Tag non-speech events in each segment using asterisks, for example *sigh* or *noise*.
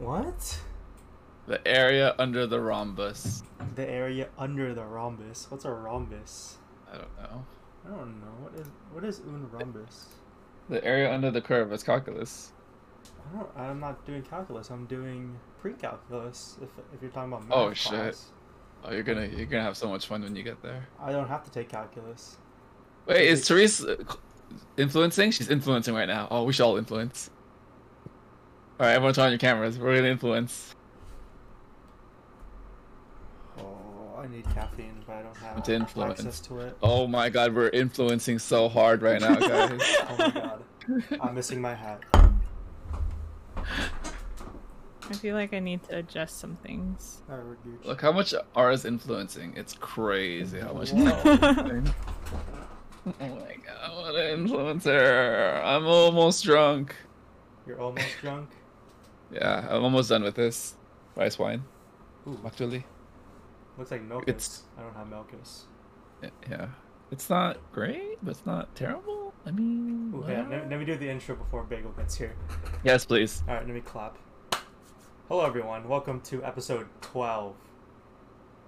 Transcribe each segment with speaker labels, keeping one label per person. Speaker 1: What?
Speaker 2: The area under the rhombus.
Speaker 1: The area under the rhombus. What's a rhombus?
Speaker 2: I don't know.
Speaker 1: I don't know. What is what is un rhombus?
Speaker 2: The area under the curve is calculus.
Speaker 1: I don't. I'm not doing calculus. I'm doing pre-calculus. If if you're talking about math
Speaker 2: Oh, shit.
Speaker 1: class.
Speaker 2: Oh, you're gonna you're gonna have so much fun when you get there.
Speaker 1: I don't have to take calculus.
Speaker 2: Wait, is Therese uh, influencing? She's influencing right now. Oh, we should all influence. All right, everyone, turn on your cameras. We're gonna influence.
Speaker 1: Oh, I need caffeine, but I don't have
Speaker 2: To influence.
Speaker 1: access to it.
Speaker 2: Oh my God, we're influencing so hard right now, guys.
Speaker 1: Oh my
Speaker 2: *laughs*
Speaker 1: god, I'm missing my hat.
Speaker 3: I feel like I need to adjust some things.
Speaker 1: I rebuke.
Speaker 2: Look how much R is influencing. It's crazy how much.
Speaker 1: Wow.
Speaker 2: oh my god, what an influencer! I'm almost drunk.
Speaker 1: You're almost drunk.
Speaker 2: Yeah, I'm almost done with this rice wine.
Speaker 1: Ooh,
Speaker 2: Actually,
Speaker 1: looks like milkus.
Speaker 2: It's-
Speaker 1: I don't have milkus.
Speaker 2: yeah, it's not great, but it's not terrible. I mean,
Speaker 1: Ooh, yeah. Let,
Speaker 2: wow.
Speaker 1: let me do the intro before Bagel gets here.
Speaker 2: yes, please.
Speaker 1: All right, let me clap. Hello, everyone. Welcome to episode 12.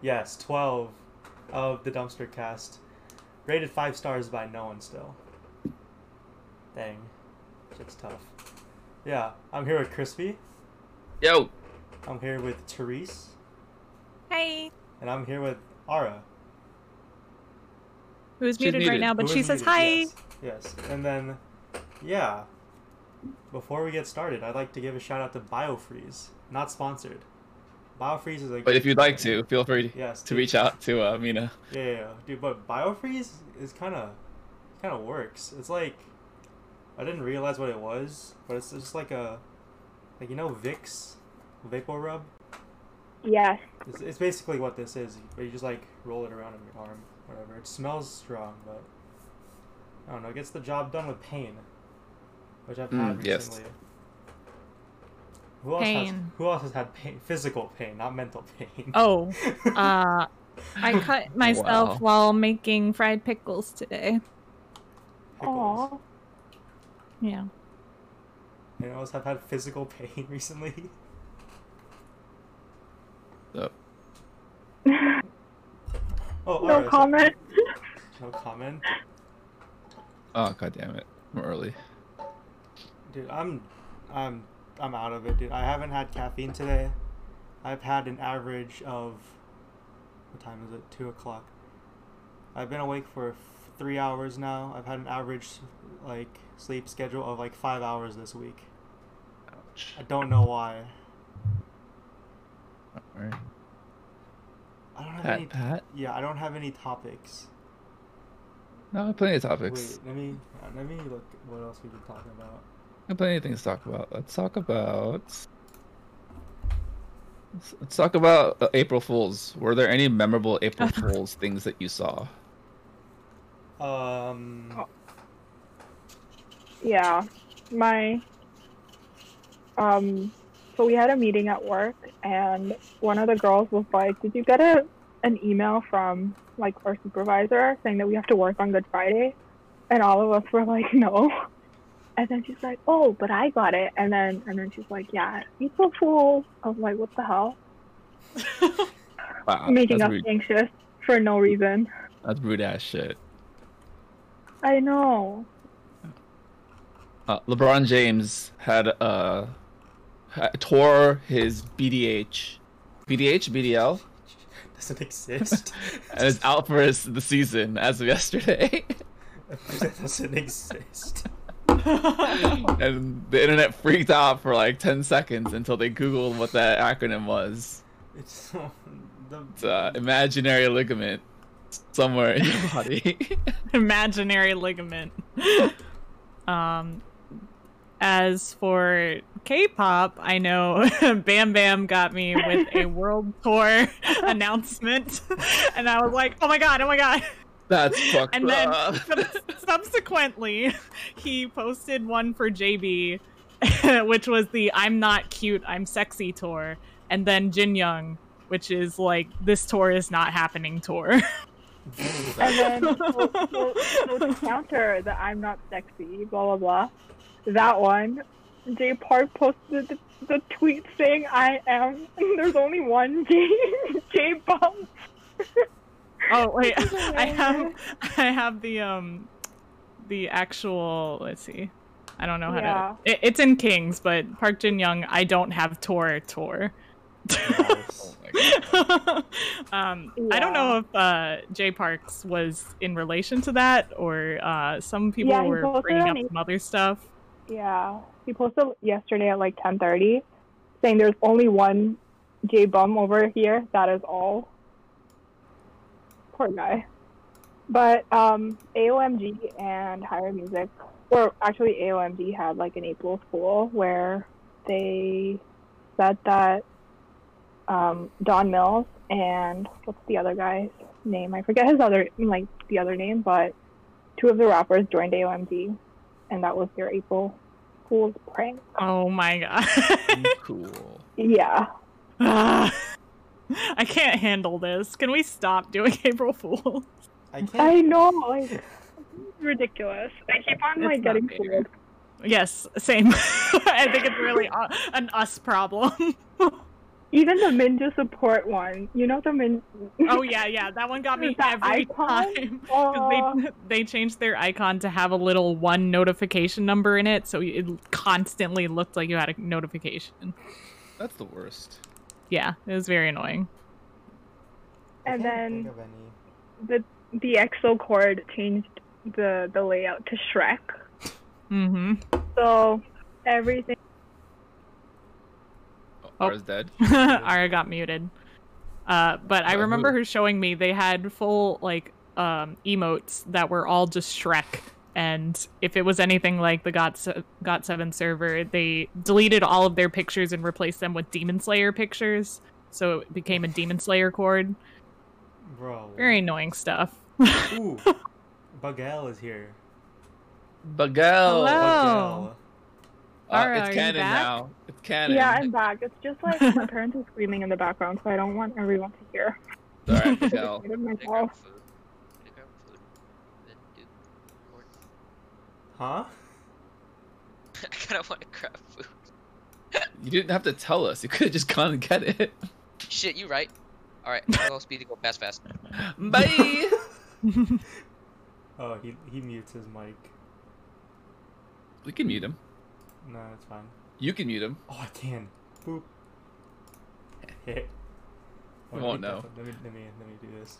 Speaker 1: Yes, 12 of the Dumpster Cast. Rated 5 stars by no one still. Dang. Shit's tough. Yeah, I'm here with Crispy.
Speaker 2: Yo,
Speaker 1: I'm here with Therese.
Speaker 3: Hey,
Speaker 1: And I'm here with Ara.
Speaker 3: who's
Speaker 2: She's
Speaker 3: muted,
Speaker 2: muted.
Speaker 3: right now? Oh, But
Speaker 1: who
Speaker 3: she
Speaker 1: is
Speaker 3: says
Speaker 1: muted,
Speaker 3: hi.
Speaker 1: Yes, yes. And then, yeah. Before we get started, I'd like to give a shout out to BioFreeze. Not sponsored. BioFreeze is a
Speaker 2: but if you'd like to, feel free
Speaker 1: Yes,
Speaker 2: to
Speaker 1: dude.
Speaker 2: reach out to uh, Mina.
Speaker 1: Yeah, yeah, yeah. dude, but biofreeze is kind of, kind of works. It's like, I didn't realize what it was, but it's just like a, like you know, Vicks, vapor rub.
Speaker 4: Yes.
Speaker 1: It's, it's basically what this is, but you just like roll it around in your arm, whatever. It smells strong, but I don't know. It gets the job done with pain, which I've had
Speaker 2: Mm, yes.
Speaker 1: recently. Who else has
Speaker 3: Pain.
Speaker 1: Who else has had pain? Physical pain, not mental pain. *laughs*
Speaker 3: Oh, uh, I cut myself
Speaker 2: Wow.
Speaker 3: while making fried pickles today.
Speaker 1: Pickles.
Speaker 4: Aw.
Speaker 3: Yeah. *laughs*
Speaker 1: Anyone else have had physical pain *laughs* recently?
Speaker 2: So,
Speaker 1: Oh,
Speaker 4: No
Speaker 1: alright, so-
Speaker 4: comment.
Speaker 1: *laughs* No comment,
Speaker 2: oh god damn it, I'm early.
Speaker 1: dude. I'm, I'm, I'm out of it, dude. I haven't had caffeine today. I've had an average of, what time is it? Two o'clock. I've been awake for f- three hours now. I've had an average, like, sleep schedule of like five hours this week.
Speaker 2: Ouch.
Speaker 1: I don't know why.
Speaker 2: Alright.
Speaker 1: I don't have any.
Speaker 2: Pat, Pat.
Speaker 1: Yeah, I don't have any topics.
Speaker 2: No, plenty of topics.
Speaker 1: Wait, let me, uh, let me look what else we've been talking about.
Speaker 2: We have plenty of things to talk about. Let's talk about. Let's, let's talk about uh, April Fools. Were there any memorable April Fools things that you saw?
Speaker 1: Um,
Speaker 4: Yeah. My um so we had a meeting at work and one of the girls was like, Did you get a an email from like our supervisor saying that we have to work on Good Friday? And all of us were like, No. And then she's like, Oh, but I got it and then and then she's like, Yeah, April Fools. I was like, What the hell?
Speaker 2: Wow,
Speaker 4: Making
Speaker 2: Ah, that's
Speaker 4: us
Speaker 2: rude.
Speaker 4: anxious for no reason.
Speaker 2: That's rude ass shit.
Speaker 4: I know.
Speaker 2: Uh, LeBron James had uh ha- tore his BDH, BDH, BDL,
Speaker 1: doesn't exist. *laughs*
Speaker 2: and is out for his, the season as of yesterday. *laughs*
Speaker 1: that doesn't exist.
Speaker 2: and the internet freaked out for like ten seconds until they googled what that acronym was.
Speaker 1: It's the,
Speaker 2: It's uh, imaginary ligament somewhere in your body. *laughs*
Speaker 3: imaginary ligament. *laughs* um, as for K-pop, I know *laughs* Bam Bam got me with a world tour *laughs* announcement, *laughs* and I was like, "Oh my god! Oh my god!" *laughs*
Speaker 2: That's fucked
Speaker 3: And then
Speaker 2: up. *laughs*
Speaker 3: sub- subsequently, *laughs* he posted one for JB, *laughs* which was the "I'm not cute, I'm sexy" tour, and then Jin Young, which is like this tour is not happening tour. *laughs*
Speaker 2: uh,
Speaker 4: And then so, so, so to counter the I'm not sexy, blah blah blah, that one, Jay Park posted the the tweet saying I am. *laughs* There's only one *laughs* J J Bum.
Speaker 3: Oh wait, *laughs* I have I have the um the actual. Let's see, I don't know how
Speaker 4: Yeah.
Speaker 3: to. It, it's in Kings, but Park Jin Young. I don't have Tor Tor.
Speaker 1: Nice.
Speaker 2: Oh my god.
Speaker 3: *laughs* um, I don't know if uh, Jay Parks was in relation to that, or uh, some people
Speaker 4: Yeah, he
Speaker 3: were
Speaker 4: posted
Speaker 3: bringing up
Speaker 4: on
Speaker 3: some other stuff.
Speaker 4: Yeah, he posted yesterday at like 10:30, saying there's only one J Bum over here. That is all. Poor guy. But um, AOMG and Higher Music, or actually AOMG had like an April Fool where they said that um, Don Mills and what's the other guy's name? I forget his other like the other name, but two of the rappers joined AOMG, and that was their April Fool's prank.
Speaker 3: Oh my god! *laughs*
Speaker 2: You cool.
Speaker 4: Yeah,
Speaker 3: Ah. I can't handle this. Can we stop doing *laughs* April Fool?
Speaker 1: I can't.
Speaker 4: I know.
Speaker 3: *laughs*
Speaker 4: Like, ridiculous. I keep on
Speaker 3: It's
Speaker 4: like
Speaker 3: not
Speaker 4: getting
Speaker 2: fair.
Speaker 4: fooled.
Speaker 3: Yes, same. *laughs* I think it's really uh, an us problem. *laughs*
Speaker 4: Even the Minja support one. You know the Min.
Speaker 3: oh yeah, yeah, that one got me
Speaker 4: The
Speaker 3: every
Speaker 4: icon?
Speaker 3: time. *laughs*
Speaker 4: *laughs*
Speaker 3: 'Cause
Speaker 4: Uh,
Speaker 3: they they changed their icon to have a little one notification number in it, so it constantly looked like you had a notification.
Speaker 2: That's the worst.
Speaker 3: Yeah, it was very annoying.
Speaker 1: I
Speaker 4: and
Speaker 1: can't
Speaker 4: then-
Speaker 1: think of any.
Speaker 4: the the EXO chord changed the the layout to Shrek.
Speaker 3: Mm-hmm.
Speaker 4: So everything.
Speaker 2: Oh,
Speaker 3: Oh.
Speaker 2: Ara's dead.
Speaker 3: *laughs* Ara got muted. Uh, but I
Speaker 2: Uh, who?
Speaker 3: remember her showing me they had full like um, emotes that were all just Shrek, and if it was anything like the God Se- God Seven server, they deleted all of their pictures and replaced them with Demon Slayer pictures, so it became a Demon Slayer chord.
Speaker 1: Bro.
Speaker 3: Very annoying stuff.
Speaker 1: Ooh. Bagel is here.
Speaker 2: Bagel.
Speaker 3: Hello.
Speaker 1: Bagel.
Speaker 2: Uh,
Speaker 3: Ara, are
Speaker 2: it's
Speaker 3: you
Speaker 2: canon
Speaker 3: back?
Speaker 2: now. It's canon.
Speaker 4: Yeah, I'm back. It's just like
Speaker 3: *laughs*
Speaker 4: my parents are screaming in the background, so I don't want everyone to hear.
Speaker 2: Sorry, Bagel.
Speaker 4: I
Speaker 5: They grab
Speaker 4: myself.
Speaker 5: food. They grab food. Then do more. *laughs*
Speaker 1: Huh?
Speaker 5: I kind of want to grab food. *laughs*
Speaker 2: You didn't have to tell us. You could have just gone and get it.
Speaker 5: Shit, you right. All right, I'm all speed to go fast, fast.
Speaker 2: Bye.
Speaker 1: Oh, he he mutes his mic.
Speaker 2: *laughs* we can mute him.
Speaker 1: No, it's fine.
Speaker 2: You can mute him.
Speaker 1: Oh, I can. Boop. Hit.
Speaker 2: We
Speaker 1: Oh,
Speaker 2: won't
Speaker 1: let me-
Speaker 2: know.
Speaker 1: Let me let me let me do this.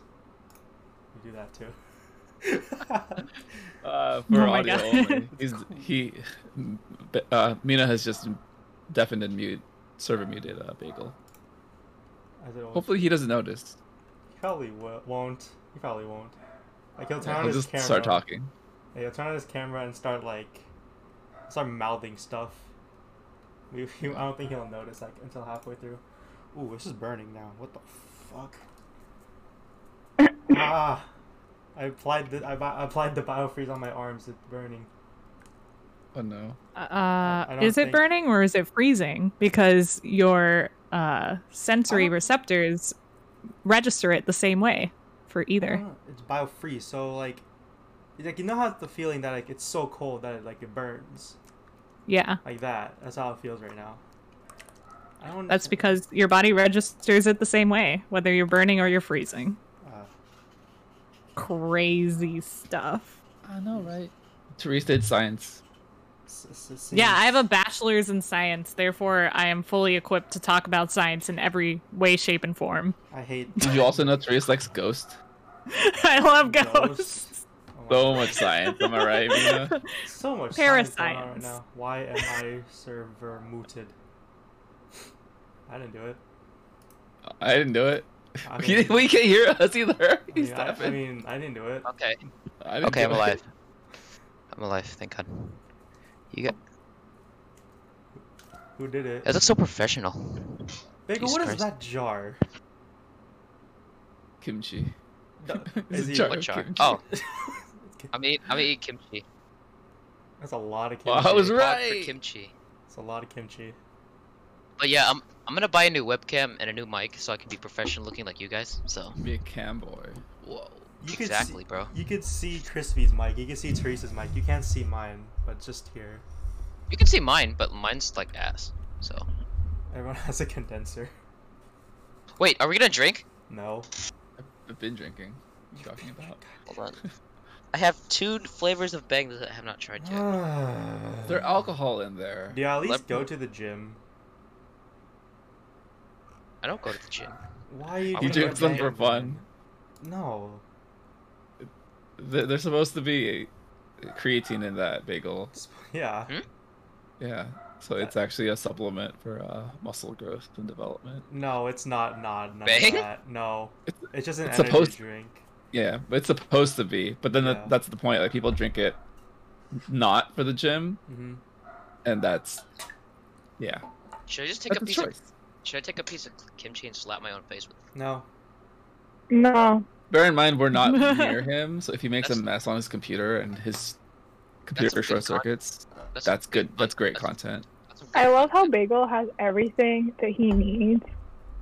Speaker 1: Let me do that *laughs* too.
Speaker 2: Uh,
Speaker 3: Oh
Speaker 2: for
Speaker 3: my
Speaker 2: audio
Speaker 3: God. *laughs*
Speaker 2: only. He's, he, but, uh, Mina has just deafened and mute, server muted uh, Bagel.
Speaker 1: As it always.
Speaker 2: Hopefully he doesn't notice.
Speaker 1: He probably wo- won't. He probably won't. Like he'll turn
Speaker 2: Yeah,
Speaker 1: on
Speaker 2: he'll
Speaker 1: his
Speaker 2: just
Speaker 1: camera.
Speaker 2: start talking.
Speaker 1: Yeah, he'll turn on his camera and start like, start mouthing stuff. We, *laughs* he, I don't think he'll notice like until halfway through. Ooh, this is burning now. What the
Speaker 2: *coughs*
Speaker 1: fuck? ah, I applied the I, bi- I applied the biofreeze on my arms. It's burning.
Speaker 2: Oh no.
Speaker 1: I
Speaker 3: Uh,
Speaker 1: don't
Speaker 3: is it
Speaker 1: think-
Speaker 3: burning or is it freezing? Because your uh, sensory
Speaker 1: don't-
Speaker 3: receptors register it the same way for either.
Speaker 1: Ah, It's biofreeze, so like, like you know how the feeling that like it's so cold that it, like it burns
Speaker 3: Yeah,
Speaker 1: like that. That's how it feels right now. I don't.
Speaker 3: that's because your body registers it the same way, whether you're burning or you're freezing.
Speaker 1: Ah.
Speaker 3: Crazy stuff.
Speaker 2: I know, right? Therese did science.
Speaker 1: S- s- s-
Speaker 3: Yeah, I have a
Speaker 1: seems-
Speaker 3: bachelor's in science, therefore I am fully equipped to talk about science in every way, shape, and form. *laughs*
Speaker 1: I hate.
Speaker 2: Did you also know Therese likes Ghost?
Speaker 3: I love
Speaker 1: Ghosts.
Speaker 3: ghosts. *laughs*
Speaker 1: Oh
Speaker 2: So much science, am I right, *laughs* Mina?
Speaker 1: my- so much science going on right
Speaker 3: Parascience.
Speaker 1: now. Why am I server muted? I didn't do it.
Speaker 2: I didn't do it.
Speaker 1: I
Speaker 2: He- we can't hear us either. *laughs*
Speaker 1: I
Speaker 2: He's
Speaker 1: mean, I, I
Speaker 2: laughing.
Speaker 1: mean, I didn't do it.
Speaker 5: Okay.
Speaker 2: I didn't
Speaker 5: Okay,
Speaker 2: do
Speaker 5: I'm
Speaker 2: it.
Speaker 5: alive. I'm alive. Thank God. You got.
Speaker 1: Who did it?
Speaker 5: That looks so professional.
Speaker 1: Baker,
Speaker 5: Jesus
Speaker 1: what is
Speaker 5: Christ.
Speaker 1: that jar?
Speaker 2: Kimchi.
Speaker 1: Is
Speaker 2: It's a E.
Speaker 1: he-
Speaker 2: jar
Speaker 5: What
Speaker 2: of
Speaker 5: jar?
Speaker 2: kimchi.
Speaker 5: Oh, I'm eat. I'm eating kimchi.
Speaker 1: That's a lot of kimchi.
Speaker 2: Well, I was
Speaker 5: Pod
Speaker 2: right.
Speaker 5: for kimchi.
Speaker 1: That's a lot of kimchi.
Speaker 5: But yeah, I'm. I'm gonna buy a new webcam and a new mic so I can be professional looking like you guys. So.
Speaker 2: Be a cam boy.
Speaker 5: Whoa.
Speaker 1: You could see-
Speaker 5: exactly, bro.
Speaker 1: You could see Crispy's mic. You could see Teresa's mic. You can't see mine, but just here.
Speaker 5: You can see mine, but mine's like ass. So.
Speaker 1: Everyone *laughs* has a condenser.
Speaker 5: Wait, are we gonna drink?
Speaker 1: No. *sighs*
Speaker 2: I've been drinking. What are you talking about?
Speaker 5: Hold on. I have two flavors of bang that I have not tried
Speaker 1: Uh,
Speaker 5: yet.
Speaker 2: Is there alcohol in there?
Speaker 1: Yeah, at least
Speaker 5: Lep-
Speaker 1: go to the gym.
Speaker 5: I don't go to the gym.
Speaker 1: Why are you?
Speaker 5: I'm
Speaker 1: doing
Speaker 5: doing
Speaker 1: a
Speaker 2: something
Speaker 1: bang
Speaker 2: for fun.
Speaker 1: then? No, *laughs*
Speaker 2: Th- There's supposed to be creatine in that bagel.
Speaker 1: It's- yeah.
Speaker 2: Yeah. So it's actually a supplement for uh, muscle growth and development.
Speaker 1: No, it's not. Not none
Speaker 5: Bang?
Speaker 1: Of that. No,
Speaker 2: It's-
Speaker 1: it's just an
Speaker 2: it's
Speaker 1: energy
Speaker 2: supposed-
Speaker 1: drink.
Speaker 2: Yeah, but it's supposed to be. But then
Speaker 1: Yeah.
Speaker 2: that, that's the point. Like people drink it not for the gym,
Speaker 1: hmm
Speaker 2: and that's yeah.
Speaker 5: Should I just take
Speaker 2: That's
Speaker 5: a
Speaker 2: a
Speaker 5: piece of
Speaker 2: choice.
Speaker 5: Should I take a piece of kimchi and slap my own face with it?
Speaker 1: No, *laughs*
Speaker 4: No.
Speaker 2: Bear in mind we're not near him, so if he makes a
Speaker 5: That's-
Speaker 2: mess on his computer and his
Speaker 5: That's a
Speaker 2: computer
Speaker 5: good
Speaker 2: short
Speaker 5: con-
Speaker 2: circuits,
Speaker 5: That's,
Speaker 2: that's good. That's great
Speaker 5: that's-
Speaker 2: content.
Speaker 5: that's some
Speaker 4: I
Speaker 5: good-
Speaker 4: love how Bagel has everything that he needs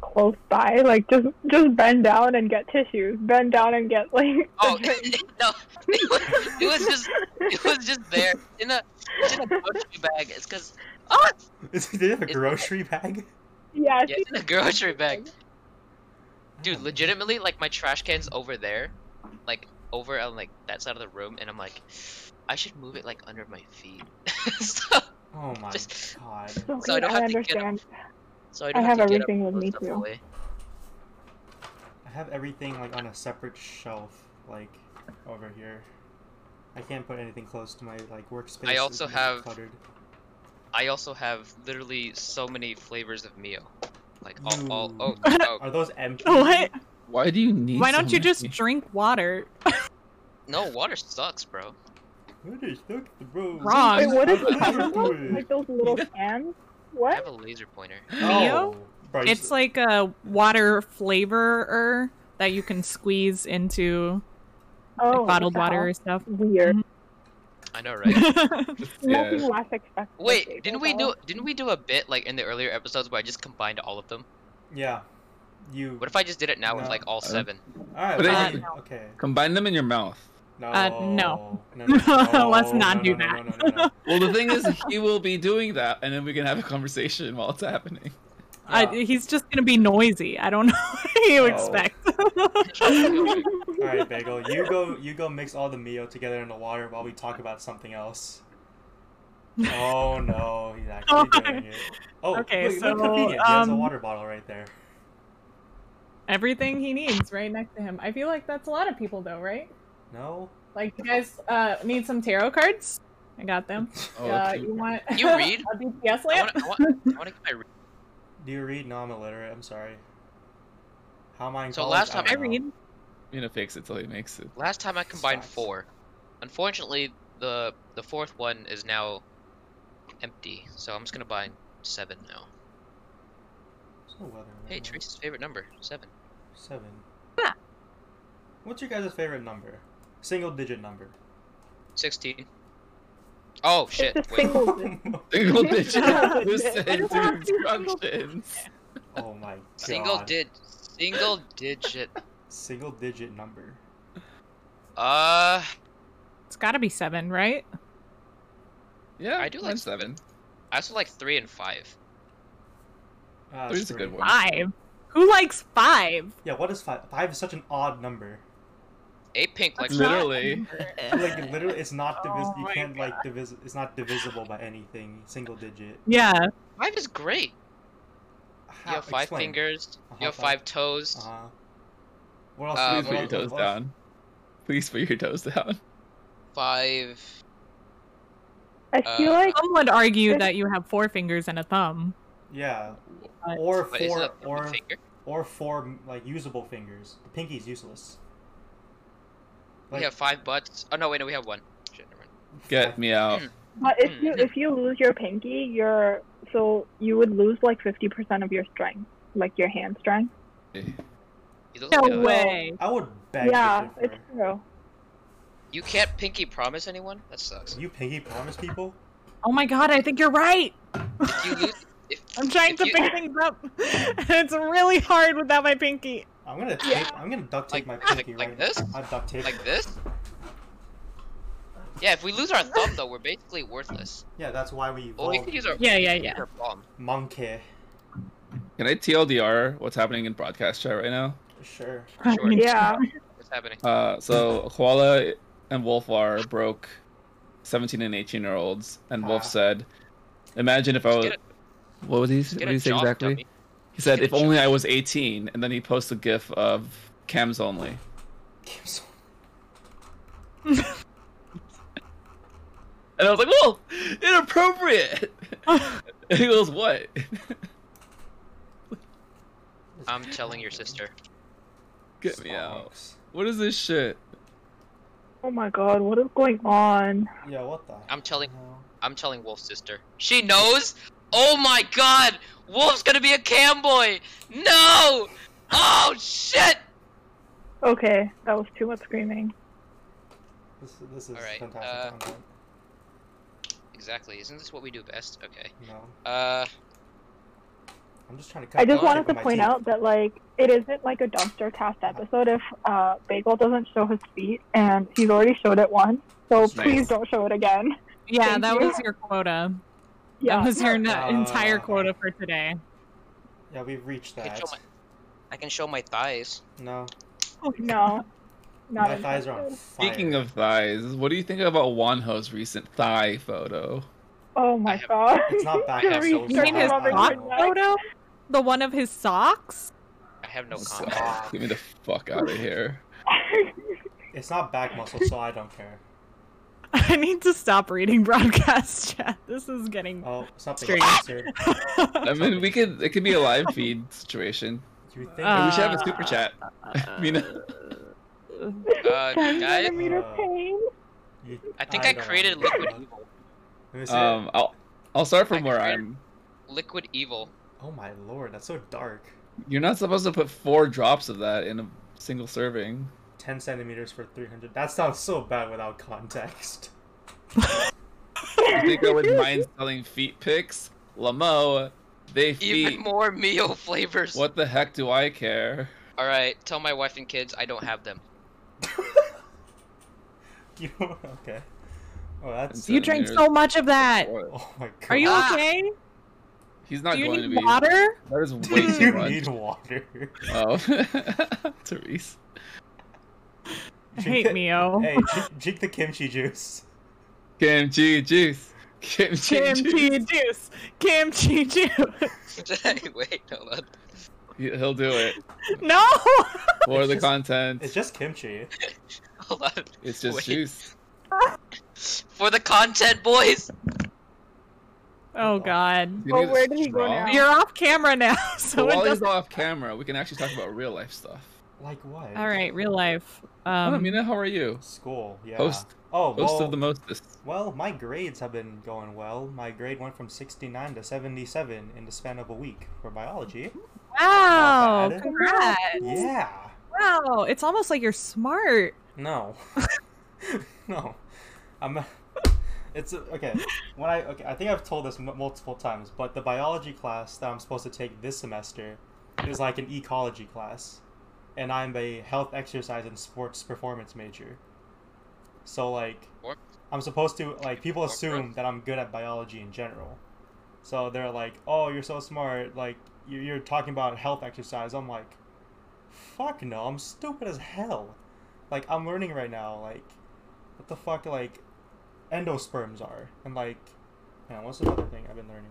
Speaker 4: close by. Like just just bend down and get tissues. Bend down and get like *laughs*
Speaker 5: Oh *laughs* no! It was, it was just it was just there in a it's in
Speaker 4: *laughs*
Speaker 5: a grocery bag. It's because oh
Speaker 1: is it in a
Speaker 5: It's-
Speaker 1: grocery bag?
Speaker 4: yes.
Speaker 5: yeah, it's in
Speaker 4: *laughs*
Speaker 5: a grocery bag. Dude, legitimately, like my trash can's over there, like over on like that side of the room, and I'm like, I should move it like under my feet, *laughs* so,
Speaker 1: Oh my
Speaker 5: Just-
Speaker 1: god.
Speaker 5: So I don't have to get
Speaker 4: understand.
Speaker 5: so I
Speaker 4: I
Speaker 5: don't
Speaker 4: have
Speaker 5: have, to
Speaker 4: everything
Speaker 5: get up
Speaker 4: with
Speaker 5: and
Speaker 4: me
Speaker 5: put stuff
Speaker 4: too.
Speaker 5: away.
Speaker 1: I have everything like on a separate shelf, like over here. I can't put anything close to my like workspace.
Speaker 5: I
Speaker 1: It's
Speaker 5: also
Speaker 1: really
Speaker 5: have-
Speaker 1: cluttered.
Speaker 5: I also have literally so many flavors of Mio, like all, all
Speaker 1: Ooh.
Speaker 5: oh
Speaker 1: *laughs*
Speaker 5: oh
Speaker 1: Are those empty?
Speaker 3: *laughs* What?
Speaker 2: Why do you need?
Speaker 3: Why
Speaker 2: so
Speaker 3: don't you just
Speaker 2: many?
Speaker 3: *laughs* drink water?
Speaker 5: no, water sucks, bro.
Speaker 1: What is look at the bros.
Speaker 3: Wrong.
Speaker 4: Wait, what is
Speaker 1: I'm
Speaker 4: the
Speaker 1: into it.
Speaker 4: Like those little cans?
Speaker 5: I have
Speaker 4: What?
Speaker 5: a laser pointer.
Speaker 1: Oh, bro, you
Speaker 3: It's
Speaker 1: s-
Speaker 3: like a water flavorer that you can squeeze into like,
Speaker 4: Oh,
Speaker 3: bottled Mm-hmm.
Speaker 4: wow.
Speaker 3: water or stuff.
Speaker 4: Weird.
Speaker 5: I know, right?
Speaker 1: *laughs*
Speaker 4: Nothing
Speaker 2: Yeah.
Speaker 4: less expected.
Speaker 5: Wait, didn't we
Speaker 4: *laughs*
Speaker 5: do
Speaker 4: though.
Speaker 5: didn't we do a bit like in the earlier episodes where I just combined all of them?
Speaker 1: yeah. You.
Speaker 5: What if I just did it now with
Speaker 1: No.
Speaker 5: like all
Speaker 1: *laughs*
Speaker 2: Uh,
Speaker 5: seven?
Speaker 1: All right.
Speaker 2: But
Speaker 1: fine.
Speaker 2: then-
Speaker 1: okay.
Speaker 2: Combine them in your mouth.
Speaker 1: No.
Speaker 3: Uh, no.
Speaker 1: No, no, no,
Speaker 3: *laughs* Let's
Speaker 1: no,
Speaker 3: not
Speaker 1: no,
Speaker 3: do
Speaker 1: no,
Speaker 3: that.
Speaker 1: No, no, no, no.
Speaker 2: Well, the thing is, he will be doing that, and then we can have a conversation while it's happening.
Speaker 3: *laughs* *laughs* I,
Speaker 1: Yeah.
Speaker 3: he's just gonna be noisy. I don't *laughs* know what you
Speaker 1: No.
Speaker 3: expect.
Speaker 4: *laughs*
Speaker 1: All right, Bagel. You go. You go. Mix all the meal together in the water while we talk about something else. Oh no, he's
Speaker 3: *laughs*
Speaker 1: actually doing it. Oh,
Speaker 3: Okay,
Speaker 1: wait,
Speaker 3: so,
Speaker 1: look, convenient. He has a
Speaker 3: um,
Speaker 1: water bottle right there.
Speaker 3: Everything he needs right next to him. I feel like that's a lot of people though, right?
Speaker 1: No.
Speaker 3: Like you guys uh, need some tarot cards? I got them.
Speaker 2: Oh,
Speaker 3: uh,
Speaker 2: cute.
Speaker 3: you want *laughs*
Speaker 5: You read?
Speaker 3: a BTS
Speaker 5: I
Speaker 3: lamp?
Speaker 5: want I want I want to get my re-
Speaker 1: Do you read? No, I'm illiterate. I'm sorry. How am I? In
Speaker 5: So
Speaker 1: college?
Speaker 5: last time
Speaker 1: don't
Speaker 3: I
Speaker 1: know.
Speaker 3: read.
Speaker 2: You know, fakes it till he makes it.
Speaker 5: last time I combined
Speaker 1: Sucks.
Speaker 5: four. Unfortunately, the the fourth one is now empty, so I'm just gonna buy seven now.
Speaker 1: There's no weather right
Speaker 5: Hey,
Speaker 1: now.
Speaker 5: Trace's favorite number seven.
Speaker 1: Seven.
Speaker 3: Yeah.
Speaker 1: What's your guys' favorite number? Single digit number.
Speaker 5: Sixteen. Oh shit!
Speaker 4: It's a
Speaker 5: Wait,
Speaker 1: *laughs*
Speaker 2: Single
Speaker 3: *laughs*
Speaker 4: single digit.
Speaker 2: digit. *laughs* Who
Speaker 4: Just
Speaker 2: said
Speaker 3: have to be single
Speaker 2: instructions?
Speaker 1: oh my god.
Speaker 5: single dig single digit.
Speaker 1: Single digit number.
Speaker 5: Uh,
Speaker 3: It's got to be seven, right?
Speaker 2: Yeah,
Speaker 5: I do like
Speaker 2: mine's seven.
Speaker 5: I also like three and five.
Speaker 1: Ah,
Speaker 2: Three's
Speaker 1: it's
Speaker 2: a
Speaker 1: pretty-
Speaker 2: good one.
Speaker 3: Five. Who likes five?
Speaker 1: Yeah, what is five? Five is such an odd number.
Speaker 5: A pink like
Speaker 3: That's
Speaker 5: mine.
Speaker 3: not-
Speaker 2: Literally.
Speaker 1: Like literally, it's not divis.
Speaker 3: *laughs* Oh
Speaker 1: you
Speaker 3: my
Speaker 1: can't like divis. It's not divisible by anything. Single digit.
Speaker 3: Yeah.
Speaker 5: Five is great.
Speaker 1: How,
Speaker 5: You have five
Speaker 1: explain.
Speaker 5: fingers.
Speaker 1: Uh-huh,
Speaker 5: You have
Speaker 1: five.
Speaker 5: five toes.
Speaker 1: Uh-huh. What else?
Speaker 5: Uh,
Speaker 2: Please
Speaker 1: what
Speaker 2: put your
Speaker 1: else-
Speaker 2: toes
Speaker 1: what else-
Speaker 2: down. Please put your toes down. *laughs*
Speaker 5: Five.
Speaker 4: I feel
Speaker 5: Uh,
Speaker 4: like
Speaker 3: Some would argue that you have four fingers and a thumb.
Speaker 1: Yeah.
Speaker 3: But-
Speaker 1: Or
Speaker 5: Wait, is
Speaker 1: four.
Speaker 5: that a
Speaker 1: Or
Speaker 5: finger?
Speaker 1: or four like usable fingers. The pinky's useless.
Speaker 5: We have five butts. Oh no, wait, no, we have one. Shit, never mind.
Speaker 2: Get me out.
Speaker 4: But if
Speaker 5: hmm,
Speaker 4: you if you lose your pinky, you're so you would lose like fifty percent of your strength, like your hand strength.
Speaker 5: Hmm. You look
Speaker 3: No
Speaker 5: like a-
Speaker 3: way.
Speaker 1: I would beg
Speaker 4: yeah,
Speaker 1: to
Speaker 4: it's
Speaker 1: differ.
Speaker 4: true.
Speaker 5: You can't pinky promise anyone. That sucks.
Speaker 1: You pinky promise people?
Speaker 3: Oh my god, I think you're right.
Speaker 5: If you
Speaker 1: *laughs*
Speaker 5: lose, if,
Speaker 3: I'm trying
Speaker 5: if
Speaker 3: to
Speaker 5: you,
Speaker 3: pick things up. *laughs* it's really hard without my pinky.
Speaker 1: I'm gonna tape, I'm gonna duct tape
Speaker 5: Like-
Speaker 1: my pinky
Speaker 5: like- like
Speaker 1: right
Speaker 5: this?
Speaker 1: I duct tape.
Speaker 5: *laughs* like this. Yeah, if we lose our thumb though, we're basically worthless.
Speaker 1: yeah, that's why we
Speaker 5: Well, we
Speaker 1: evolved.
Speaker 5: could use our
Speaker 3: Yeah, yeah, yeah.
Speaker 5: our palm.
Speaker 1: Monkey.
Speaker 2: Can I TLDR what's happening in broadcast chat right now?
Speaker 1: Sure.
Speaker 5: Sure.
Speaker 4: Yeah.
Speaker 5: What's happening?
Speaker 2: Uh, *laughs* so Koala and Wolf are broke 17 and 18 year olds, and Wolf
Speaker 1: Ah.
Speaker 2: said, Imagine if I
Speaker 5: Just
Speaker 2: was.
Speaker 5: get
Speaker 2: What was he, Oh, what
Speaker 5: Get
Speaker 2: did
Speaker 5: a
Speaker 2: he say
Speaker 5: job,
Speaker 2: exactly?
Speaker 5: dummy.
Speaker 2: He said,
Speaker 5: get a
Speaker 2: If only I was 18, and then he posts a gif of cams only. And I was like, Wolf, inappropriate! *laughs* and he goes, What? *laughs*
Speaker 5: I'm telling your sister.
Speaker 2: Get me out. What is this shit?
Speaker 4: Oh my god, what is going on?
Speaker 1: Yeah, what the?
Speaker 5: I'm telling.
Speaker 1: hell?
Speaker 5: I'm telling Wolf's sister. She knows. Oh my God! Wolf's gonna be a cam boy. No! Oh shit!
Speaker 4: Okay, that was too much screaming.
Speaker 1: This, this is
Speaker 5: Alright,
Speaker 1: fantastic
Speaker 5: uh,
Speaker 1: content.
Speaker 5: Exactly. Isn't this what we do best? Okay.
Speaker 1: No,
Speaker 5: Uh,
Speaker 1: I'm just trying to. Cut
Speaker 4: I just
Speaker 1: the
Speaker 4: wanted
Speaker 1: shit
Speaker 4: to
Speaker 1: with my
Speaker 4: point
Speaker 1: teeth.
Speaker 4: out that like it isn't like a dumpster cast episode if uh, Bagel doesn't show his feet, and he's already showed it once. So
Speaker 2: That's
Speaker 4: please
Speaker 2: nice.
Speaker 4: don't show it again.
Speaker 3: Yeah,
Speaker 4: Thank
Speaker 3: that
Speaker 4: you.
Speaker 3: was your quota.
Speaker 4: Yeah.
Speaker 3: That was your n- entire
Speaker 1: Uh,
Speaker 3: quota for today.
Speaker 1: Yeah, we've reached
Speaker 5: I can
Speaker 1: that.
Speaker 5: show my. I can show my thighs.
Speaker 1: No,
Speaker 4: Oh,
Speaker 3: *laughs*
Speaker 4: no. Not
Speaker 1: my thighs are on
Speaker 4: interested.
Speaker 1: fire.
Speaker 2: Speaking of thighs, what do you think about Wanho's recent thigh photo?
Speaker 4: Oh
Speaker 5: I
Speaker 4: my
Speaker 5: have-
Speaker 4: god.
Speaker 1: It's not back
Speaker 4: To
Speaker 5: I have
Speaker 4: reach
Speaker 5: no
Speaker 3: You mean his
Speaker 4: Robert
Speaker 1: sock
Speaker 3: sock
Speaker 4: Downey Jr.
Speaker 3: photo? The one of his socks? *laughs*
Speaker 5: I have no
Speaker 2: So- *laughs*
Speaker 5: comment.
Speaker 2: Get me the fuck out of here.
Speaker 1: it's not back muscle, so I don't care.
Speaker 3: I need to stop reading *laughs* broadcast chat. This is getting.
Speaker 1: Oh, something
Speaker 3: Straight.
Speaker 1: censored.
Speaker 3: *laughs*
Speaker 2: I mean, we could. It could be a live feed situation.
Speaker 1: You think?
Speaker 2: And
Speaker 3: Uh,
Speaker 2: we should have a super chat. Mina.
Speaker 4: *laughs*
Speaker 5: Uh,
Speaker 4: *laughs* Ten
Speaker 5: guys?
Speaker 4: centimeter
Speaker 1: Uh,
Speaker 4: pain.
Speaker 1: you,
Speaker 5: I think I,
Speaker 1: don't
Speaker 5: created
Speaker 1: want to
Speaker 5: Liquid
Speaker 1: do that.
Speaker 5: Evil.
Speaker 1: Let me see it.
Speaker 2: Um, I'll I'll start
Speaker 5: I
Speaker 2: from where
Speaker 5: created-
Speaker 2: I'm.
Speaker 5: Liquid Evil.
Speaker 1: Oh my lord, that's so dark.
Speaker 2: You're not supposed to put four drops of that in a single serving.
Speaker 1: 10 centimeters for 300. That sounds so bad without context. *laughs*
Speaker 2: You think I would mind selling feet picks? Lamo, they
Speaker 5: Even
Speaker 2: feet.
Speaker 5: more meal flavors.
Speaker 2: What the heck do I care?
Speaker 5: All right. Tell my wife and kids I don't have them. *laughs*
Speaker 1: You okay? Oh, that's.
Speaker 3: You drank so much of that.
Speaker 1: Oh my god.
Speaker 3: Are you *laughs*
Speaker 5: Ah.
Speaker 3: okay?
Speaker 2: He's Ah. not
Speaker 3: Do you
Speaker 2: going to
Speaker 3: need
Speaker 2: be. *laughs*
Speaker 3: water?
Speaker 2: That is
Speaker 1: Do
Speaker 2: way too
Speaker 1: you
Speaker 2: much.
Speaker 1: need
Speaker 3: *laughs*
Speaker 1: water?
Speaker 2: *laughs* Oh, *laughs* Therese.
Speaker 1: *laughs*
Speaker 3: I hate Mio.
Speaker 1: Hey, drink- drink the kimchi juice.
Speaker 2: Kimchi juice. Kimchi, juice.
Speaker 3: Kimchi juice. Kimchi juice. *laughs*
Speaker 5: Wait, hold on.
Speaker 2: He- He'll do it
Speaker 3: No. *laughs* Oh,
Speaker 2: for
Speaker 1: It's just-
Speaker 2: the
Speaker 1: It's
Speaker 2: content.
Speaker 1: just kimchi.
Speaker 5: Hold on.
Speaker 2: It's just
Speaker 5: Wait.
Speaker 2: juice.
Speaker 5: For the content, boys.
Speaker 3: Oh God.
Speaker 2: You
Speaker 4: Well,
Speaker 2: need a
Speaker 4: where did he go
Speaker 2: straw?
Speaker 4: now?
Speaker 3: You're off camera now, *laughs* so
Speaker 2: But
Speaker 3: it
Speaker 2: while he's
Speaker 3: doesn't.
Speaker 2: off camera, we can actually talk about real life stuff.
Speaker 1: Like what?
Speaker 3: All right, real life.
Speaker 2: oh,
Speaker 3: Um,
Speaker 2: Mina, how are you?
Speaker 1: School, yeah.
Speaker 2: Host-
Speaker 1: oh,
Speaker 2: Most
Speaker 1: well,
Speaker 2: of the mostest.
Speaker 1: well, my grades have been going well. My grade went from 69 to 77 in the span of a week for biology.
Speaker 3: wow!
Speaker 1: bad.
Speaker 3: Congrats.
Speaker 1: Yeah.
Speaker 3: Wow, it's almost like you're smart.
Speaker 1: No. *laughs* no. I'm. *laughs* It's okay. When I okay, I think I've told this m- multiple times, but the biology class that I'm supposed to take this semester is like an ecology class, and I'm a health, exercise, and sports performance major. So like,
Speaker 5: What?
Speaker 1: I'm supposed to like people
Speaker 5: What, bro?
Speaker 1: assume that I'm good at biology in general, so they're like, "Oh, you're so smart! Like you- you're talking about health, exercise." I'm like, "Fuck no! I'm stupid as hell." like I'm learning right now, like what the fuck like endosperms are, and like, man, what's another thing I've been learning?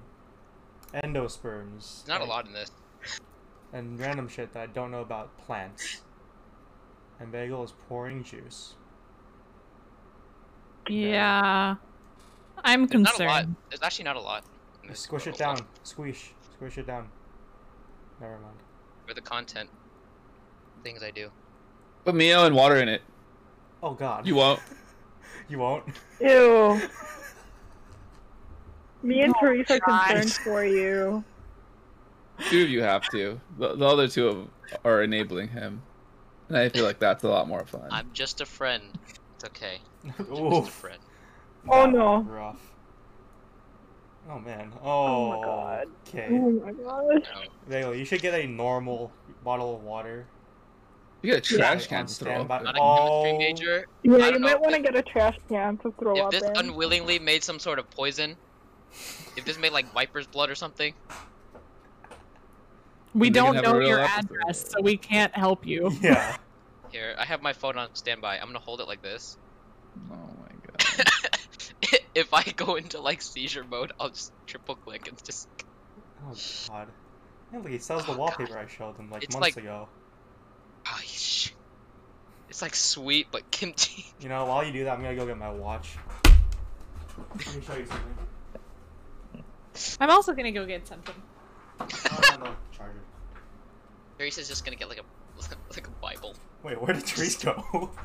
Speaker 1: Endosperms.
Speaker 5: There's not a
Speaker 1: like,
Speaker 5: lot in this.
Speaker 1: And random shit that I don't know about plants. And Bagel is pouring juice.
Speaker 3: Yeah, I'm
Speaker 5: There's not a lot.
Speaker 3: concerned.
Speaker 5: There's actually not a lot. in this
Speaker 1: Squish it
Speaker 5: world.
Speaker 1: down. Squish. Squish it down. Never mind.
Speaker 5: For the content, things I do.
Speaker 2: Put Mio and water in it.
Speaker 1: Oh God.
Speaker 2: You won't.
Speaker 1: You
Speaker 2: *laughs*
Speaker 1: won't.
Speaker 4: *laughs*
Speaker 1: *laughs*
Speaker 4: Ew. Me and
Speaker 3: Oh,
Speaker 4: Therese are
Speaker 3: God.
Speaker 4: concerned for you.
Speaker 2: Two of you have to. The, the other two of, are enabling him. And I feel like that's a lot more fun.
Speaker 5: I'm just a friend. It's okay. I'm just a
Speaker 1: Oof.
Speaker 5: friend.
Speaker 4: Oh,
Speaker 1: That
Speaker 4: no.
Speaker 1: was Rough. Oh man. Oh.
Speaker 4: God.
Speaker 1: Okay.
Speaker 4: Oh my gosh.
Speaker 5: No.
Speaker 1: Bagel, you should get a normal bottle of water
Speaker 2: You got a trash
Speaker 1: Yeah.
Speaker 2: can
Speaker 1: On
Speaker 2: to throw.
Speaker 1: standby.
Speaker 2: up
Speaker 5: Not
Speaker 2: in.
Speaker 5: a
Speaker 1: Oh.
Speaker 5: chemistry major.
Speaker 4: Yeah, you
Speaker 5: don't know
Speaker 4: might
Speaker 5: if
Speaker 4: want to
Speaker 5: this-
Speaker 4: get a trash can to throw
Speaker 5: If
Speaker 4: up
Speaker 5: this
Speaker 4: in.
Speaker 5: unwillingly made some sort of poison, if this made like viper's blood or something,
Speaker 3: We
Speaker 2: And they can
Speaker 3: don't
Speaker 2: have a
Speaker 3: know
Speaker 2: real
Speaker 3: your
Speaker 2: episode.
Speaker 3: address, so we can't help you.
Speaker 1: Yeah.
Speaker 5: Here, I have my phone on standby. I'm gonna hold it like this. *laughs*
Speaker 2: Oh my god.
Speaker 5: if I go into like seizure mode, I'll just triple click and just.
Speaker 1: Oh god. Look, he sells the
Speaker 5: Oh, God.
Speaker 1: wallpaper I showed him like
Speaker 5: It's
Speaker 1: months
Speaker 5: like-
Speaker 1: ago.
Speaker 5: Oh, sh- It's like sweet but kimchi. *laughs*
Speaker 1: You know, while you do that, I'm gonna go get my watch. Let me show you *laughs* something.
Speaker 3: *laughs* I'm also gonna go get something.
Speaker 1: Oh, it's on the charger.
Speaker 5: Teresa's just gonna get like a *laughs* like a Bible. *laughs*
Speaker 1: Wait, where did Therese go? *laughs*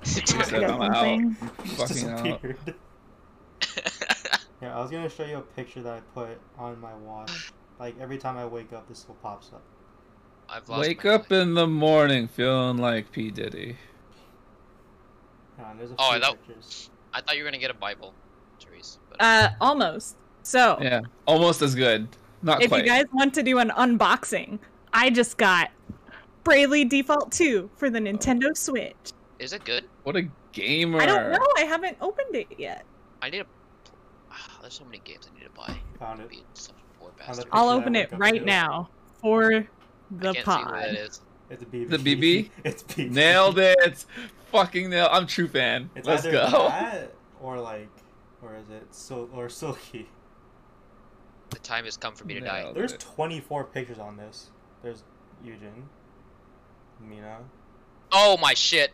Speaker 4: to
Speaker 2: Said
Speaker 4: get
Speaker 2: I'm out.
Speaker 4: something.
Speaker 1: She just
Speaker 2: Fucking out.
Speaker 1: disappeared. Yeah, I was gonna show you a picture that I put on my watch. Like every time I wake up, this still pops up.
Speaker 5: I've lost
Speaker 2: Wake
Speaker 5: my
Speaker 2: up
Speaker 5: mind.
Speaker 2: in the morning feeling like P Diddy.
Speaker 1: Yeah, and there's a
Speaker 5: Oh,
Speaker 1: few
Speaker 5: that-
Speaker 1: pictures.
Speaker 5: I thought you were gonna get a Bible, Therese. But
Speaker 3: Uh, almost. So,
Speaker 2: Yeah, almost as good. Not
Speaker 3: if
Speaker 2: quite.
Speaker 3: you guys want to do an unboxing, I just got Bravely Default 2 for the Nintendo Switch.
Speaker 5: is it good?
Speaker 2: What a gamer.
Speaker 3: I don't know. I haven't opened it yet.
Speaker 5: I need a. there's so many games I need to buy.
Speaker 1: Found
Speaker 5: I'm
Speaker 1: it.
Speaker 5: being such a poor
Speaker 1: Found the
Speaker 5: bastard.
Speaker 3: I'll
Speaker 1: picture that
Speaker 3: open
Speaker 1: I
Speaker 3: it
Speaker 1: wake up
Speaker 3: right
Speaker 1: to.
Speaker 3: now for
Speaker 5: I
Speaker 3: the
Speaker 5: can't see who that
Speaker 3: pod.
Speaker 5: is.
Speaker 1: It's BB.
Speaker 2: The BB?
Speaker 1: *laughs* it's BB.
Speaker 2: Nailed it. Fucking nail. I'm true fan.
Speaker 1: It's
Speaker 2: Let's
Speaker 1: either
Speaker 2: go.
Speaker 1: that or like, or is it Sil- or Silky?
Speaker 5: The time has come for me to die.
Speaker 2: Nailed
Speaker 1: There's
Speaker 2: it.
Speaker 1: 24 pictures on this. There's Eugen, Mina.
Speaker 5: Oh my shit!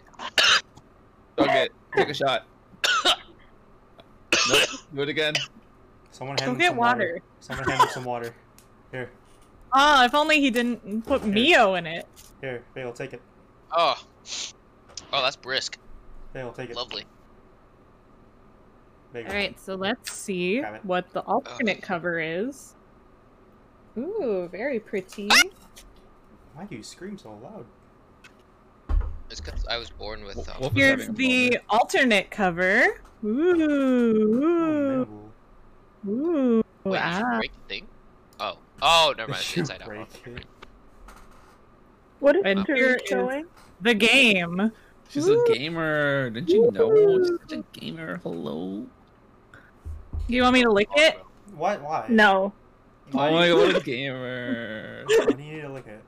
Speaker 2: Okay, take a shot. *coughs* Nope, do it again.
Speaker 1: Someone
Speaker 3: Go
Speaker 1: hand him
Speaker 3: get
Speaker 1: some water.
Speaker 3: water.
Speaker 1: Someone hand him
Speaker 3: *laughs*
Speaker 1: some water. Here,
Speaker 3: Oh, if only he didn't put Mio in it.
Speaker 1: here. They'll take it.
Speaker 5: Oh, oh, that's brisk.
Speaker 1: They'll take it.
Speaker 5: Lovely.
Speaker 1: Bagel.
Speaker 3: All right, so let's see
Speaker 1: Grab it.
Speaker 3: what the alternate cover is. Ah! Ooh, very pretty.
Speaker 1: Why do you scream so loud?
Speaker 5: It's because I was born with.
Speaker 2: Wh-
Speaker 5: Um,
Speaker 2: what was that
Speaker 3: Here's
Speaker 2: even
Speaker 3: the
Speaker 2: called?
Speaker 3: alternate cover. Hmm. Ooh,
Speaker 1: Oh,
Speaker 3: ooh, ooh.
Speaker 5: Wait, did you
Speaker 3: ah.
Speaker 5: break the thing? Oh. Oh,
Speaker 1: man.
Speaker 5: never
Speaker 2: *laughs*
Speaker 5: mind. It's inside out.
Speaker 1: break it.
Speaker 4: What is
Speaker 3: And here
Speaker 4: Therese
Speaker 3: is-
Speaker 4: showing?
Speaker 3: The game.
Speaker 2: She's a gamer. Didn't you know? She's such a gamer. Hello.
Speaker 3: Do you want me to lick it?
Speaker 1: Why? Why?
Speaker 4: No.
Speaker 2: Oh
Speaker 1: Why-
Speaker 2: my god, what a gamer.
Speaker 1: Why do you need to look at it?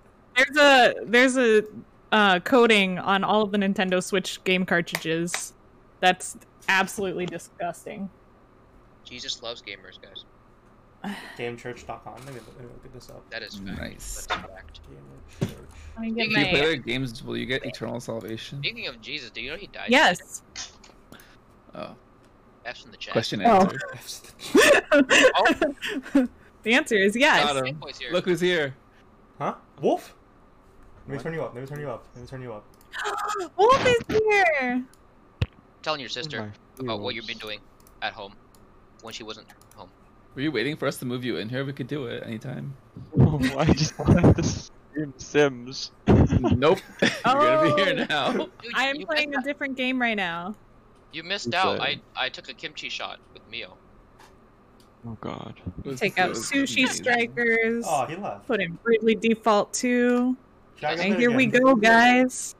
Speaker 3: There's a there's a uh, coating on all of the Nintendo Switch game cartridges. That's absolutely disgusting.
Speaker 5: Jesus loves gamers, guys.
Speaker 1: GameChurch.com. Let me, look- let me look this
Speaker 2: *laughs*
Speaker 1: up.
Speaker 5: That is fact.
Speaker 2: Nice.
Speaker 5: That's fact.
Speaker 3: Let
Speaker 1: GameChurch.
Speaker 3: me get
Speaker 5: Did
Speaker 2: If you play
Speaker 3: my
Speaker 2: their games, will you get eternal salvation?
Speaker 5: Speaking of Jesus, do you know he
Speaker 3: *laughs*
Speaker 5: died?
Speaker 3: yes.
Speaker 2: Oh,
Speaker 5: F's in the chat.
Speaker 2: question
Speaker 4: Oh.
Speaker 2: answered.
Speaker 3: the answer is yes.
Speaker 2: Got him.
Speaker 5: Fanboy's here.
Speaker 2: Look who's here.
Speaker 1: Huh? Wolf? Let me
Speaker 2: What?
Speaker 1: turn you up. Let me turn you up. Let me turn you up.
Speaker 3: Wolf is here.
Speaker 5: telling your sister about what
Speaker 6: you
Speaker 5: you've been doing at home when she wasn't home.
Speaker 2: Were you waiting for us to move you in here? We could do it anytime.
Speaker 6: *laughs* I just wanted to stream Sims.
Speaker 2: *laughs* Nope. *laughs* You're gonna be here
Speaker 3: Oh.
Speaker 6: *laughs*
Speaker 2: now.
Speaker 5: Dude,
Speaker 3: I'm
Speaker 5: you
Speaker 3: playing a
Speaker 5: Missed,
Speaker 3: different game right now.
Speaker 5: you missed
Speaker 6: It's,
Speaker 5: out.
Speaker 6: uh,
Speaker 5: I, I took a kimchi shot with Mio.
Speaker 6: Oh god.
Speaker 3: Take
Speaker 2: *laughs*
Speaker 3: out
Speaker 2: This is
Speaker 3: Sushi
Speaker 2: amazing.
Speaker 3: Strikers.
Speaker 1: Oh, he left.
Speaker 3: Put in Bravely Default 2.
Speaker 1: Should I go
Speaker 3: And
Speaker 1: there
Speaker 3: here we
Speaker 1: again? *laughs*
Speaker 3: go, guys.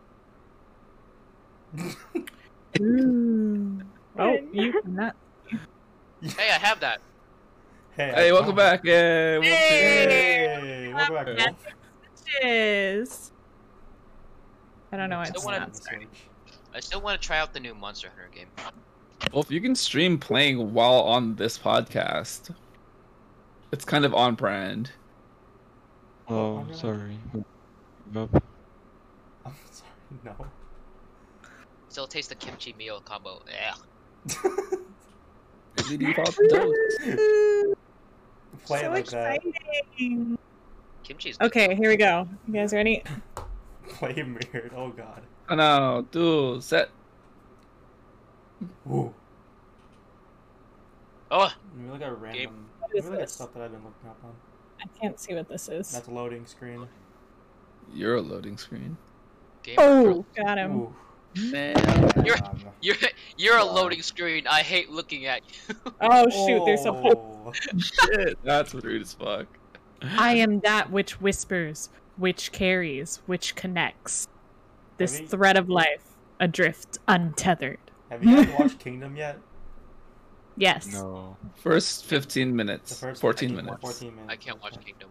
Speaker 3: Ooh. Oh, you cannot.
Speaker 5: Hey, I have that.
Speaker 1: Hey,
Speaker 2: Hey,
Speaker 1: I
Speaker 2: welcome
Speaker 1: found-
Speaker 2: back. Hey, Wolf.
Speaker 1: Hey, welcome back.
Speaker 2: Yeah.
Speaker 1: Wolf.
Speaker 3: Is. I don't know why
Speaker 1: Still
Speaker 3: it's
Speaker 5: wanna-
Speaker 3: not.
Speaker 1: on the Switch.
Speaker 5: I still want to try out the new Monster Hunter game.
Speaker 2: Wolf, you can stream playing while on this podcast. It's kind of on brand.
Speaker 1: Oh,
Speaker 6: Oh,
Speaker 1: no.
Speaker 6: sorry. Up.
Speaker 1: *laughs* I'm sorry. No. *laughs*
Speaker 5: Still taste the kimchi Mio combo. Yeah.
Speaker 2: Really
Speaker 3: *laughs*
Speaker 2: default don't.
Speaker 1: Play it
Speaker 3: so
Speaker 1: like that.
Speaker 3: exciting.
Speaker 5: Kimchi's good.
Speaker 3: Okay, here we go. You guys ready?
Speaker 1: Play it mirrored. Oh god.
Speaker 2: Uno, two, set.
Speaker 1: Ooh.
Speaker 5: Oh,
Speaker 1: Let me look at random. Let
Speaker 3: is
Speaker 1: me look at
Speaker 3: this?
Speaker 1: stuff that I've been looking up on.
Speaker 3: I can't see what this is.
Speaker 1: That's a loading screen.
Speaker 2: You're a loading screen.
Speaker 5: game.
Speaker 3: Oh, got him.
Speaker 1: Ooh.
Speaker 5: You're-
Speaker 1: Um,
Speaker 5: You're you're a
Speaker 1: Wow.
Speaker 5: loading screen. I hate looking at you.
Speaker 3: Oh shoot, there's a whole.
Speaker 1: oh.
Speaker 2: Shit, *laughs* that's rude as fuck.
Speaker 3: I am that which whispers, which carries, which connects. This
Speaker 1: Ready?
Speaker 3: thread of life, adrift, untethered.
Speaker 1: Have you
Speaker 3: *laughs*
Speaker 1: guys watched Kingdom yet?
Speaker 3: Yes.
Speaker 6: No.
Speaker 2: First 15
Speaker 1: The
Speaker 2: minutes,
Speaker 1: first
Speaker 2: 14
Speaker 1: I
Speaker 2: minutes.
Speaker 1: can't- 14 minutes.
Speaker 5: I can't watch
Speaker 1: okay.
Speaker 5: Kingdom.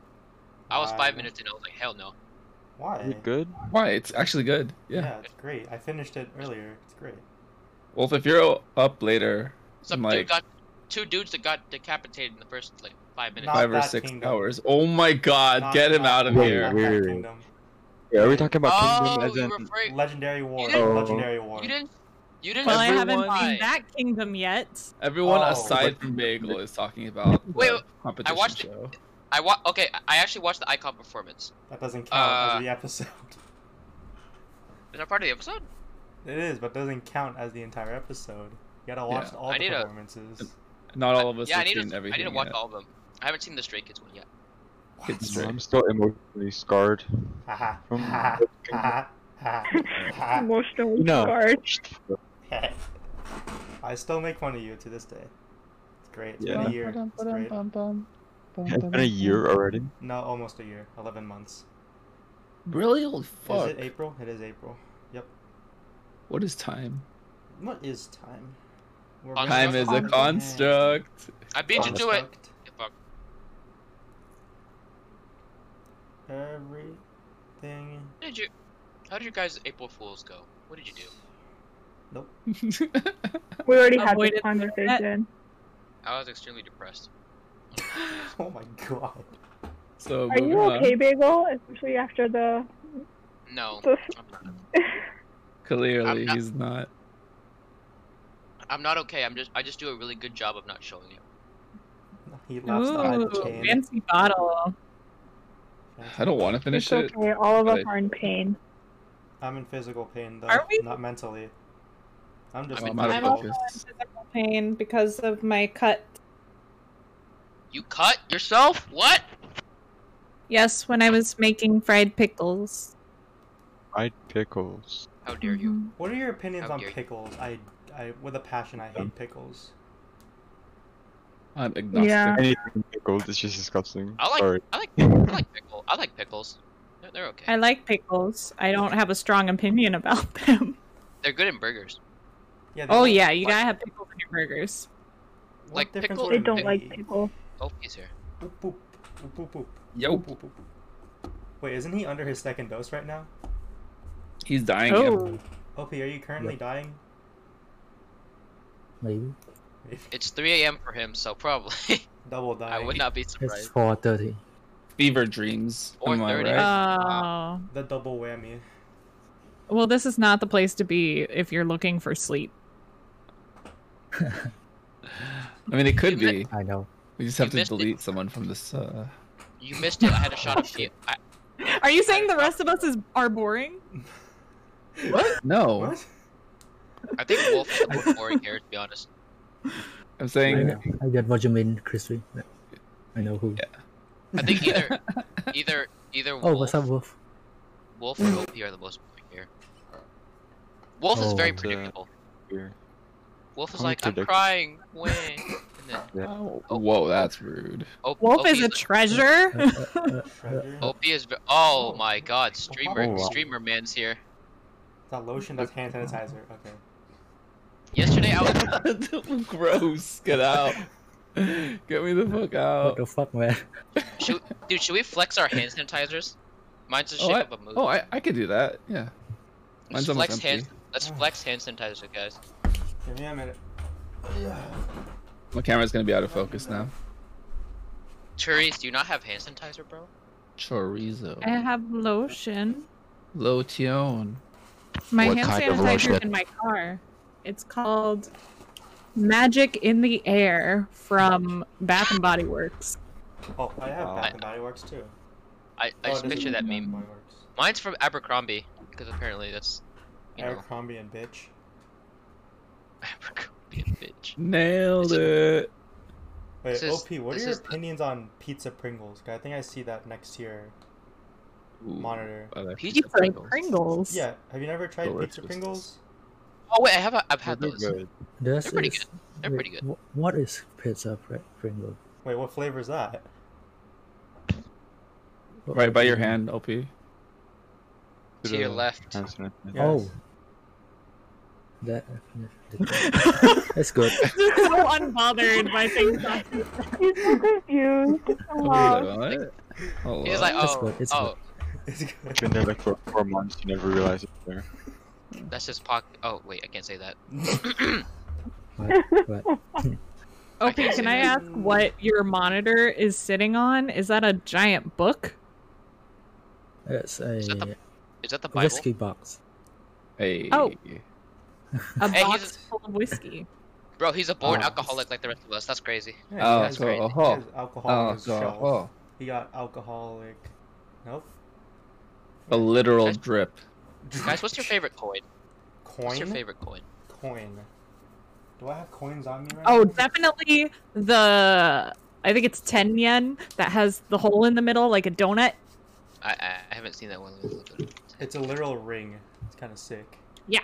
Speaker 5: I was five
Speaker 1: Wow.
Speaker 5: minutes in. I was like, hell no.
Speaker 1: Why?
Speaker 6: Is it good?
Speaker 2: Why? It's actually good.
Speaker 1: Yeah.
Speaker 2: Yeah.
Speaker 1: it's great. I finished it earlier. It's great.
Speaker 2: Wolf, if you're o- up later,
Speaker 5: Some
Speaker 2: Mike.
Speaker 5: dude got two dudes that got decapitated in the first like five minutes.
Speaker 1: Not
Speaker 2: five or
Speaker 1: that
Speaker 2: six
Speaker 1: kingdom.
Speaker 2: hours. Oh my god,
Speaker 1: Not-
Speaker 2: get him
Speaker 1: not-
Speaker 2: out of
Speaker 1: not
Speaker 2: here.
Speaker 1: that
Speaker 6: Weird.
Speaker 1: kingdom.
Speaker 6: Yeah, are we talking about
Speaker 5: oh,
Speaker 6: Kingdom as
Speaker 5: you
Speaker 6: in-
Speaker 5: were afraid.
Speaker 1: Legendary War.
Speaker 5: didn't-
Speaker 1: Legendary War.
Speaker 5: You didn't. You didn't.
Speaker 3: Well, I
Speaker 2: Everyone-
Speaker 3: haven't
Speaker 5: Why?
Speaker 3: seen that kingdom yet.
Speaker 2: Everyone
Speaker 1: Oh.
Speaker 2: aside from Bagel is talking about the
Speaker 5: Wait, wait,
Speaker 2: competition
Speaker 5: I watched it.
Speaker 2: show.
Speaker 5: I wa- Okay, I- I actually watched the icon performance.
Speaker 1: That doesn't count
Speaker 5: Uh,
Speaker 1: as the episode.
Speaker 5: Is that part of the episode?
Speaker 1: It is, but doesn't count as the entire episode. You gotta watch
Speaker 2: Yeah.
Speaker 1: all
Speaker 5: I
Speaker 1: the
Speaker 5: need a-
Speaker 1: performances.
Speaker 2: Not all of us
Speaker 5: yeah, I
Speaker 2: have
Speaker 5: need
Speaker 2: seen
Speaker 5: to.
Speaker 2: everything.
Speaker 5: I need to watch
Speaker 2: yet.
Speaker 5: all of them. I haven't seen the Stray Kids one yet.
Speaker 1: *laughs*
Speaker 2: Kids
Speaker 6: No,
Speaker 2: Stray.
Speaker 6: I'm still emotionally scarred.
Speaker 1: Ha
Speaker 6: From
Speaker 1: ha ha ha ha
Speaker 4: Emotionally
Speaker 6: No.
Speaker 4: scarred.
Speaker 1: ha. I still make fun of you to this day. It's great. It's
Speaker 6: Yeah.
Speaker 1: been a year. It's great.
Speaker 6: It's been a year already.
Speaker 1: No, almost a year. Eleven months.
Speaker 2: Really? Holy fuck.
Speaker 1: Is it April? It is April. Yep.
Speaker 2: What is time?
Speaker 1: What is time? We're
Speaker 5: Time
Speaker 2: Time is a
Speaker 4: Construct.
Speaker 2: construct. *laughs*
Speaker 5: I beat you to it.
Speaker 1: Construct.
Speaker 5: Yeah, fuck.
Speaker 1: Everything.
Speaker 5: How did you? How did you guys April Fools go? What did you do?
Speaker 1: Nope. *laughs*
Speaker 4: We already had this
Speaker 3: Avoided
Speaker 4: conversation.
Speaker 5: I was extremely depressed.
Speaker 1: Oh my god.
Speaker 2: so
Speaker 4: Are you
Speaker 2: moving on.
Speaker 4: okay, Bagel? Especially after the.
Speaker 5: No,
Speaker 4: the
Speaker 5: I'm not.
Speaker 4: *laughs*
Speaker 2: Clearly,
Speaker 5: I'm not-
Speaker 2: he's not.
Speaker 5: I'm not okay. I'm just. I just do a really good job of not showing it.
Speaker 1: He laughs
Speaker 3: Ooh,
Speaker 1: behind the chain.
Speaker 3: fancy bottle.
Speaker 2: I don't want to
Speaker 4: it's
Speaker 2: finish it.
Speaker 4: okay. All of us
Speaker 2: Right.
Speaker 4: are in pain.
Speaker 1: I'm in physical pain though.
Speaker 3: Are we?
Speaker 1: Not mentally. I'm just.
Speaker 2: Well, I'm out of
Speaker 3: I'm
Speaker 1: mentally.
Speaker 3: also
Speaker 2: focus.
Speaker 3: in physical pain because of my cut.
Speaker 5: You cut yourself? What?
Speaker 3: Yes, when I was making fried pickles.
Speaker 6: Fried pickles.
Speaker 5: How dare you?
Speaker 1: What are your opinions
Speaker 5: How
Speaker 1: on
Speaker 5: dare you.
Speaker 1: pickles? I, I, with a passion, I hate pickles.
Speaker 2: I'm agnostic.
Speaker 4: Yeah.
Speaker 6: Anything pickled is just disgusting.
Speaker 5: I like.
Speaker 6: Sorry.
Speaker 5: I like. I like pickle. I like pickles. They're, they're okay.
Speaker 3: I like pickles. I don't have a strong opinion about *laughs* them.
Speaker 5: They're good in burgers.
Speaker 1: Yeah. they
Speaker 3: Oh
Speaker 1: don't-
Speaker 3: yeah, you gotta have pickles in your burgers.
Speaker 1: What
Speaker 5: Like
Speaker 1: difference would
Speaker 5: pickles-
Speaker 4: Mm-hmm. They
Speaker 1: it
Speaker 4: don't like
Speaker 1: make?
Speaker 4: people.
Speaker 5: Oh, he's here.
Speaker 1: Boop, boop, boop, boop, boop,
Speaker 2: Yo,
Speaker 1: boop, boop, boop. Wait, isn't he under his second dose right now?
Speaker 2: he's dying.
Speaker 3: Oh,
Speaker 1: OP, are you currently dying?
Speaker 7: Maybe.
Speaker 5: It's 3 a.m. for him, so probably *laughs*
Speaker 1: Double dying.
Speaker 5: I would not be
Speaker 7: It's
Speaker 5: surprised.
Speaker 7: 4.30.
Speaker 2: Fever dreams.
Speaker 5: Or
Speaker 2: Am I
Speaker 5: 30.
Speaker 2: right?
Speaker 4: Uh,
Speaker 3: oh.
Speaker 1: The double whammy.
Speaker 3: Well, this is not the place to be if you're looking for sleep.
Speaker 2: I mean, it could
Speaker 5: You mi-
Speaker 2: be.
Speaker 7: I know.
Speaker 2: We just have
Speaker 5: you
Speaker 2: to
Speaker 5: missed it.
Speaker 2: delete someone from this. Uh...
Speaker 5: You missed it. I had a shot of you. I,
Speaker 3: Are you saying the rest of us is are boring?
Speaker 2: What? No,
Speaker 1: What?
Speaker 5: I think Wolf is the most boring here, to be honest.
Speaker 2: I'm
Speaker 7: I,
Speaker 2: saying
Speaker 7: know. I get what you mean, Crispy. I know who.
Speaker 5: I think
Speaker 3: *laughs*
Speaker 5: either, either, either
Speaker 7: Oh,
Speaker 5: Wolf,
Speaker 7: what's up, Wolf?
Speaker 5: Wolf or OP are the most boring here. Wolf is
Speaker 7: Oh,
Speaker 5: very
Speaker 6: the-
Speaker 5: predictable.
Speaker 6: Here.
Speaker 5: Wolf is
Speaker 6: I'm
Speaker 5: like, I'm
Speaker 6: predictable."
Speaker 5: crying. When? And then
Speaker 2: Oh, whoa, that's
Speaker 5: *laughs*
Speaker 2: rude.
Speaker 5: OP,
Speaker 3: Wolf
Speaker 5: OP
Speaker 3: is a
Speaker 5: like-
Speaker 6: *laughs*
Speaker 3: treasure.
Speaker 5: *laughs* Oh.
Speaker 7: Uh, uh, uh, uh,
Speaker 1: Treasure?
Speaker 5: OP is. Ve- oh my God, streamer,
Speaker 6: Oh, wow.
Speaker 5: streamer man's here.
Speaker 1: That lotion, that's hand sanitizer. Okay.
Speaker 5: Yesterday I
Speaker 3: *laughs*
Speaker 5: was.
Speaker 2: Gross. Get out. Get me the fuck
Speaker 7: what
Speaker 2: out.
Speaker 7: the fuck, man?
Speaker 5: Should, dude, should we flex our hand sanitizers? Mine's the
Speaker 2: Oh,
Speaker 5: shape of a moon.
Speaker 2: Oh, I, I could do that. Yeah.
Speaker 5: let's
Speaker 2: Mine's almost
Speaker 5: flex
Speaker 2: empty.
Speaker 5: hand.
Speaker 6: Oh.
Speaker 5: Let's flex hand sanitizer, guys.
Speaker 1: Give me a minute.
Speaker 2: My camera's gonna be out of focus now.
Speaker 5: Therese, do you not have hand sanitizer, bro?
Speaker 3: I
Speaker 4: Eh.
Speaker 2: Chorizo.
Speaker 3: have lotion.
Speaker 2: Lotion.
Speaker 3: My
Speaker 6: What
Speaker 3: hand
Speaker 6: kind of
Speaker 3: sanitizer's
Speaker 6: lotion?
Speaker 3: in my car. It's called Magic in the Air from Bath and Body Works.
Speaker 1: Oh, I have
Speaker 6: Wow.
Speaker 1: Bath and Body Works too.
Speaker 5: I, I
Speaker 1: Oh,
Speaker 5: just
Speaker 1: this
Speaker 5: picture
Speaker 1: is
Speaker 5: that
Speaker 1: Bath and
Speaker 5: meme.
Speaker 1: Body Works.
Speaker 5: Mine's from Abercrombie, because apparently that's, you know,
Speaker 1: Abercrombie and bitch.
Speaker 5: Abercrombie and bitch.
Speaker 2: Nailed it.
Speaker 1: Wait,
Speaker 5: This is-
Speaker 1: OP, what are
Speaker 5: this
Speaker 1: your
Speaker 5: is the-
Speaker 1: opinions on pizza Pringles? 'Cause I think I see that next to your monitor.
Speaker 2: Ooh, I like
Speaker 5: Pizza
Speaker 3: It's like
Speaker 5: Pringles.
Speaker 3: Pringles. *laughs*
Speaker 1: Yeah, have you never tried
Speaker 2: Delicious.
Speaker 1: pizza Pringles?
Speaker 5: *laughs* Oh wait, I have. A, I've had
Speaker 6: They're
Speaker 5: those.
Speaker 6: good.
Speaker 7: This
Speaker 5: They're pretty
Speaker 7: is,
Speaker 5: good. They're
Speaker 7: wait,
Speaker 5: pretty good.
Speaker 7: wh- What is pizza Pr- Pringle?
Speaker 1: Wait, what flavor is that?
Speaker 7: What-
Speaker 2: Right by your hand, OP.
Speaker 5: To your left.
Speaker 6: Hand sanitizer.
Speaker 1: Yeah.
Speaker 7: Oh. That
Speaker 5: *laughs*
Speaker 7: that's good.
Speaker 3: They're so unbothered by things. That
Speaker 6: *laughs*
Speaker 4: He's so confused.
Speaker 2: Oh,
Speaker 4: Wow.
Speaker 2: what? Hello?
Speaker 5: He was like,
Speaker 7: It's
Speaker 5: oh,
Speaker 7: good, it's
Speaker 5: oh,
Speaker 1: It's *laughs*
Speaker 6: You've been there like for four months, you never realize it's there.
Speaker 5: that's his pocket. Oh, wait, I can't say that.
Speaker 1: good.
Speaker 7: Right, right.
Speaker 5: I
Speaker 3: Okay, can
Speaker 5: can't say
Speaker 3: I
Speaker 1: that.
Speaker 3: ask what your monitor is sitting on? Is that a giant book?
Speaker 7: That's a
Speaker 5: that the Is that the Bible?
Speaker 7: whiskey box.
Speaker 2: hey.
Speaker 3: Oh. A
Speaker 5: Hey, he's-
Speaker 3: box full of whiskey.
Speaker 5: Bro, he's a born
Speaker 1: Oh.
Speaker 5: alcoholic like the rest of us. That's crazy.
Speaker 2: Oh,
Speaker 1: Yeah, he has-
Speaker 5: crazy.
Speaker 2: cool.
Speaker 1: he
Speaker 2: Oh,
Speaker 1: has alcohol on
Speaker 2: oh,
Speaker 1: his
Speaker 2: cool.
Speaker 1: shelf.
Speaker 5: uh-huh.
Speaker 2: oh.
Speaker 1: He got alcoholic. Nope.
Speaker 2: A literal
Speaker 5: Guys-
Speaker 2: drip. *laughs*
Speaker 5: Guys, what's your favorite coin?
Speaker 1: *laughs* coin?
Speaker 5: What's your favorite coin?
Speaker 1: Coin. Do I have coins on me right
Speaker 3: Oh,
Speaker 1: now?
Speaker 3: definitely the. I think it's ten yen that has the hole in the middle like a donut.
Speaker 5: I I, I haven't seen that one. Let me look it up.
Speaker 1: It's a literal ring. It's kind of sick.
Speaker 3: Yeah.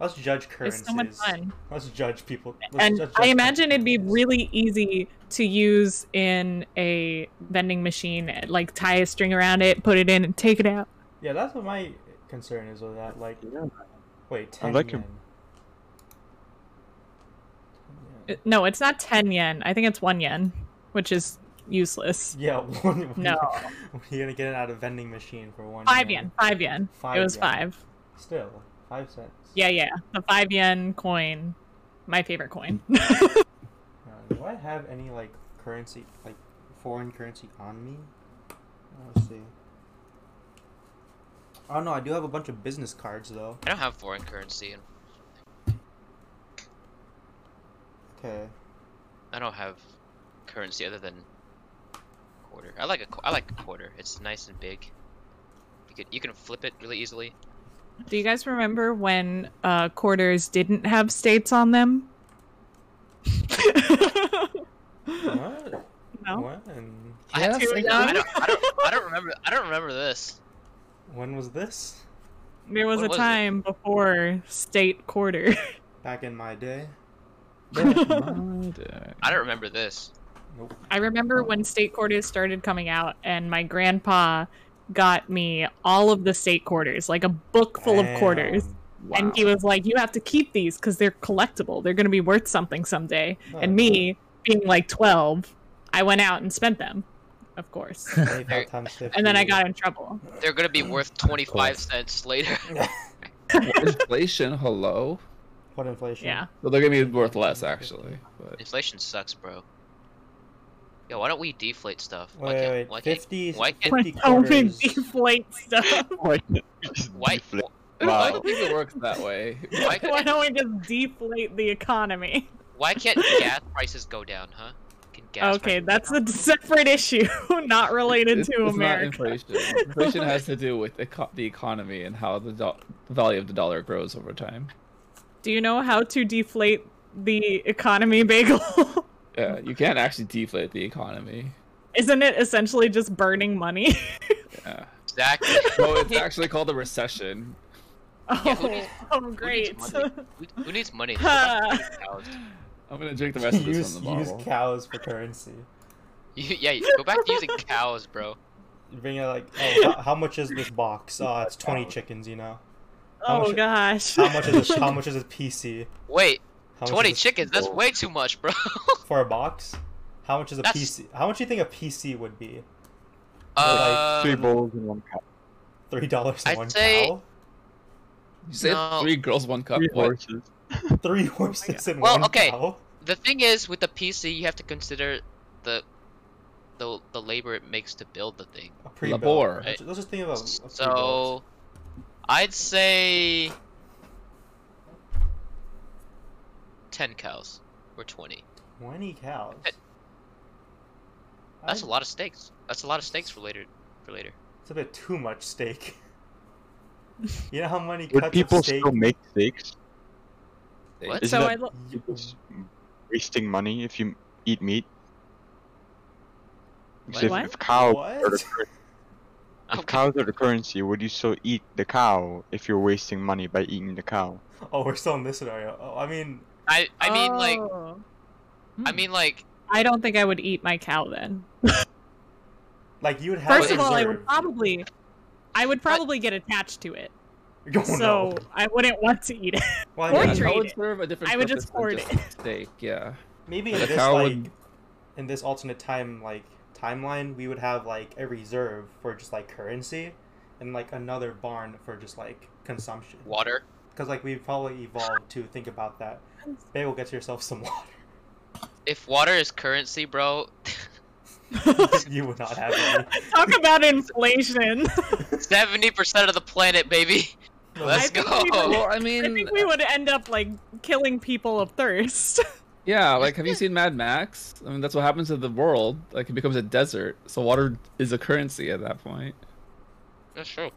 Speaker 1: Let's judge currencies.
Speaker 3: It's so much fun.
Speaker 1: Let's judge people. Let's
Speaker 3: and
Speaker 1: judge
Speaker 3: I
Speaker 1: judge
Speaker 3: imagine it'd be
Speaker 1: currencies.
Speaker 3: really easy to use in a vending machine. Like tie a string around it, put it in, and take it out.
Speaker 1: Yeah, that's what my concern is with that. Like,
Speaker 6: Yeah.
Speaker 1: wait, ten
Speaker 6: like
Speaker 1: yen.
Speaker 6: him.
Speaker 1: Ten
Speaker 3: Uh, No, it's not ten yen. I think it's one yen, which is useless.
Speaker 1: yen. Yeah, *laughs* one. one-
Speaker 3: No.
Speaker 1: You're gonna get it out of vending machine for one.
Speaker 3: Five yen. Five yen.
Speaker 1: Five
Speaker 3: it was
Speaker 1: yen.
Speaker 3: five.
Speaker 1: Still, five cents.
Speaker 3: Yeah, yeah. The five yen coin. My favorite coin.
Speaker 1: Uh, do I have any like currency, like foreign currency on me? Let's see. Oh no, I do have a bunch of business cards though.
Speaker 5: I don't have foreign currency. and
Speaker 1: Okay.
Speaker 5: I don't have currency other than quarter. I like a qu- I like a quarter. It's nice and big. You could you can flip it really easily.
Speaker 3: Do you guys remember when uh, quarters didn't have states on them? *laughs*
Speaker 1: What?
Speaker 3: no.
Speaker 1: When?
Speaker 5: I have
Speaker 2: Yes,
Speaker 5: to-
Speaker 2: I
Speaker 5: I
Speaker 3: know.
Speaker 5: don't, I don't I don't remember I don't remember this.
Speaker 1: When was this?
Speaker 3: There was
Speaker 5: What
Speaker 3: a
Speaker 5: was it?
Speaker 3: time before state quarter. *laughs*
Speaker 1: Back in my day.
Speaker 5: I don't remember this.
Speaker 1: Nope.
Speaker 3: I remember when state quarters started coming out, and my grandpa got me all of the state quarters, like a book full of quarters.
Speaker 1: Damn.
Speaker 2: Wow.
Speaker 3: And he was like, You have to keep these because they're collectible. They're going to be worth something someday.
Speaker 1: Huh.
Speaker 3: And me, being like 12, I went out and spent them, of course.
Speaker 1: Eight
Speaker 5: There-
Speaker 1: times
Speaker 3: And then I
Speaker 1: 50.
Speaker 3: got in trouble.
Speaker 5: They're gonna be worth twenty five cents later. *laughs*
Speaker 2: Inflation, hello.
Speaker 1: What inflation?
Speaker 3: Yeah.
Speaker 2: So they're gonna be worth less actually. But
Speaker 5: Inflation sucks, bro. Yo, why don't we deflate stuff?
Speaker 1: Wait, wait, wait.
Speaker 5: why can't,
Speaker 1: 50,
Speaker 5: why can't-
Speaker 1: 50
Speaker 3: Don't we
Speaker 1: quarters.
Speaker 5: *laughs*
Speaker 3: deflate stuff?
Speaker 6: *laughs*
Speaker 5: why, why,
Speaker 2: I
Speaker 6: Wow.
Speaker 2: don't think it works that
Speaker 3: *laughs*
Speaker 2: way.
Speaker 5: *laughs* why,
Speaker 3: Why
Speaker 5: can't,
Speaker 3: don't we just deflate the economy?
Speaker 5: why can't gas prices go down, huh? Can gas
Speaker 3: okay,
Speaker 5: prices-
Speaker 3: that's a separate issue, *laughs* not related
Speaker 2: It's-
Speaker 3: to
Speaker 2: it's not
Speaker 3: America.
Speaker 2: inflation. Inflation has to do with eco- the economy and how the do- value of the dollar grows over time.
Speaker 3: Do you know how to deflate the economy bagel? *laughs*
Speaker 2: Yeah, you can't actually deflate the *laughs* economy.
Speaker 3: Isn't it essentially just burning money? *laughs*
Speaker 2: Yeah.
Speaker 5: exactly.
Speaker 2: No, Oh, it's actually called a recession.
Speaker 5: Yeah,
Speaker 3: oh,
Speaker 5: who needs-
Speaker 3: oh,
Speaker 5: Who needs
Speaker 3: great. *laughs* Oh,
Speaker 5: money? Who- Who needs money?
Speaker 3: Huh.
Speaker 2: I'm gonna drink the rest of this
Speaker 1: use,
Speaker 2: on the
Speaker 1: use
Speaker 2: bottle.
Speaker 1: cows for currency.
Speaker 5: *laughs* You- yeah, you- go back
Speaker 3: *laughs*
Speaker 5: to using cows, bro.
Speaker 1: You bring out like, oh, how, how much is this
Speaker 5: *laughs*
Speaker 1: box? Oh, it's twenty chickens. You know, How
Speaker 3: oh
Speaker 1: much-
Speaker 3: gosh.
Speaker 1: how much
Speaker 3: *laughs*
Speaker 1: is a, how much is a PC?
Speaker 5: Wait,
Speaker 1: How much
Speaker 5: twenty
Speaker 1: is a-
Speaker 5: chickens? That's way too much, bro. *laughs*
Speaker 1: for a box? How much is a
Speaker 5: That's-
Speaker 1: PC? How much do you think a PC would be?
Speaker 6: Three
Speaker 5: Uh,
Speaker 6: bowls and one cup.
Speaker 1: Three dollars and
Speaker 5: I'd
Speaker 1: one
Speaker 5: say-
Speaker 1: cow.
Speaker 2: You said
Speaker 5: No.
Speaker 2: three girls, one
Speaker 5: uh,
Speaker 2: cup.
Speaker 6: Three
Speaker 2: What?
Speaker 6: horses.
Speaker 1: Three horses and
Speaker 5: Oh Well,
Speaker 1: one
Speaker 5: okay.
Speaker 1: cow.
Speaker 5: the thing is, with the PC, you have to consider the the the labor it makes to build the thing.
Speaker 1: A pre
Speaker 2: Labor.
Speaker 1: Let's, let's just think of a, a pre-built.
Speaker 5: So, I'd say ten cows or twenty.
Speaker 1: twenty cows.
Speaker 5: That's
Speaker 1: I-
Speaker 5: a lot of steaks. That's a lot of steaks for later. For later.
Speaker 1: It's a bit too much steak. *laughs* you know how many
Speaker 6: Would
Speaker 1: cuts
Speaker 6: people
Speaker 1: of steak?
Speaker 6: still make steaks?
Speaker 5: What?
Speaker 6: Isn't
Speaker 3: so
Speaker 6: that
Speaker 3: I lo-
Speaker 1: You-
Speaker 6: people s- wasting money if you eat meat? Because If,
Speaker 3: What?
Speaker 6: if cows are the
Speaker 1: What?
Speaker 6: cur-
Speaker 5: Okay.
Speaker 6: if cows are the currency, would you still eat the cow if you're wasting money by eating
Speaker 5: *laughs*
Speaker 6: the cow?
Speaker 1: Oh, we're still in this scenario. Oh, I mean,
Speaker 5: I I mean like
Speaker 3: Oh.
Speaker 5: I mean like
Speaker 3: I don't think I would eat my cow then.
Speaker 1: like you would have.
Speaker 3: First
Speaker 1: it
Speaker 3: of all, I would
Speaker 1: reserved.
Speaker 3: probably I would probably get attached to it.
Speaker 1: *laughs* Oh,
Speaker 3: so
Speaker 1: no.
Speaker 3: I wouldn't want to eat it.
Speaker 1: Why
Speaker 3: Or
Speaker 2: Yeah,
Speaker 1: not?
Speaker 3: treat
Speaker 2: that would
Speaker 3: it.
Speaker 2: serve a different
Speaker 3: I would
Speaker 2: purpose
Speaker 3: just hoard
Speaker 2: than just *laughs* steak. Yeah.
Speaker 1: Maybe in
Speaker 2: But the
Speaker 1: this
Speaker 2: cow
Speaker 1: like
Speaker 2: would-
Speaker 1: in this alternate time like timeline, we would have like a reserve for just like currency, and like another barn for just like consumption.
Speaker 5: Water.
Speaker 1: Because like we've probably evolved to think about that. Bagel, get yourself some water.
Speaker 5: If water is currency, bro, *laughs*
Speaker 3: *laughs*
Speaker 1: *laughs* you would not have any.
Speaker 3: Talk about inflation. *laughs*
Speaker 5: seventy percent of the planet, baby. Let's
Speaker 3: think
Speaker 5: go.
Speaker 3: we
Speaker 2: Well, I
Speaker 3: I
Speaker 2: mean,
Speaker 3: think we would end up like killing people of thirst. *laughs*
Speaker 2: yeah. Like, have you seen Mad Max? I mean, that's what happens to the world. Like, it becomes a desert. So water is a currency at that point.
Speaker 5: *laughs* That's true.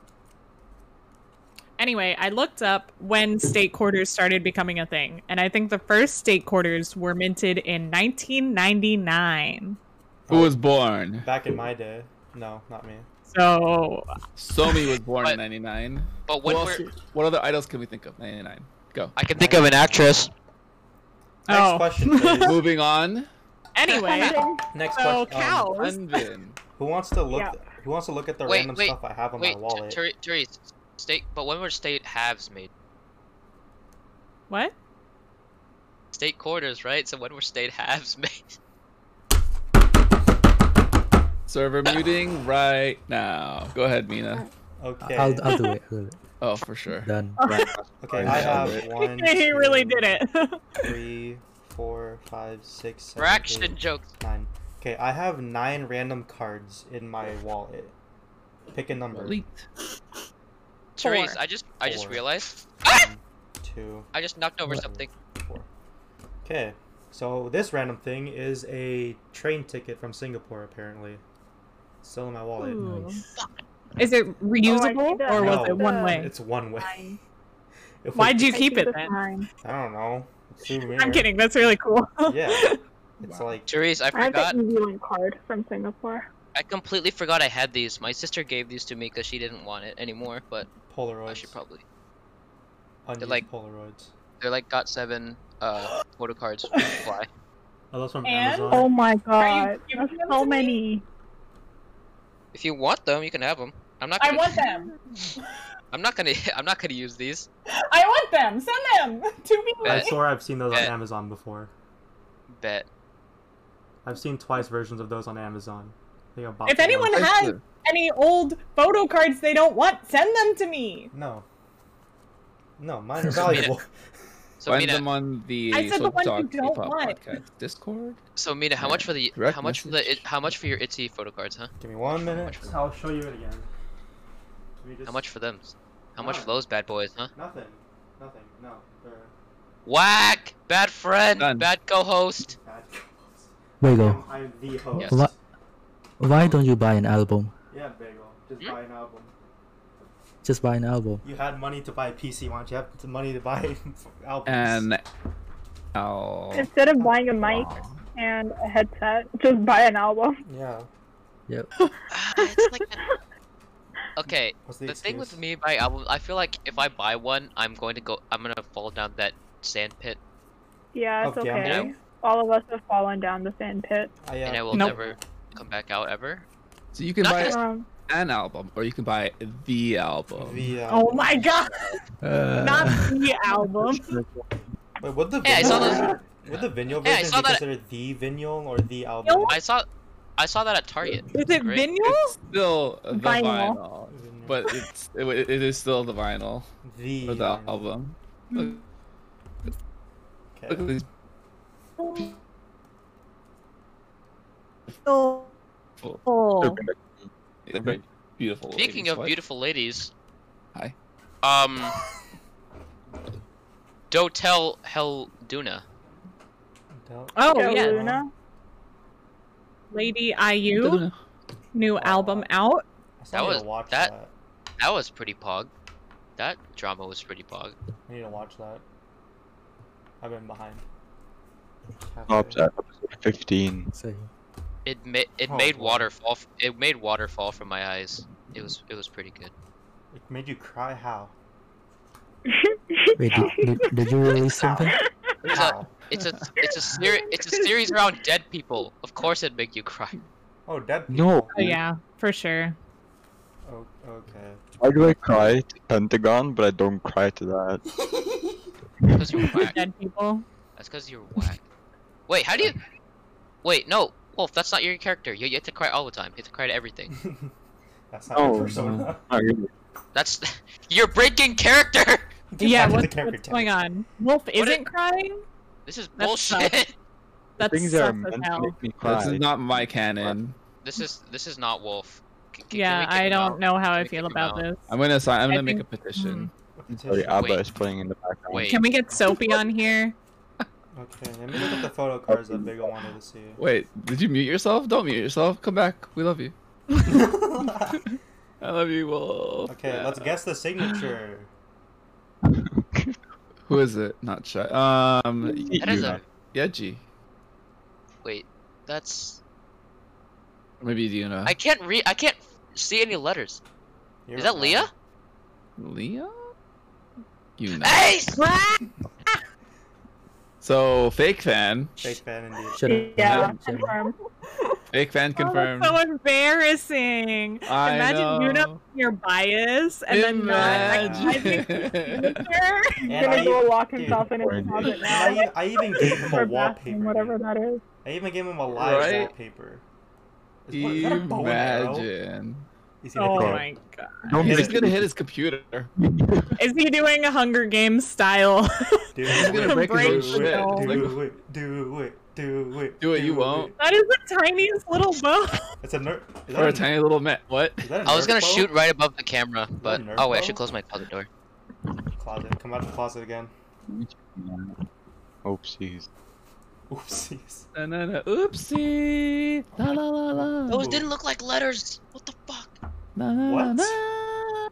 Speaker 3: Anyway, I looked up when state quarters started becoming a thing, and I think the first state quarters were minted in 1999.
Speaker 2: Who was born?
Speaker 1: Back in my day, no, not me.
Speaker 3: So
Speaker 2: Somi was born
Speaker 5: But-
Speaker 2: in '99.
Speaker 5: But
Speaker 2: What,
Speaker 5: when
Speaker 2: else-
Speaker 5: we're,
Speaker 2: what other idols can we think of? '99. Go.
Speaker 5: I can think of an actress.
Speaker 1: Next
Speaker 3: Oh. *laughs*
Speaker 1: question, please.
Speaker 2: Moving on.
Speaker 3: anyway,
Speaker 1: Next
Speaker 3: so
Speaker 1: question. um,
Speaker 3: cows.
Speaker 2: Unbin.
Speaker 1: who wants to look?
Speaker 4: Yeah.
Speaker 1: Who wants to look at the
Speaker 5: Wait,
Speaker 1: random
Speaker 5: wait,
Speaker 1: stuff I have on
Speaker 5: Wait,
Speaker 1: my
Speaker 5: Tur-
Speaker 1: wallet?
Speaker 5: Turi, Turi, state. But when were state halves made?
Speaker 3: What?
Speaker 5: State quarters, right? So when were state halves *laughs* made?
Speaker 2: Server muting right now. Go ahead, Mina.
Speaker 1: okay.
Speaker 7: I'll, I'll do it. I'll do it.
Speaker 2: Oh, for sure.
Speaker 7: Done.
Speaker 1: *laughs* okay. I have one.
Speaker 3: *laughs* he really
Speaker 1: two,
Speaker 3: did it. *laughs*
Speaker 1: Three, four, five, six, seven,
Speaker 5: Fraction
Speaker 1: eight,
Speaker 5: jokes.
Speaker 1: nine. Okay, I have nine random cards in my wallet. Pick a number.
Speaker 2: Leaked.
Speaker 5: Therese,
Speaker 3: Four.
Speaker 5: I just I just
Speaker 1: Four.
Speaker 5: realized
Speaker 1: One, two,
Speaker 5: I just knocked over
Speaker 1: What?
Speaker 5: something.
Speaker 1: four. Okay, so this random thing is a train ticket from Singapore, apparently. Still in my wallet.
Speaker 3: Ooh.
Speaker 7: Nice.
Speaker 3: Is it reusable
Speaker 4: the-
Speaker 3: or was
Speaker 1: No.
Speaker 3: it one way?
Speaker 1: It's one way.
Speaker 4: Nine.
Speaker 1: *laughs* If we-
Speaker 3: Why'd you
Speaker 4: I
Speaker 3: keep it
Speaker 4: think it's
Speaker 3: then?
Speaker 4: nine.
Speaker 1: I don't know. Souvenir.
Speaker 3: *laughs* I'm kidding. That's really cool. *laughs*
Speaker 1: Yeah. It's like
Speaker 5: Therese, I
Speaker 4: I have
Speaker 5: forgot.
Speaker 4: the Easy Link card from Singapore.
Speaker 5: I completely forgot I had these. My sister gave these to me because she didn't want it anymore, but I should
Speaker 1: Polaroids.
Speaker 5: probably.
Speaker 1: Unused
Speaker 5: like-
Speaker 1: Polaroids.
Speaker 5: They're like got seven
Speaker 2: *gasps*
Speaker 5: uh photo cards. Why?
Speaker 1: Oh, that's from
Speaker 3: And-
Speaker 1: Amazon.
Speaker 4: Oh
Speaker 3: Are
Speaker 4: my
Speaker 3: you
Speaker 4: god.
Speaker 3: giving them
Speaker 4: So
Speaker 3: to me?
Speaker 4: many.
Speaker 5: If you want them, you can have them. I'm not. Gonna,
Speaker 3: them.
Speaker 5: *laughs* I'm not gonna. *laughs* I'm not gonna use these.
Speaker 3: I want them. Send them *laughs* to me.
Speaker 1: I
Speaker 5: Bet.
Speaker 1: swear I've seen those on
Speaker 5: Bet.
Speaker 1: Amazon before.
Speaker 5: Bet.
Speaker 1: I've seen twice versions of those on Amazon. I think I bought
Speaker 3: If
Speaker 1: them
Speaker 3: anyone
Speaker 1: once.
Speaker 3: has- Any old photo cards they don't want, send them to me.
Speaker 1: no, no,
Speaker 5: *laughs*
Speaker 1: mine are valuable. *laughs*
Speaker 5: So
Speaker 2: Find
Speaker 5: Mina,
Speaker 2: them on the
Speaker 3: I said the
Speaker 2: Soap
Speaker 3: ones you
Speaker 2: Talk
Speaker 3: don't
Speaker 2: K-pop
Speaker 3: want.
Speaker 2: podcast Discord.
Speaker 5: so Mina, how much for the?
Speaker 2: Direct
Speaker 5: how much for the?
Speaker 2: message.
Speaker 5: It, how much for your itsy photo cards, huh?
Speaker 1: Give me one minute.
Speaker 5: much was
Speaker 1: I'll show you it again. Give me just-
Speaker 5: How much for them? How
Speaker 2: Ah.
Speaker 5: much
Speaker 1: None.
Speaker 5: for those bad boys, huh?
Speaker 1: Nothing. Nothing. No. They're
Speaker 5: Whack! Bad friend,
Speaker 2: Done.
Speaker 1: *laughs*
Speaker 5: bad co-host.
Speaker 1: bad.
Speaker 7: Bagel.
Speaker 1: I'm, I'm the host.
Speaker 5: Yes.
Speaker 7: What? Why don't you buy an album?
Speaker 1: Yeah, bagel. Just
Speaker 5: Hmm?
Speaker 1: buy an album.
Speaker 7: Just buy an album.
Speaker 1: You had money to buy a PC. Why don't you have the money to buy *laughs* albums?
Speaker 2: And oh,
Speaker 4: Instead of buying a mic and a headset, just buy an album.
Speaker 1: yeah.
Speaker 7: Yep.
Speaker 5: Ah, it's like that- okay,
Speaker 1: What's the,
Speaker 5: the thing with
Speaker 1: excuse?
Speaker 5: me buying albums, I feel like if I buy one, I'm going to go. I'm gonna fall down that sand pit,
Speaker 4: Yeah, it's
Speaker 1: Okay, I'm
Speaker 4: okay.
Speaker 5: down.
Speaker 4: All of us have fallen down the sand pit.
Speaker 1: I, uh,
Speaker 5: and I will
Speaker 3: Nope.
Speaker 5: never come back out ever.
Speaker 2: so you can
Speaker 5: Not
Speaker 2: buy
Speaker 4: Um,
Speaker 2: an album or you can buy the album.
Speaker 1: the, uh,
Speaker 3: Oh my god,
Speaker 7: Uh,
Speaker 3: not the album.
Speaker 1: Wait, would the
Speaker 5: Yeah, I saw
Speaker 1: vinyl-
Speaker 5: those-
Speaker 1: Would the vinyl
Speaker 5: Yeah, I
Speaker 1: version
Speaker 5: saw
Speaker 1: be
Speaker 5: that-
Speaker 1: considered the vinyl or the album?
Speaker 5: I saw, I saw that at Target.
Speaker 3: Is it
Speaker 5: Great.
Speaker 3: vinyl?
Speaker 2: Still the
Speaker 4: Vinyl.
Speaker 2: vinyl, but it's it, it is still the vinyl
Speaker 1: the
Speaker 2: or the
Speaker 1: vinyl.
Speaker 2: album.
Speaker 4: Hmm.
Speaker 2: Look,
Speaker 1: Okay.
Speaker 2: look at these
Speaker 3: Oh.
Speaker 2: people.
Speaker 3: Oh.
Speaker 2: They're very beautiful.
Speaker 5: Speaking
Speaker 2: ladies.
Speaker 5: of
Speaker 2: What?
Speaker 5: beautiful ladies,
Speaker 2: Hi.
Speaker 5: Um, Dotel Hel Duna.
Speaker 1: Don't-
Speaker 3: Oh
Speaker 4: Joe
Speaker 3: yeah,
Speaker 4: Luna.
Speaker 3: Lady IU new album out.
Speaker 1: I still need
Speaker 5: That
Speaker 1: to
Speaker 5: was-
Speaker 1: watch that.
Speaker 5: that- That was pretty pog. That drama was pretty pog.
Speaker 1: I need to watch that. I've been behind.
Speaker 2: Oh,
Speaker 6: Stops at episode 15.
Speaker 7: sorry.
Speaker 5: It made it
Speaker 1: Oh,
Speaker 5: made
Speaker 1: boy.
Speaker 5: water fall. f- It made water fall from my eyes. It was it was pretty good.
Speaker 1: It made you cry. How?
Speaker 7: Wait, did, did, did you release
Speaker 5: *laughs*
Speaker 7: something?
Speaker 5: It's a
Speaker 1: *laughs*
Speaker 5: it's a it's a series it's a series around dead people. Of course, it'd make you cry.
Speaker 1: Oh, dead.
Speaker 6: No.
Speaker 3: Oh yeah, for sure.
Speaker 1: Oh, Oh, okay. *laughs*
Speaker 6: Why do I cry to Pentagon, but I don't cry to that?
Speaker 5: Because you're whack.
Speaker 3: Dead people.
Speaker 5: That's because you're whack. Wait, how do you? Wait, no, Wolf. That's not your character. You, you have to cry all the time. You have to cry
Speaker 3: *laughs*
Speaker 5: to everything.
Speaker 1: That's not
Speaker 6: Oh,
Speaker 1: your persona.
Speaker 6: Not really.
Speaker 5: That's *laughs* you're breaking character.
Speaker 1: Get *laughs*
Speaker 3: yeah,
Speaker 1: back to
Speaker 3: what's,
Speaker 1: the character
Speaker 3: what's going
Speaker 1: type.
Speaker 3: on? Wolf
Speaker 5: is-
Speaker 3: isn't crying.
Speaker 5: This is
Speaker 3: That sucks.
Speaker 5: bullshit.
Speaker 3: That's
Speaker 6: Things that are
Speaker 3: sus
Speaker 6: meant
Speaker 3: as
Speaker 6: to
Speaker 3: hell.
Speaker 6: make me
Speaker 2: This
Speaker 6: cry.
Speaker 2: is not my canon.
Speaker 5: *laughs* this is this is not Wolf. C- c- can we
Speaker 3: Yeah,
Speaker 5: kick
Speaker 3: I
Speaker 5: him
Speaker 3: don't
Speaker 5: out?
Speaker 3: know how
Speaker 5: Can
Speaker 3: I
Speaker 5: we
Speaker 3: feel
Speaker 5: kick him
Speaker 3: about
Speaker 5: out?
Speaker 3: this.
Speaker 2: I'm gonna sign. I'm
Speaker 3: I
Speaker 2: gonna make a
Speaker 3: think-
Speaker 2: petition.
Speaker 4: Hmm.
Speaker 6: Sorry,
Speaker 1: Petition.
Speaker 6: Oh, Abba
Speaker 5: Wait.
Speaker 6: is playing in the background.
Speaker 5: Wait.
Speaker 3: Can we get Soapy on here?
Speaker 1: Okay, let me look at the photo cards that Bigel wanted to
Speaker 4: *laughs*
Speaker 1: see.
Speaker 2: Wait, did you mute yourself? Don't mute yourself. Come back. We love you. I love you, Wolf.
Speaker 1: okay,
Speaker 2: Yeah.
Speaker 1: let's guess the signature.
Speaker 2: Who is it? Not shy. Um,
Speaker 6: Eat
Speaker 5: That is
Speaker 6: you.
Speaker 5: a
Speaker 2: Yeji.
Speaker 5: wait. That's
Speaker 2: Or Maybe Yuna.
Speaker 5: I can't read. I can't see any letters.
Speaker 1: You're
Speaker 5: is that
Speaker 1: wrong.
Speaker 5: Leah?
Speaker 2: Leah? Yuna.
Speaker 5: Hey!
Speaker 2: So fake fan.
Speaker 1: Fake fan indeed.
Speaker 7: Shut up.
Speaker 4: Yeah,
Speaker 7: Shut up.
Speaker 4: confirmed.
Speaker 2: Fake fan confirmed.
Speaker 3: Oh, that's *laughs* so embarrassing.
Speaker 2: I
Speaker 3: Imagine Yuna
Speaker 2: know.
Speaker 3: your bias and then not
Speaker 2: *laughs* Imagine. *laughs*
Speaker 3: recognize
Speaker 1: And
Speaker 4: He's gonna
Speaker 1: I,
Speaker 4: go lock
Speaker 1: dude,
Speaker 4: himself in his
Speaker 6: Randy.
Speaker 4: closet
Speaker 1: I,
Speaker 4: *laughs* now.
Speaker 1: e- I even gave him
Speaker 4: Or
Speaker 1: a
Speaker 4: bathroom,
Speaker 1: wallpaper.
Speaker 4: whatever that is. *laughs*
Speaker 1: I even gave him a live
Speaker 2: Right?
Speaker 1: wallpaper. Is, what, is that a bow and arrow?
Speaker 2: Imagine.
Speaker 1: Is he
Speaker 3: Oh
Speaker 1: gonna-
Speaker 3: my god.
Speaker 6: Don't
Speaker 2: He's
Speaker 6: make
Speaker 2: just gonna hit his computer.
Speaker 3: Is he doing a Hunger Games style? *laughs*
Speaker 1: Dude,
Speaker 2: He's gonna break his own
Speaker 3: Break
Speaker 2: shit.
Speaker 3: the
Speaker 2: Like,
Speaker 1: Do it, do it, do it.
Speaker 2: Do it, you won't.
Speaker 3: that is the tiniest little bone. *laughs*
Speaker 1: It's a nerf. Is that
Speaker 2: or
Speaker 1: a,
Speaker 2: a tiny little man. What?
Speaker 1: is that a
Speaker 5: I was
Speaker 1: Nerf
Speaker 5: gonna
Speaker 1: bow?
Speaker 5: shoot right above the camera, but
Speaker 1: nerf
Speaker 5: oh wait, I
Speaker 1: bow?
Speaker 5: should close my closet door.
Speaker 1: Closet. Come out the closet again.
Speaker 6: Oopsies.
Speaker 1: Oopsies.
Speaker 2: Na, na, na. Oopsie. La la la la.
Speaker 5: Those
Speaker 1: Ooh.
Speaker 5: didn't look like letters. What the fuck?
Speaker 2: Na, na,
Speaker 1: What?
Speaker 2: na.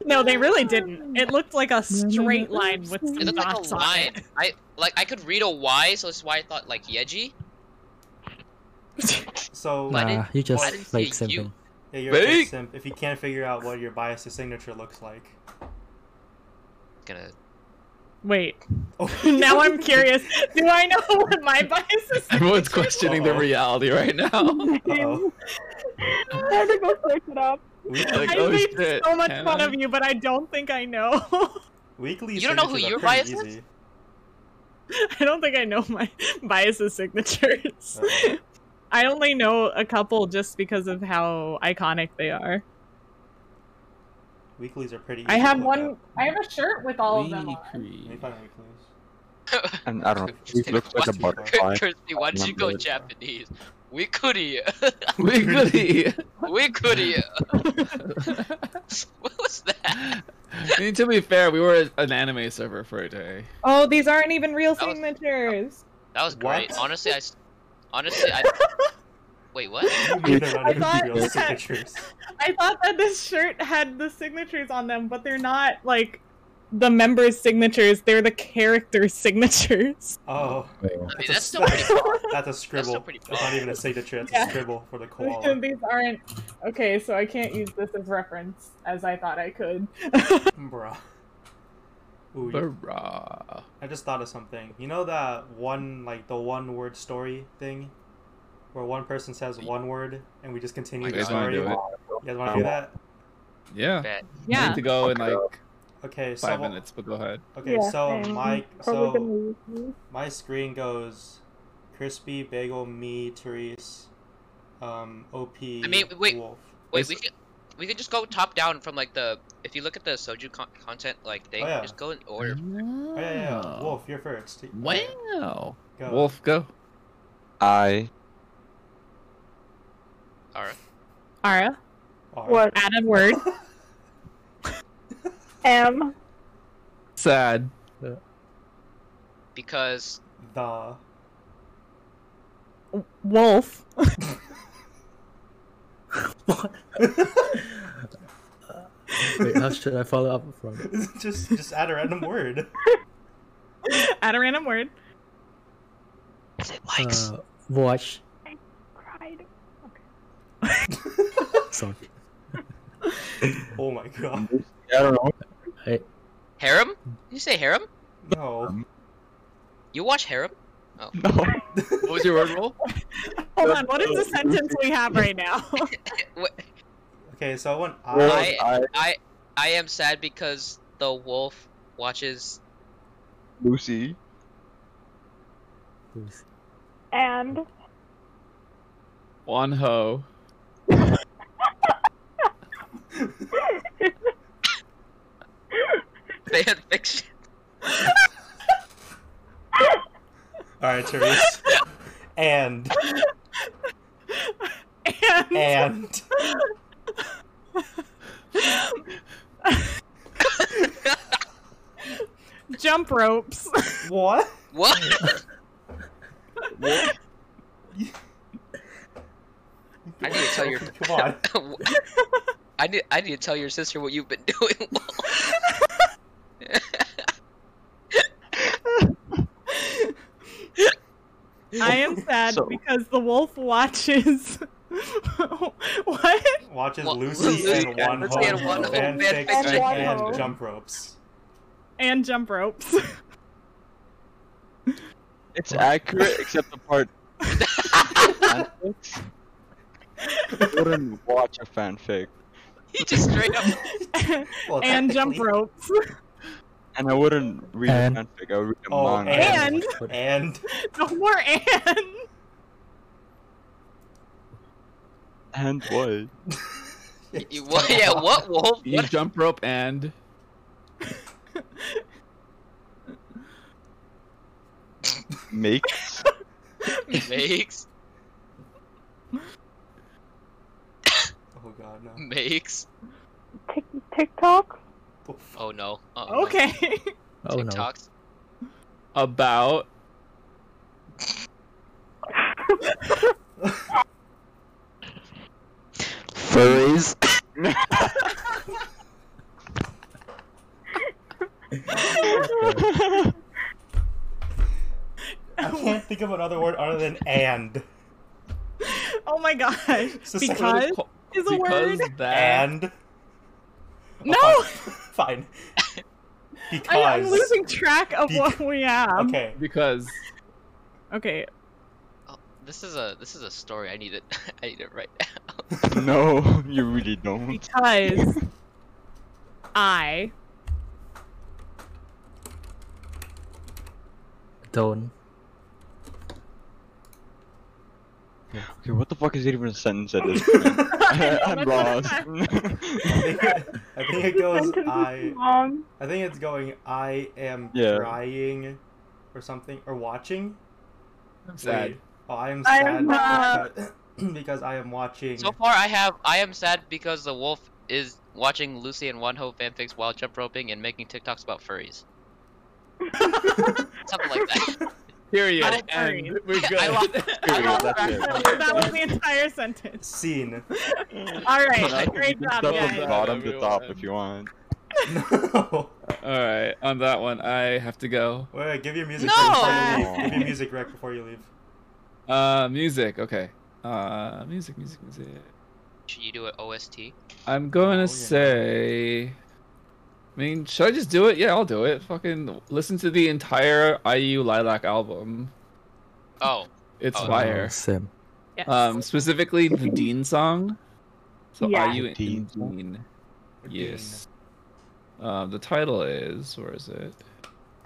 Speaker 3: No, they really didn't. It looked like a straight line with some
Speaker 5: It looked like a
Speaker 3: dots on
Speaker 5: line.
Speaker 3: it.
Speaker 5: I like I could read a Y, so that's why I thought like Yeji.
Speaker 1: So,
Speaker 5: Why Like-
Speaker 7: Nah,
Speaker 5: didn't-
Speaker 7: Uh, you just
Speaker 5: why didn't
Speaker 7: like
Speaker 5: say you?
Speaker 7: simping.
Speaker 1: yeah, you're a big
Speaker 2: Fake.
Speaker 1: simp if you can't figure out what your bias's signature looks like.
Speaker 5: Gonna
Speaker 3: Wait. *laughs*
Speaker 1: Oh.
Speaker 3: Now I'm curious. Do I know *laughs* what my bias is?
Speaker 2: Everyone's questioning their
Speaker 1: Uh-oh.
Speaker 2: reality right
Speaker 3: *laughs*
Speaker 2: now.
Speaker 1: Uh-oh.
Speaker 4: I had to go search it up.
Speaker 2: Like,
Speaker 3: I
Speaker 5: uh,
Speaker 2: oh
Speaker 3: made
Speaker 2: shit.
Speaker 3: so much fun
Speaker 2: Hannah.
Speaker 3: of you, but I don't think I know. *laughs*
Speaker 1: Weekly
Speaker 5: You don't know who
Speaker 1: signatures are
Speaker 5: your
Speaker 1: pretty
Speaker 5: bias is?
Speaker 1: easy.
Speaker 3: I don't think I know my *laughs* biases signatures.
Speaker 2: Uh-huh.
Speaker 1: Uh-oh.
Speaker 3: I only know a couple just because of how iconic they are.
Speaker 1: Weeklies are pretty easy.
Speaker 3: I have
Speaker 1: to look
Speaker 3: one.
Speaker 1: up.
Speaker 3: I have a shirt with all of them.
Speaker 2: We
Speaker 3: On.
Speaker 1: Let me
Speaker 2: creep.
Speaker 1: find weeklies. *laughs*
Speaker 6: And I don't know.
Speaker 5: Just
Speaker 6: It
Speaker 5: take
Speaker 6: looks like a
Speaker 5: one.
Speaker 6: butterfly.
Speaker 5: Kirsty, why did you
Speaker 6: Remember
Speaker 5: go
Speaker 6: it.
Speaker 5: Japanese? We could eat.
Speaker 2: We could
Speaker 5: *laughs* We could *laughs* eat. what was that?
Speaker 2: I mean, to be fair, we were an anime server for a day.
Speaker 3: Oh, these aren't even real
Speaker 5: That was-
Speaker 3: signatures.
Speaker 5: That was great.
Speaker 1: What?
Speaker 5: Honestly, I. s- Honestly, *laughs* I. Wait, what?
Speaker 1: You mean they're not
Speaker 3: I
Speaker 1: even
Speaker 3: thought
Speaker 1: real
Speaker 3: that-
Speaker 1: signatures.
Speaker 3: I thought that this shirt had the signatures on them, but they're not like the members' signatures. They're the characters' *laughs* signatures.
Speaker 1: Oh,
Speaker 5: I mean,
Speaker 1: a
Speaker 5: that's still pretty.
Speaker 1: that's a scribble. That's,
Speaker 5: pretty
Speaker 1: not
Speaker 5: fun.
Speaker 1: even a signature. That's
Speaker 3: Yeah.
Speaker 1: a scribble for the koala.
Speaker 3: *laughs* these aren't okay. So I can't use this as reference as I thought I could.
Speaker 1: Bruh. Ooh, you-
Speaker 2: Hurrah.
Speaker 1: I just thought of something. You know that one, like the one word story thing? Where one person says one word and we just continue
Speaker 2: You
Speaker 1: the
Speaker 2: guys
Speaker 1: story?
Speaker 2: want to do it?
Speaker 1: You guys want to do that?
Speaker 2: Yeah. I need
Speaker 3: Yeah.
Speaker 2: to go in like
Speaker 1: Okay, so.
Speaker 2: five minutes, but go ahead.
Speaker 1: Okay,
Speaker 4: Yeah,
Speaker 1: so
Speaker 4: same.
Speaker 1: my,
Speaker 4: Probably gonna
Speaker 1: so
Speaker 4: lose me.
Speaker 1: my screen goes crispy, bagel, me, Therese, um, OP,
Speaker 5: I mean, wait.
Speaker 1: Wolf.
Speaker 5: Wait,
Speaker 2: Is-
Speaker 5: we could. We could just go top down from like the. If you look at the soju con- content like thing,
Speaker 1: Oh, yeah.
Speaker 5: just go in order.
Speaker 1: Oh, yeah, yeah, yeah. Wolf, you're first.
Speaker 2: Wow.
Speaker 1: Go.
Speaker 2: Wolf, go.
Speaker 6: I
Speaker 5: Alright.
Speaker 3: Ara,
Speaker 1: Alright.
Speaker 4: What? *laughs*
Speaker 3: add a word.
Speaker 4: M.
Speaker 1: *laughs*
Speaker 2: Sad.
Speaker 5: Because
Speaker 1: *laughs* The.
Speaker 3: Wolf.
Speaker 7: Wait, how should I follow up from?
Speaker 1: *laughs* just, just add a random word.
Speaker 3: *laughs* add a random word.
Speaker 5: is it likes?
Speaker 7: Uh, watch.
Speaker 4: Cried.
Speaker 7: Sorry.
Speaker 1: Oh my god.
Speaker 6: *laughs* I don't know.
Speaker 5: harem? Did you say harem?
Speaker 1: No.
Speaker 5: You watch harem?
Speaker 6: No.
Speaker 2: What was your word roll?
Speaker 5: *laughs*
Speaker 3: Hold on. What is the sentence we have right now?
Speaker 1: Okay, so when
Speaker 6: *laughs* Well,
Speaker 1: I
Speaker 5: I- I I am sad because the wolf watches. *laughs*
Speaker 6: Lucy.
Speaker 4: And
Speaker 2: One ho.
Speaker 5: Fan fiction.
Speaker 1: all right, Therese, and
Speaker 3: And,
Speaker 1: and
Speaker 3: *laughs* jump ropes.
Speaker 1: what?
Speaker 5: What? I *laughs* need to tell your.
Speaker 1: Come on.
Speaker 5: *laughs* I need I need to tell your sister what you've been *laughs* doing.
Speaker 3: I am sad
Speaker 6: So-
Speaker 3: because the wolf watches. *laughs* what?
Speaker 1: Watches
Speaker 5: Well,
Speaker 1: Lucy,
Speaker 5: Lucy
Speaker 1: and
Speaker 5: and
Speaker 1: One
Speaker 5: Lucy and
Speaker 1: Home,
Speaker 5: One Home
Speaker 1: fan
Speaker 5: fanfiction
Speaker 1: fiction,
Speaker 4: and-
Speaker 1: and Jump Ropes.
Speaker 3: And jump ropes. *laughs*
Speaker 6: It's accurate except the part. fanfics. I wouldn't watch a fanfic,
Speaker 5: he just straight up.
Speaker 1: Well,
Speaker 3: and jump
Speaker 1: technically-
Speaker 3: ropes. *laughs*
Speaker 6: and I wouldn't read
Speaker 7: And-
Speaker 6: a fanfic. I would read a
Speaker 1: Oh,
Speaker 6: manga.
Speaker 1: and *laughs*
Speaker 3: And-
Speaker 1: and
Speaker 3: No more and.
Speaker 6: And what?
Speaker 5: You,
Speaker 1: *laughs*
Speaker 5: what, yeah, what wolf?
Speaker 2: *laughs* You
Speaker 5: What? *laughs*
Speaker 2: jump rope and
Speaker 6: Makes.
Speaker 5: makes
Speaker 1: Oh god,
Speaker 5: Mm.
Speaker 1: no.
Speaker 5: makes.
Speaker 4: Tik TikTok.
Speaker 5: Oh no. Oh, no.
Speaker 3: Okay.
Speaker 7: Oh no.
Speaker 5: TikToks.
Speaker 2: about
Speaker 5: Furries. Oh.
Speaker 1: I can't think of another word other than and.
Speaker 3: Oh my gosh.
Speaker 1: So it's like a
Speaker 3: Because
Speaker 1: little
Speaker 2: because
Speaker 3: is a word.
Speaker 5: Uh.
Speaker 2: that
Speaker 1: And.
Speaker 3: No!
Speaker 1: Oh, fine. *laughs*
Speaker 5: *laughs*
Speaker 1: Fine.
Speaker 3: I, I'm
Speaker 1: Because.
Speaker 3: losing track of
Speaker 1: Bec-
Speaker 3: what we have.
Speaker 1: okay.
Speaker 2: because
Speaker 3: Okay.
Speaker 5: This is a this is a story. I need it. *laughs* I need it right now.
Speaker 6: No, you really don't.
Speaker 3: Because I
Speaker 7: Don't.
Speaker 6: Okay, what the fuck is *laughs* even a sentence
Speaker 1: *laughs*
Speaker 6: at this point? I, I'm lost.
Speaker 3: That's
Speaker 1: I think, I think it
Speaker 4: *laughs*
Speaker 1: goes.
Speaker 4: Sentence is
Speaker 1: I.
Speaker 4: long.
Speaker 1: I think it's going. I am
Speaker 6: Yeah.
Speaker 1: crying, or something, or watching.
Speaker 2: I'm sad.
Speaker 1: Wait. Oh, I am
Speaker 4: I
Speaker 1: sad
Speaker 4: am not-
Speaker 1: because- *clears throat* because I am watching.
Speaker 5: So far, I have I am sad because the wolf is watching Lucy and One Ho fanfics while jump roping and making TikToks about furries. Something like that.
Speaker 2: Period.
Speaker 3: I-
Speaker 2: and we're good. *laughs*
Speaker 5: I lost. I
Speaker 6: Period,
Speaker 5: lost
Speaker 6: that's
Speaker 5: track.
Speaker 6: it.
Speaker 3: that was, *laughs* that was the entire sentence.
Speaker 1: Scene.
Speaker 3: All
Speaker 6: You
Speaker 3: right, great
Speaker 6: can
Speaker 3: job,
Speaker 6: *laughs* start from
Speaker 2: guys.
Speaker 6: bottom to top
Speaker 2: Everyone.
Speaker 6: if you want.
Speaker 1: no. *laughs*
Speaker 2: All right, on that one, I have to go.
Speaker 1: Wait, wait, give your music
Speaker 5: No!
Speaker 1: before you leave.
Speaker 6: Aw.
Speaker 1: Give your music right before you leave.
Speaker 2: Uh, music. Okay. Uh, music, music, music.
Speaker 5: Should you do an OST?
Speaker 2: I'm going to
Speaker 1: Oh, yeah.
Speaker 2: say. I mean, should I just do it? Yeah, I'll do it. Fucking listen to the entire IU Lilac album.
Speaker 5: Oh,
Speaker 2: It's
Speaker 5: Oh,
Speaker 2: fire.
Speaker 7: Same.
Speaker 3: Yes.
Speaker 2: Um, specifically the Dean song. So
Speaker 4: Yeah.
Speaker 2: IU and
Speaker 6: Dean
Speaker 2: Dean.
Speaker 6: song.
Speaker 2: Yes. Um, the title is where is it?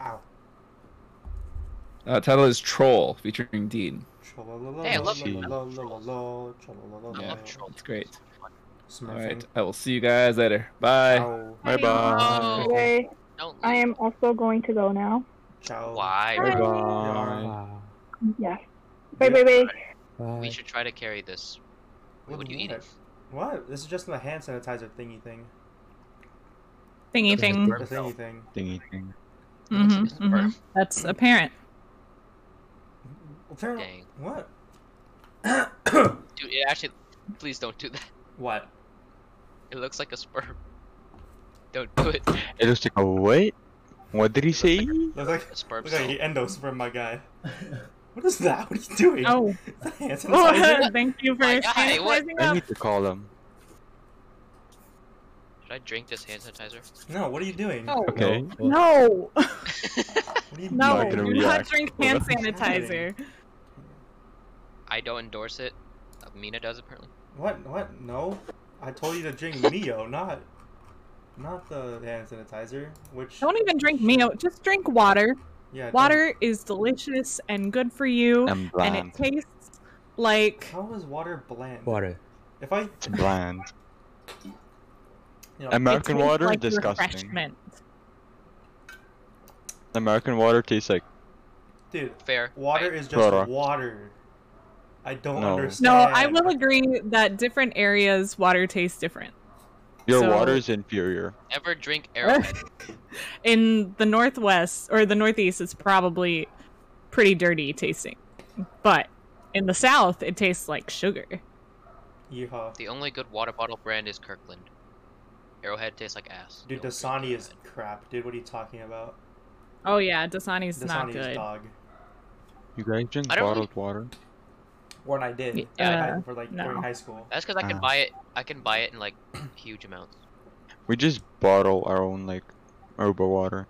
Speaker 1: Ow.
Speaker 2: Uh, title is Troll featuring Dean.
Speaker 5: Hey, I love-
Speaker 6: I
Speaker 5: love
Speaker 1: Oh,
Speaker 5: I
Speaker 2: Yeah,
Speaker 5: love trolls.
Speaker 2: it's great. All right,
Speaker 1: Smurfing.
Speaker 2: I will see you guys later. Bye.
Speaker 1: Ow.
Speaker 6: Bye
Speaker 5: bye.
Speaker 6: bye.
Speaker 4: Anyway,
Speaker 5: don't.
Speaker 4: I am also going to go now.
Speaker 1: Ciao.
Speaker 5: Why?
Speaker 4: Bye. Yes. Bye,
Speaker 1: Yeah.
Speaker 4: bye, bye.
Speaker 5: We should try to carry this.
Speaker 1: What
Speaker 5: What are
Speaker 1: do
Speaker 5: you
Speaker 1: you
Speaker 5: eating?
Speaker 1: want? What? This is just my hand sanitizer thingy thing.
Speaker 3: thingy thing.
Speaker 1: The thingy thing.
Speaker 6: Thingy thing.
Speaker 3: Mhm,
Speaker 4: Mm-hmm,
Speaker 5: It's- it's burp.
Speaker 3: mhm. That's apparent.
Speaker 1: Apparently-
Speaker 5: Dang.
Speaker 1: What?
Speaker 5: Dude, it actually. Please don't do that. *laughs*
Speaker 1: what?
Speaker 5: It looks like a sperm. Don't do it.
Speaker 6: It looks like a what? What did he say?
Speaker 1: Looks like
Speaker 5: A sperm
Speaker 1: looks like
Speaker 5: cell.
Speaker 1: he endos from my
Speaker 6: *laughs*
Speaker 1: guy. What is that? What are you doing?
Speaker 3: Oh,
Speaker 1: Is that hand sanitizer?
Speaker 3: *laughs*
Speaker 5: *laughs*
Speaker 3: thank you for
Speaker 5: My guy, what-
Speaker 3: sanitizing
Speaker 6: I
Speaker 3: up.
Speaker 6: need to call him.
Speaker 5: Should I drink this hand sanitizer?
Speaker 1: no, what are you doing?
Speaker 3: No.
Speaker 6: Okay. *laughs*
Speaker 3: No,
Speaker 1: What are you
Speaker 3: no,
Speaker 6: not
Speaker 1: doing?
Speaker 6: gonna
Speaker 3: do not
Speaker 6: react.
Speaker 3: drink
Speaker 6: *laughs*
Speaker 3: hand
Speaker 1: What?
Speaker 3: sanitizer.
Speaker 5: I don't endorse it. Uh, Mina does apparently.
Speaker 1: What? What? No. I told you to drink Mio, not not the hand sanitizer. Which
Speaker 3: Don't even drink Mio. Just drink water.
Speaker 1: yeah, don't-
Speaker 3: Water is delicious and good for you,
Speaker 6: I'm
Speaker 3: and
Speaker 6: bland.
Speaker 3: it tastes like
Speaker 1: How is water bland?
Speaker 7: Water.
Speaker 1: If I, you
Speaker 6: It's bland.
Speaker 1: know,
Speaker 3: *laughs* it
Speaker 6: American
Speaker 3: tastes
Speaker 6: water,
Speaker 3: like
Speaker 6: disgusting.
Speaker 3: refreshment.
Speaker 6: American water tastes like
Speaker 1: dude,
Speaker 5: Fair.
Speaker 1: water is just
Speaker 6: Product.
Speaker 1: water. I don't
Speaker 6: No.
Speaker 3: No,
Speaker 1: understand.
Speaker 3: I will agree that different areas water tastes different.
Speaker 6: your
Speaker 3: So-
Speaker 6: water is inferior.
Speaker 5: I ever drink
Speaker 4: *laughs*
Speaker 5: Arrowhead?
Speaker 3: In the northwest or the northeast, it's probably pretty dirty tasting, but in the south, it tastes like sugar.
Speaker 1: Yeehaw.
Speaker 5: the only good water bottle brand is Kirkland. Arrowhead tastes like ass.
Speaker 1: Dude,
Speaker 5: Don't drink
Speaker 1: Dasani is
Speaker 5: Arrowhead.
Speaker 1: crap. Dude, what are you talking about?
Speaker 3: Oh yeah, Dasani's not
Speaker 1: Dasani
Speaker 3: good.
Speaker 1: is dog.
Speaker 6: You guys drink
Speaker 5: I don't
Speaker 6: bottled water?
Speaker 1: When I did,
Speaker 3: Y-
Speaker 1: I-
Speaker 3: uh,
Speaker 1: for like
Speaker 3: no.
Speaker 1: during high school.
Speaker 5: That's because I can
Speaker 6: Ah.
Speaker 5: buy it. I can buy it in like huge amounts.
Speaker 6: We just bottle our own like herbal water.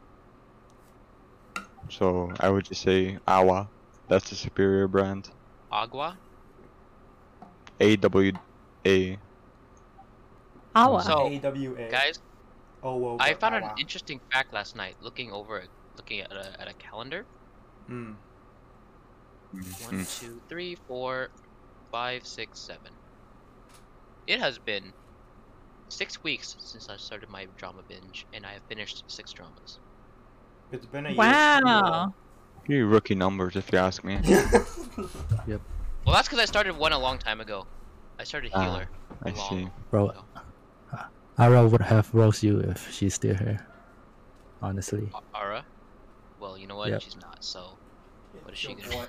Speaker 6: So I would just say Awa. That's the superior brand.
Speaker 5: Agua.
Speaker 6: A W A.
Speaker 3: Awa.
Speaker 5: So-
Speaker 1: A W A.
Speaker 5: Guys,
Speaker 1: Oh, whoa,
Speaker 5: I
Speaker 1: whoa,
Speaker 5: found
Speaker 1: oh,
Speaker 5: an
Speaker 1: wow.
Speaker 5: interesting fact last night. Looking over, looking at a, at a calendar.
Speaker 1: Mm.
Speaker 6: Mm-hmm.
Speaker 5: One, two, three, four, five, six, seven. It has been six weeks since I started my drama binge, and I have finished six dramas.
Speaker 1: It's been a
Speaker 3: Wow.
Speaker 6: You rookie numbers, if you ask me.
Speaker 1: year.
Speaker 5: Well, that's because I started one a long time ago. I started
Speaker 6: Ah,
Speaker 5: healer.
Speaker 6: I
Speaker 3: *laughs*
Speaker 5: long
Speaker 6: see.
Speaker 7: Bro,
Speaker 5: ago.
Speaker 7: Ara would have roast you if she's still here. Honestly.
Speaker 5: A- Ara. Well, you know what?
Speaker 7: Yep.
Speaker 5: She's not. So What is she gonna-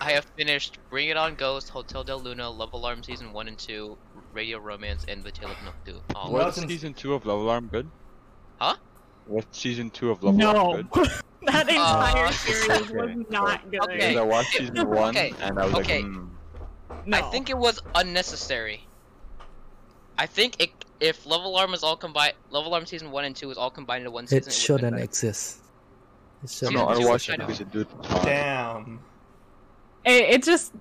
Speaker 5: I have finished Bring It On Ghost, Hotel Del Luna, Love Alarm Season 1 and 2, Radio Romance, and The Tale of Noctu. Oh,
Speaker 1: Well,
Speaker 6: Was
Speaker 1: since-
Speaker 6: season two of Love Alarm good?
Speaker 5: Huh?
Speaker 6: What season two of Love
Speaker 3: No,
Speaker 6: Alarm good?
Speaker 3: *laughs* that entire
Speaker 5: Uh,
Speaker 3: series was
Speaker 6: okay.
Speaker 3: not good.
Speaker 5: Okay.
Speaker 6: Because
Speaker 5: *laughs*
Speaker 6: I watched season one
Speaker 5: Okay,
Speaker 6: and I was
Speaker 5: okay.
Speaker 6: like, mm,
Speaker 3: No.
Speaker 5: I think it was unnecessary. I think it, if Love Alarm was all combined, Love Alarm Season 1 and 2 was all combined into one season,
Speaker 7: It
Speaker 5: it would've been
Speaker 7: shouldn't
Speaker 5: better.
Speaker 7: exist.
Speaker 5: Yeah,
Speaker 7: It
Speaker 6: no,
Speaker 7: shouldn't
Speaker 5: but
Speaker 6: I
Speaker 5: you-
Speaker 6: watched
Speaker 5: I
Speaker 6: it
Speaker 5: know.
Speaker 6: because it did.
Speaker 1: Damn.
Speaker 3: it, it just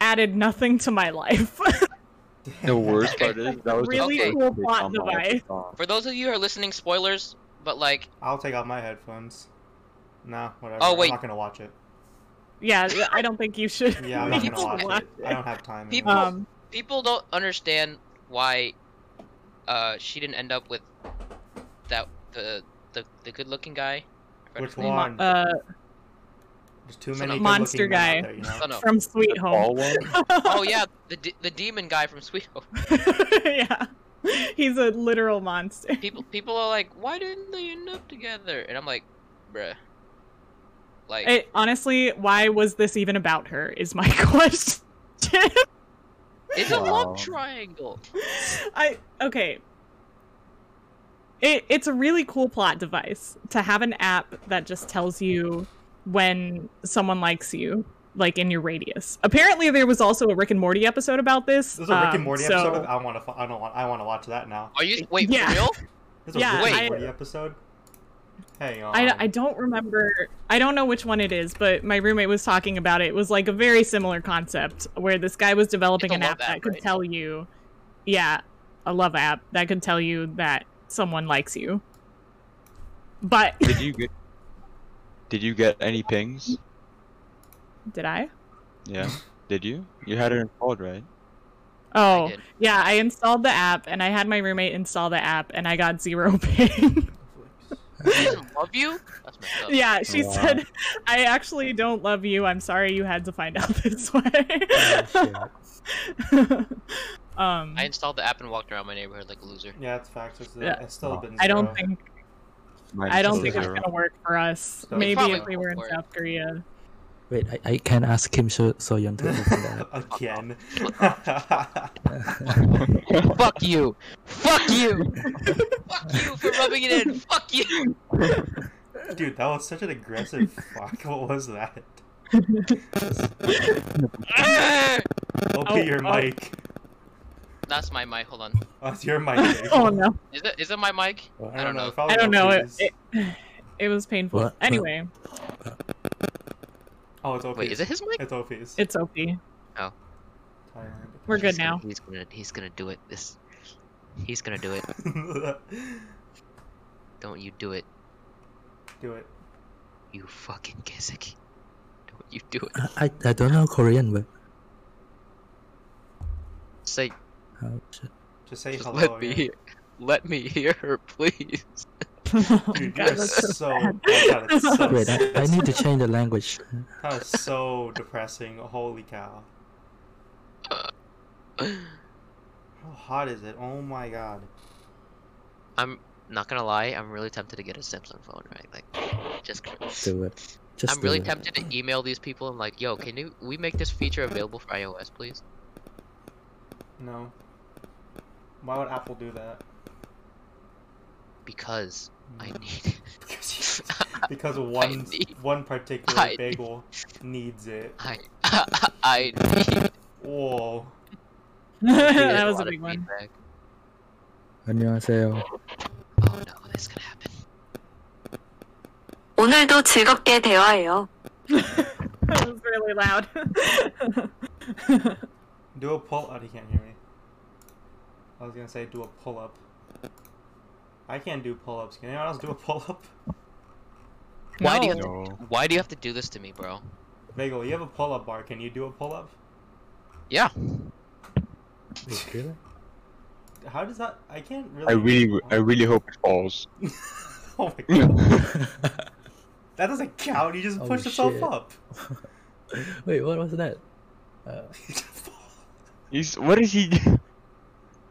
Speaker 3: added nothing to my life.
Speaker 6: *laughs*
Speaker 3: *laughs*
Speaker 6: The worst part is that was the
Speaker 3: Really
Speaker 6: first
Speaker 3: cool
Speaker 6: big
Speaker 3: plot
Speaker 6: dumb I ever
Speaker 3: device.
Speaker 6: saw.
Speaker 5: For those of you who are listening, spoilers, but like,
Speaker 1: I'll take out my headphones. Nah, whatever.
Speaker 5: Oh,
Speaker 1: I'm
Speaker 5: wait.
Speaker 1: not gonna watch it.
Speaker 3: yeah, I don't think you should.
Speaker 1: Yeah, I'm not
Speaker 3: you
Speaker 1: gonna
Speaker 3: should *laughs*
Speaker 1: watch,
Speaker 3: watch
Speaker 1: it. I don't have time.
Speaker 5: People-
Speaker 1: anymore.
Speaker 3: Um,
Speaker 5: people don't understand why uh, she didn't end up with that the the, the good looking guy. I forgot
Speaker 1: Which
Speaker 5: his name.
Speaker 1: one?
Speaker 3: uh,
Speaker 1: There's too
Speaker 5: son
Speaker 1: many
Speaker 5: of-
Speaker 1: good-looking
Speaker 3: Monster
Speaker 1: men out
Speaker 3: guy.
Speaker 1: There, you know?
Speaker 5: Son of-
Speaker 3: from Sweet
Speaker 6: The
Speaker 3: Home.
Speaker 6: tall one?
Speaker 3: *laughs*
Speaker 5: Oh
Speaker 1: *laughs*
Speaker 5: yeah, the de- the demon guy from Sweet Home.
Speaker 3: yeah, he's a literal monster.
Speaker 5: People people are like, why didn't they end up together? And I'm like, bruh. Like
Speaker 3: It, honestly, why was this even about her? Is my *laughs* question.
Speaker 5: it's a
Speaker 6: Wow.
Speaker 5: love triangle.
Speaker 3: *laughs* I okay. It, it's a really cool plot device to have an app that just tells you when someone likes you, like in your radius. Apparently, there was also a Rick and Morty episode about this.
Speaker 1: There's a Rick and
Speaker 3: um,
Speaker 1: Morty
Speaker 3: so-
Speaker 1: episode. Of, I want to. I don't want. I want to watch that now.
Speaker 5: Are you wait
Speaker 3: Yeah.
Speaker 5: for real?
Speaker 1: There's a
Speaker 3: Yeah,
Speaker 1: Rick and
Speaker 3: I-
Speaker 1: Morty episode. Hang on.
Speaker 3: I, I don't remember. I don't know which one it is, but my roommate was talking about it. It was like a very similar concept where this guy was developing
Speaker 5: It's
Speaker 3: an
Speaker 5: a love
Speaker 3: app that
Speaker 5: app,
Speaker 3: could
Speaker 5: right?
Speaker 3: tell you, yeah, a love app that could tell you that someone likes you. But
Speaker 6: *laughs* Did you get? Did you get any pings?
Speaker 3: did I?
Speaker 6: Yeah. Did you? You had it installed, right?
Speaker 3: *laughs* Oh,
Speaker 5: did.
Speaker 3: yeah, I installed the app and I had my roommate install the app and I got zero *laughs* ping.
Speaker 5: She doesn't love you? That's messed up.
Speaker 3: yeah, she
Speaker 6: Wow.
Speaker 3: said, I actually don't love you. I'm sorry you had to find *laughs* out this
Speaker 7: Oh, shit.
Speaker 3: way. um,
Speaker 5: I installed the app and walked around my neighborhood like a loser.
Speaker 1: Yeah, it's facts. It's,
Speaker 3: Yeah.
Speaker 1: it's still been.
Speaker 3: I don't
Speaker 1: zero. *laughs*
Speaker 3: think
Speaker 6: Mine
Speaker 3: I don't
Speaker 7: Minus
Speaker 3: think it's
Speaker 6: zero.
Speaker 3: gonna work for us.
Speaker 1: So-
Speaker 3: Maybe
Speaker 5: Probably
Speaker 3: if we were in
Speaker 5: won't work.
Speaker 3: South Korea.
Speaker 7: Wait, I, I can ask Kim So Soyeon to open that.
Speaker 1: Again.
Speaker 5: *laughs*
Speaker 1: *laughs*
Speaker 3: *laughs*
Speaker 5: Fuck you! Fuck you! *laughs* Fuck you for rubbing it in! Fuck you!
Speaker 1: Dude, that was such an aggressive
Speaker 7: *laughs*
Speaker 1: fuck. What was
Speaker 3: *laughs*
Speaker 1: that? Open
Speaker 3: Oh,
Speaker 1: your
Speaker 3: oh.
Speaker 1: mic.
Speaker 5: That's my mic. Hold on.
Speaker 1: That's your
Speaker 3: *laughs*
Speaker 1: mic.
Speaker 3: oh no,
Speaker 5: Is it is it my mic?
Speaker 1: I don't know.
Speaker 3: I don't know. It, it, it was painful.
Speaker 7: What?
Speaker 3: Anyway,
Speaker 1: oh, it's OP's.
Speaker 5: Wait, is it his mic?
Speaker 1: It's OP's.
Speaker 3: it's OP.
Speaker 5: Oh.
Speaker 1: Thailand.
Speaker 3: We're good
Speaker 5: He's gonna-
Speaker 3: now.
Speaker 5: He's gonna he's gonna do it. This he's gonna do it. Don't you do it.
Speaker 1: *laughs* Do it.
Speaker 5: You fucking Kiseki. Don't you do it.
Speaker 7: *laughs* I, I, I don't know Korean, but
Speaker 5: Say
Speaker 7: oh, shit.
Speaker 1: Just say
Speaker 5: just
Speaker 1: hello.
Speaker 5: let me
Speaker 1: yeah.
Speaker 5: hear *laughs* let me hear her, please. *laughs*
Speaker 1: Dude,
Speaker 3: Oh, God,
Speaker 1: that is
Speaker 3: that's
Speaker 1: so. *laughs* That is so,
Speaker 7: wait, I, I need to change the language.
Speaker 1: that is so depressing. Holy cow. How hot is it? Oh my god.
Speaker 5: I'm not gonna lie, I'm really tempted to get a Samsung phone, right? Like just
Speaker 7: Do it. Just
Speaker 5: I'm really
Speaker 7: do it.
Speaker 5: tempted to email these people and like, yo, can you we make this feature available for iOS, please?
Speaker 1: No. Why would Apple do that?
Speaker 5: Because I need
Speaker 1: because,
Speaker 5: *laughs*
Speaker 1: because one
Speaker 5: need-
Speaker 1: one particular
Speaker 5: I need-
Speaker 1: bagel needs it.
Speaker 5: *laughs* I *laughs*
Speaker 3: *laughs*
Speaker 5: I need
Speaker 1: Whoa.
Speaker 3: that was a
Speaker 5: lot of
Speaker 3: big one.
Speaker 5: feedback.
Speaker 7: 안녕하세요.
Speaker 5: Oh no, this could happen.
Speaker 8: 오늘도 즐겁게 대화해요.
Speaker 3: *laughs* That was really loud. *laughs*
Speaker 1: Do a pull. Oh, he can't hear me. I was gonna say do a pull up. I can't do pull ups. Can anyone else do a pull up?
Speaker 5: Why do you
Speaker 3: No.
Speaker 6: No.
Speaker 5: Why do you have to do this to me, bro?
Speaker 1: *laughs* Bagel, you have a pull up bar. Can you do a pull up?
Speaker 5: Yeah.
Speaker 7: Really?
Speaker 1: How does that? I can't really.
Speaker 6: I really, I really hope it falls.
Speaker 1: *laughs* oh my god.
Speaker 6: I
Speaker 1: That doesn't count. You just
Speaker 7: Oh,
Speaker 1: push yourself
Speaker 7: shit.
Speaker 1: up. *laughs*
Speaker 7: *laughs* Wait, what was that? Uh,
Speaker 6: He's what is he?
Speaker 5: Uh,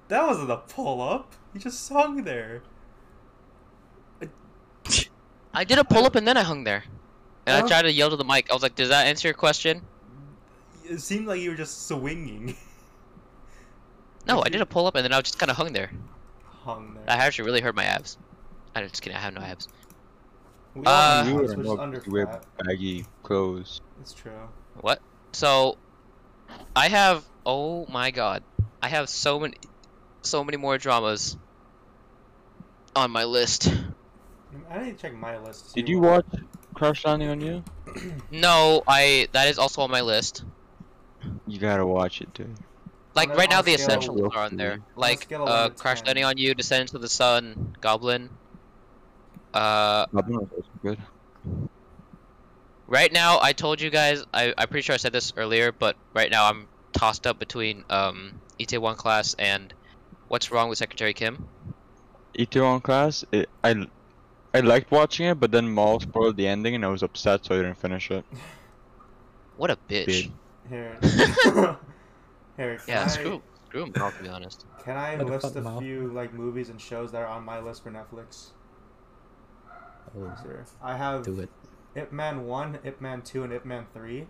Speaker 1: that wasn't a pull up. You just hung there.
Speaker 5: I did a pull up and then I hung there.
Speaker 3: Oh.
Speaker 5: And
Speaker 1: Huh?
Speaker 5: I tried to yell to the mic. I was like, "Does that answer your question?"
Speaker 1: It seemed like you were just swinging. *laughs*
Speaker 5: No, I
Speaker 3: Mm-hmm.
Speaker 5: did a pull up and then I just kind of hung there.
Speaker 1: hung there.
Speaker 5: I actually really hurt my abs. I'm just kidding. I have no abs.
Speaker 1: we
Speaker 5: uh,
Speaker 1: all
Speaker 6: you
Speaker 1: know
Speaker 6: wouldn't
Speaker 1: which
Speaker 6: know
Speaker 1: is
Speaker 6: if
Speaker 1: under
Speaker 6: you wear
Speaker 1: flat.
Speaker 6: baggy clothes.
Speaker 1: It's true.
Speaker 5: What? So, I have. Oh my god, I have so many, so many more dramas on my list.
Speaker 1: I need to check my list. to see
Speaker 6: Did you
Speaker 1: what-
Speaker 6: watch Crash Landing on You?
Speaker 5: No, I. That is also on my list.
Speaker 6: You gotta watch it, dude.
Speaker 5: Like
Speaker 1: On a-
Speaker 5: right
Speaker 1: on a
Speaker 5: now, the
Speaker 1: scale of
Speaker 5: essentials
Speaker 6: one
Speaker 5: are on
Speaker 6: to-
Speaker 5: there.
Speaker 1: a
Speaker 6: on
Speaker 5: Like
Speaker 1: scale of one
Speaker 5: uh,
Speaker 1: to
Speaker 5: Crash
Speaker 1: 10.
Speaker 5: Landing on You, Descendants of the Sun, Goblin. Uh,
Speaker 6: That one was also good.
Speaker 5: right now, I told you guys. I I'm pretty sure I said this earlier, but right now I'm tossed up between um Itaewon Class and What's Wrong with Secretary Kim.
Speaker 6: Itaewon Class. It, I, I liked watching it, but then Maul spoiled the ending, and I was upset, so I didn't finish it.
Speaker 5: What a bitch.
Speaker 6: Bitch. *laughs*
Speaker 1: Here. Here. Can
Speaker 5: Yeah,
Speaker 1: I,
Speaker 5: screw screw him. I'll be honest.
Speaker 1: Can I
Speaker 7: What the
Speaker 1: list
Speaker 7: fuck,
Speaker 1: a
Speaker 7: Mao?
Speaker 1: few like movies and shows that are on my list for Netflix?
Speaker 7: oh,
Speaker 1: Sure. I have
Speaker 7: do it.
Speaker 1: Ip Man One, Ip Man Two, and Ip Man Three.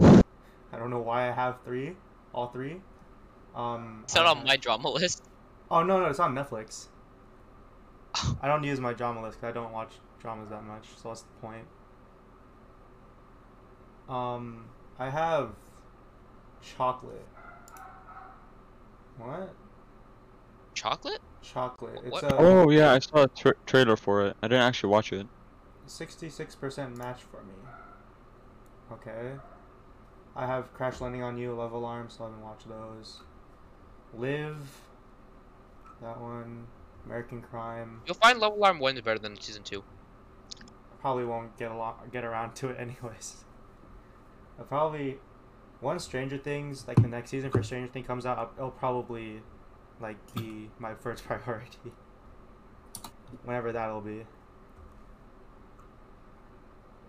Speaker 1: I don't know why I have three, all three. Um,
Speaker 5: It's not
Speaker 1: I
Speaker 5: on
Speaker 1: have-
Speaker 5: my drama list.
Speaker 1: Oh no, no, it's on Netflix. I don't use my drama list 'cause I don't watch dramas that much, so that's the point. Um, I have chocolate. What?
Speaker 5: Chocolate?
Speaker 1: Chocolate. It's
Speaker 5: What?
Speaker 1: a
Speaker 6: Oh yeah, I saw a tra- trailer for it. I didn't actually watch it.
Speaker 1: sixty-six percent match for me. Okay. I have Crash Landing on You, Love Alarm, so I haven't watched those. Live. That one. American Crime.
Speaker 5: You'll find Love Alarm One is better than season two.
Speaker 1: probably won't get a lot get around to it *laughs* anyways. I probably once Stranger Things like the next season for Stranger Things comes out, it'll probably like be my first *laughs* priority. Whenever that'll be. *sighs*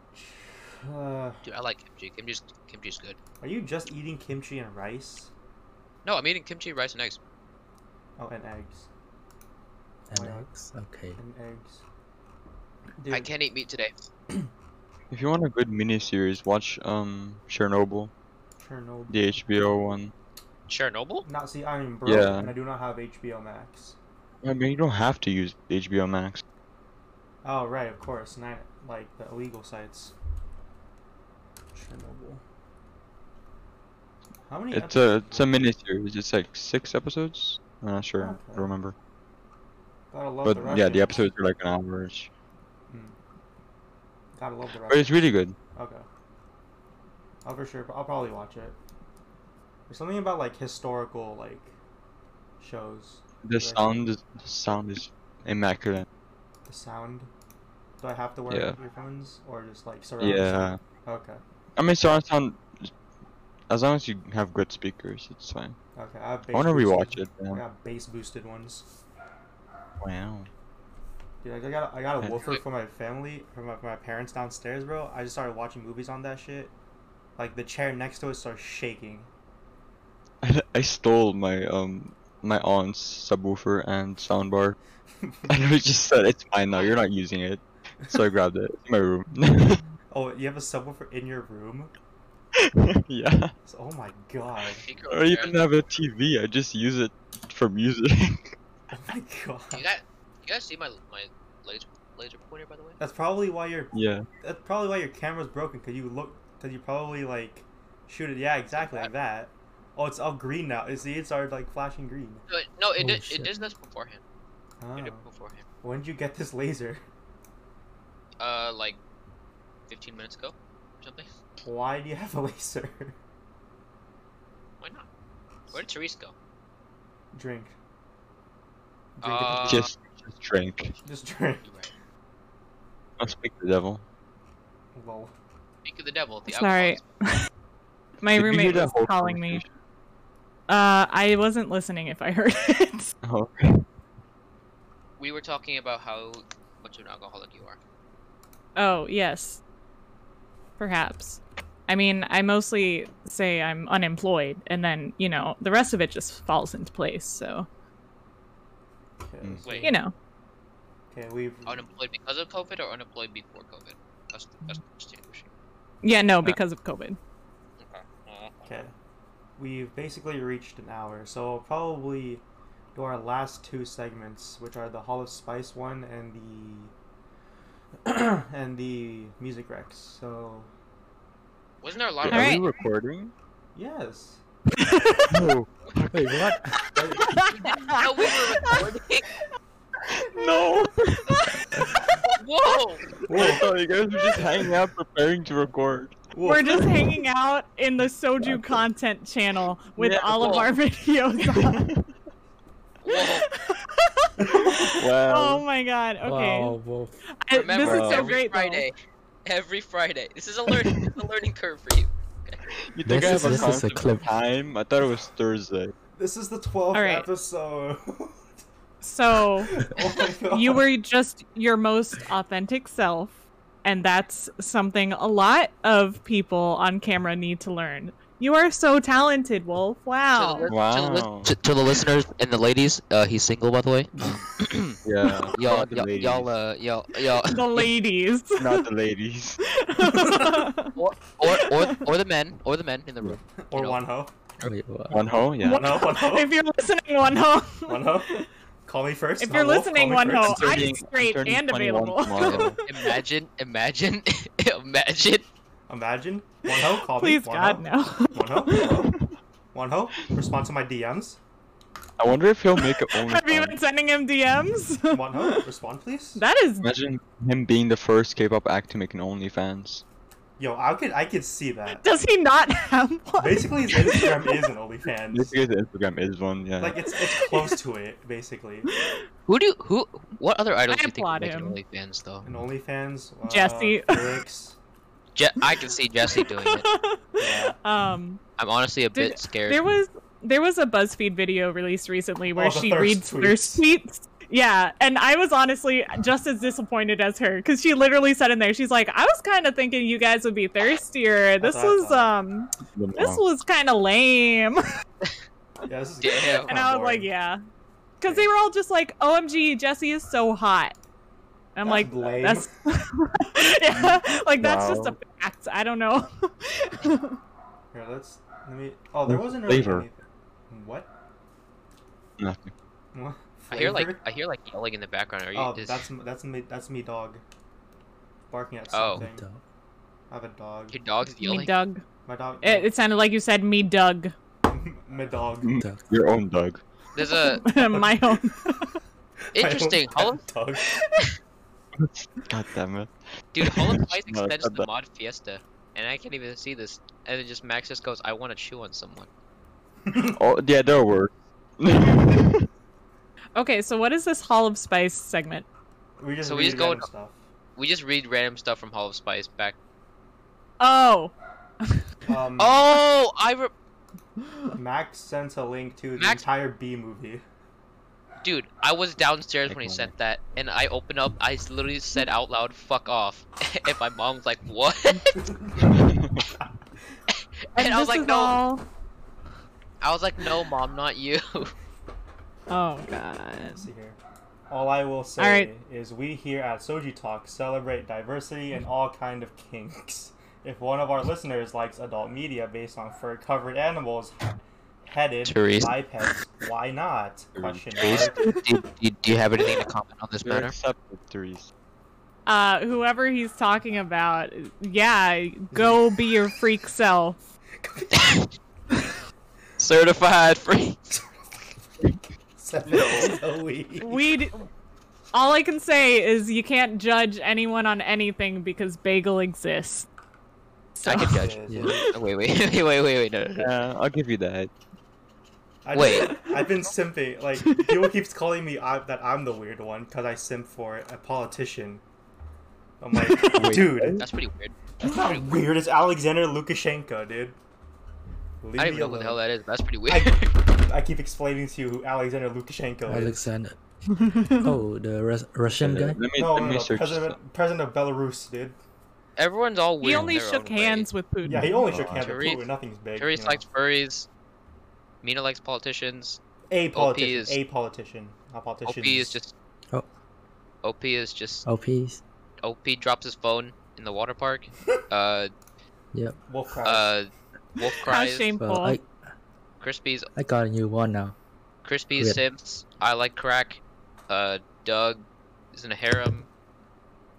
Speaker 1: Uh,
Speaker 5: Dude, I like kimchi. Kimchi's kimchi's good.
Speaker 1: are you just eating kimchi and rice?
Speaker 5: No, I'm eating kimchi, rice, and eggs.
Speaker 1: Oh, and eggs. Why not?
Speaker 7: Alex, okay.
Speaker 1: And eggs.
Speaker 5: I
Speaker 1: Dude,
Speaker 5: can't eat meat today.
Speaker 6: If you want a good miniseries, watch um Chernobyl,
Speaker 1: Chernobyl.
Speaker 6: the HBO one.
Speaker 5: Chernobyl?
Speaker 1: Not see, I'm broke
Speaker 6: Yeah.
Speaker 1: and I do not have HBO Max.
Speaker 6: I mean, you don't have to use HBO Max.
Speaker 1: Oh right, of course, not like the illegal sites. Chernobyl. How many?
Speaker 6: It's a it's a
Speaker 1: minute.
Speaker 6: miniseries. It's like six episodes. I'm not sure. I
Speaker 1: Okay.
Speaker 6: don't remember.
Speaker 1: Gotta love the
Speaker 6: But yeah, the
Speaker 1: Russians.
Speaker 6: episodes are like an hour each.
Speaker 1: Gotta love the
Speaker 6: But
Speaker 1: Russians. Oh,
Speaker 6: it's really good.
Speaker 1: Okay. I'll for sure. I'll probably watch it. There's something about like historical like shows.
Speaker 6: The
Speaker 1: that I
Speaker 6: sound, is- the sound is immaculate.
Speaker 1: think- The sound. Do I have to wear
Speaker 6: Yeah.
Speaker 1: earphones or just like surround?
Speaker 6: Yeah.
Speaker 1: sound? Okay.
Speaker 6: I mean, surround sound. As long as you have good speakers, it's fine.
Speaker 1: Okay. I, have
Speaker 6: I want to
Speaker 1: bass
Speaker 6: rewatch
Speaker 1: boosted- I
Speaker 6: it. Man.
Speaker 1: got bass boosted ones.
Speaker 6: Wow.
Speaker 1: Dude, like, I got a, I got a
Speaker 6: Yeah.
Speaker 1: woofer for my family, for my, my parents downstairs, bro. I just started watching movies on that shit. Like the chair next to it starts shaking.
Speaker 6: *laughs*
Speaker 1: *laughs*
Speaker 6: I, I stole my um my aunt's subwoofer and soundbar. *laughs* I literally just said it's mine now. You're not using it, so I grabbed it. It's in my room. *laughs*
Speaker 1: oh, you have a subwoofer in your room?
Speaker 6: yeah.
Speaker 1: It's- oh my
Speaker 5: *laughs*
Speaker 1: god.
Speaker 5: Secret
Speaker 6: I don't even
Speaker 5: Lair-
Speaker 6: have a TV. I just use it for music. *laughs*
Speaker 1: Oh my god.
Speaker 5: You guys, you guys see my my laser laser pointer by the way?
Speaker 1: That's probably why your
Speaker 6: yeah.
Speaker 1: that's probably why your camera's broken. Cause you look, cause you probably like shoot it. Yeah, exactly like that. Oh, it's all green now. You See, it started like flashing green.
Speaker 5: No, it- Uh, No, it
Speaker 7: Oh,
Speaker 5: did.
Speaker 7: shit.
Speaker 5: It did this beforehand.
Speaker 1: Oh.
Speaker 5: It did beforehand.
Speaker 1: When did you get this laser?
Speaker 5: Uh, like, 15 minutes ago, or something.
Speaker 1: Why do you have a *laughs* laser?
Speaker 5: Why not? Where did Therese go?
Speaker 1: drink. Drink.
Speaker 5: Uh,
Speaker 6: just just drink.
Speaker 1: Just drink.
Speaker 5: you're right.
Speaker 6: Don't speak to the devil.
Speaker 1: Lol.
Speaker 5: Speak of the devil. The
Speaker 3: Sorry.
Speaker 5: alcoholics.
Speaker 3: My
Speaker 6: Did you hear
Speaker 3: roommate
Speaker 6: that
Speaker 3: was
Speaker 6: whole
Speaker 3: calling me. Uh, I wasn't listening if I *laughs* heard it.
Speaker 6: conversation? Oh, okay.
Speaker 5: We were talking about how much of an alcoholic you are.
Speaker 3: Oh, yes. Perhaps. I mean, I mostly say I'm unemployed, and then, you know, the rest of it just falls into place. So,
Speaker 1: Okay,
Speaker 6: Mm.
Speaker 1: so-
Speaker 5: Wait. Oh,
Speaker 3: you know,
Speaker 1: Okay, we've.
Speaker 5: Unemployed because of COVID or unemployed before COVID? That's that's distinguishing.
Speaker 3: yeah, no, because of COVID.
Speaker 5: Okay.
Speaker 1: Okay. We've basically reached an hour, so I'll probably do our last two segments, which are the Hall of Spice one and the *clears throat* and the music recs. So
Speaker 5: Wasn't there a lot
Speaker 6: Wait,
Speaker 5: of
Speaker 6: are
Speaker 3: Alright.
Speaker 6: we *laughs* recording?
Speaker 1: yes.
Speaker 6: No.
Speaker 7: Wait, *laughs* what?
Speaker 5: *laughs* No, we were recording.
Speaker 6: no.
Speaker 5: Whoa!
Speaker 6: *laughs* Whoa, you guys were just hanging out preparing to record.
Speaker 1: Whoa.
Speaker 3: *laughs* We're just hanging out in the Soju content channel with
Speaker 6: Yeah,
Speaker 3: all of
Speaker 5: *laughs*
Speaker 6: well.
Speaker 3: our videos on.
Speaker 5: Whoa!
Speaker 6: Wow.
Speaker 3: Oh my god. Okay.
Speaker 7: Wow, Wolf.
Speaker 3: I-
Speaker 5: Remember, uh,
Speaker 3: this is so
Speaker 5: every
Speaker 3: great though.
Speaker 5: Friday, every Friday. This is a learning, this is a learning curve for you.
Speaker 6: You think I
Speaker 7: This
Speaker 6: have a
Speaker 7: is- this is a
Speaker 6: concept of
Speaker 7: clip.
Speaker 6: time? I thought it was Thursday.
Speaker 1: This is the twelfth
Speaker 3: All right.
Speaker 1: episode. *laughs*
Speaker 3: So,
Speaker 1: oh my god. *laughs*
Speaker 3: *laughs* you were just your most authentic self, and that's something a lot of people on camera need to learn. You are so talented, Wolf. Wow.
Speaker 6: Wow.
Speaker 5: To, to the listeners and the ladies, uh, he's single by the way.
Speaker 6: Yeah.
Speaker 5: Y'all,
Speaker 6: not the
Speaker 5: y'all,
Speaker 6: ladies.
Speaker 5: y'all, uh, y'all, y'all,
Speaker 3: The ladies.
Speaker 6: Not the ladies.
Speaker 5: or, or, or the men, or the men in the room.
Speaker 1: or
Speaker 5: you know.
Speaker 1: one ho.
Speaker 7: Wait, what?
Speaker 6: One ho, yeah.
Speaker 1: One ho. One
Speaker 3: *laughs*
Speaker 1: ho.
Speaker 3: *laughs* if you're listening, one ho. *laughs*
Speaker 1: One ho. Call me first.
Speaker 3: If
Speaker 1: huh,
Speaker 3: you're
Speaker 1: Wolf? Call
Speaker 3: listening,
Speaker 1: me
Speaker 3: one
Speaker 1: first.
Speaker 3: ho. I'm
Speaker 6: turning-
Speaker 3: straight
Speaker 6: turning
Speaker 3: and
Speaker 6: 21
Speaker 3: available. *laughs*
Speaker 6: tomorrow.
Speaker 5: Imagine, imagine, *laughs* imagine.
Speaker 1: Imagine one ho. Call
Speaker 3: Please,
Speaker 1: me. One
Speaker 3: God,
Speaker 1: ho.
Speaker 3: no.
Speaker 1: One ho. hello. One ho. Respond to my DMs.
Speaker 6: I wonder if he'll make it only.
Speaker 3: *laughs* Have you been sending him DMs?
Speaker 1: One
Speaker 5: *laughs*
Speaker 1: ho. Respond, please.
Speaker 3: *laughs* that is
Speaker 6: Imagine him being the first K-pop act to make an OnlyFans.
Speaker 1: Yo, I could I could see that.
Speaker 3: Does he not have one?
Speaker 1: Basically, his Instagram is an OnlyFans.
Speaker 6: Basically, his Instagram is one.
Speaker 1: *laughs*
Speaker 6: Yeah.
Speaker 1: Like it's it's close to it, basically.
Speaker 5: Who do who? What other idols
Speaker 3: I
Speaker 5: do you think
Speaker 3: applaud
Speaker 5: are making
Speaker 3: him.
Speaker 5: OnlyFans though?
Speaker 1: An OnlyFans. Uh,
Speaker 3: Jesse.
Speaker 1: Felix.
Speaker 5: Je- I can see Jesse doing it.
Speaker 1: Yeah.
Speaker 3: *laughs* um,
Speaker 5: I'm honestly a
Speaker 3: Did-
Speaker 5: bit scared.
Speaker 3: there was there was a BuzzFeed video released recently where
Speaker 1: Oh, the
Speaker 3: she
Speaker 1: thirst
Speaker 3: reads thirst tweets. Yeah, and I was honestly just as disappointed as her because she literally said in there, she's like, "I was kind of thinking you guys would be thirstier. This
Speaker 1: what I
Speaker 3: was
Speaker 1: thought.
Speaker 3: um,
Speaker 6: Wow.
Speaker 3: this was kind of lame."
Speaker 1: *laughs* Yeah. This is
Speaker 5: Damn.
Speaker 1: kinda
Speaker 3: And I was
Speaker 1: boring.
Speaker 3: like, "Yeah," because they were all just like, "OMG, Jesse is so hot." And I'm
Speaker 1: That's
Speaker 3: like,
Speaker 1: lame.
Speaker 3: "That's *laughs* yeah, like that's just a
Speaker 6: Wow.
Speaker 3: fact. I don't know."
Speaker 1: Here, let's let me. Oh, there
Speaker 6: What
Speaker 1: wasn't really
Speaker 6: flavor?
Speaker 1: anything. What?
Speaker 6: Nothing.
Speaker 1: What?
Speaker 5: I hear like
Speaker 1: Flavor?
Speaker 5: I hear like yelling in the background. Are you?
Speaker 1: Oh,
Speaker 5: is-
Speaker 1: that's that's me. That's me, dog. Barking at
Speaker 5: Oh.
Speaker 1: something. I have a dog.
Speaker 5: your dog's
Speaker 3: me
Speaker 5: yelling.
Speaker 3: Doug.
Speaker 1: My dog.
Speaker 3: It, it sounded like you said me Doug.
Speaker 1: *laughs*
Speaker 3: *laughs*
Speaker 1: my dog.
Speaker 6: Mm,
Speaker 7: *laughs*
Speaker 6: Your own dog.
Speaker 5: There's a
Speaker 3: My
Speaker 1: *laughs*
Speaker 3: own.
Speaker 1: My own *laughs*
Speaker 5: interesting
Speaker 1: pet
Speaker 5: Hall of,
Speaker 1: dog.
Speaker 6: God damn it.
Speaker 5: dude. *laughs* Hall of Life
Speaker 6: No,
Speaker 5: extends
Speaker 6: shut
Speaker 5: the
Speaker 6: up.
Speaker 5: mod Fiesta, and I can't even see this. And then just Max just goes, "I want to chew on someone."
Speaker 3: Mm.
Speaker 6: Oh yeah,
Speaker 3: *laughs*
Speaker 6: there were.
Speaker 3: Okay, so what is this Hall of Spice segment?
Speaker 1: We just
Speaker 5: So we
Speaker 1: read
Speaker 5: just go
Speaker 1: random
Speaker 5: to-
Speaker 1: stuff.
Speaker 5: We just read random stuff from Hall of Spice back.
Speaker 3: Oh,
Speaker 1: Um,
Speaker 5: Oh, I re-
Speaker 1: Max sent a link to the
Speaker 5: Max-
Speaker 1: entire B movie.
Speaker 5: dude, I was downstairs when he
Speaker 6: Like,
Speaker 5: sent that, and I opened up. I s- literally said out loud, "Fuck off," *laughs* and my mom was like,
Speaker 3: *laughs*
Speaker 5: "What?"
Speaker 3: and,
Speaker 5: *laughs* And I was
Speaker 3: this
Speaker 5: like,
Speaker 3: is
Speaker 5: "No."
Speaker 3: all-
Speaker 5: I was like, "No, mom, not *laughs* you."
Speaker 3: Oh god.
Speaker 1: Let's see here. All I will say
Speaker 3: Alright.
Speaker 1: is we here at Soji Talk celebrate diversity and all kind of kinks. If one of our listeners likes adult media based on fur-covered animals, headed
Speaker 5: Therese.
Speaker 1: bipeds, why not? Question
Speaker 5: Therese.
Speaker 1: mark.
Speaker 5: do, do, do you have anything to comment on this
Speaker 6: You're accepted, Therese.
Speaker 3: Uh, whoever he's talking about, yeah, go be your freak self.
Speaker 5: Certified free.
Speaker 1: Seven days a week.
Speaker 3: We. D- all I can say is you can't judge anyone on anything because bagel exists.
Speaker 5: I can judge.
Speaker 3: *laughs*
Speaker 1: Yes,
Speaker 7: Yeah.
Speaker 1: yes.
Speaker 5: Wait, *laughs* wait, wait, wait, wait, wait. No, no, no.
Speaker 6: Yeah, I'll give you that.
Speaker 1: I
Speaker 5: Wait.
Speaker 1: just- I've been simping. Like, Gil keeps calling me I, that I'm the weird one because I simp for a politician. I'm like,
Speaker 6: Wait,
Speaker 1: dude,
Speaker 5: That's pretty weird.
Speaker 1: that's not weird. It's Alexander Lukashenko, dude. Leave
Speaker 5: I don't
Speaker 1: me
Speaker 5: even know who the hell
Speaker 1: alone.
Speaker 5: that is. But that's pretty weird.
Speaker 1: I, I keep explaining to you who Alexander Lukashenko is.
Speaker 3: *laughs*
Speaker 7: Alexander. oh, the Rus- Russian guy.
Speaker 6: Uh, Let me,
Speaker 1: No,
Speaker 6: let
Speaker 1: no,
Speaker 6: me
Speaker 1: no,
Speaker 6: search. this up.
Speaker 1: president, president of Belarus, dude.
Speaker 5: *laughs* Everyone's all weird.
Speaker 3: He
Speaker 5: in
Speaker 3: only
Speaker 5: their
Speaker 3: shook
Speaker 5: own way.
Speaker 3: hands with Putin.
Speaker 1: Yeah, he only shook
Speaker 6: Aw.
Speaker 1: hands with
Speaker 5: Therese-
Speaker 1: Putin. Nothing's big.
Speaker 5: Therese
Speaker 1: you know.
Speaker 5: likes furries. Mina likes politicians.
Speaker 1: a politician.
Speaker 5: is-
Speaker 1: A politician. Not
Speaker 5: OP
Speaker 1: politician.
Speaker 5: is just.
Speaker 7: Oh.
Speaker 5: OP is just.
Speaker 7: Oh, peace.
Speaker 5: OP drops his phone in the
Speaker 1: *laughs*
Speaker 5: water park. Uh,
Speaker 1: Wolf cries.
Speaker 5: uh, Wolf
Speaker 3: How
Speaker 5: cries.
Speaker 3: shameful.
Speaker 7: Well, I
Speaker 5: Crispy's
Speaker 7: I got a new one now.
Speaker 5: Crispy
Speaker 7: Rip.
Speaker 5: Sims. I like crack. Uh, Doug is in a harem.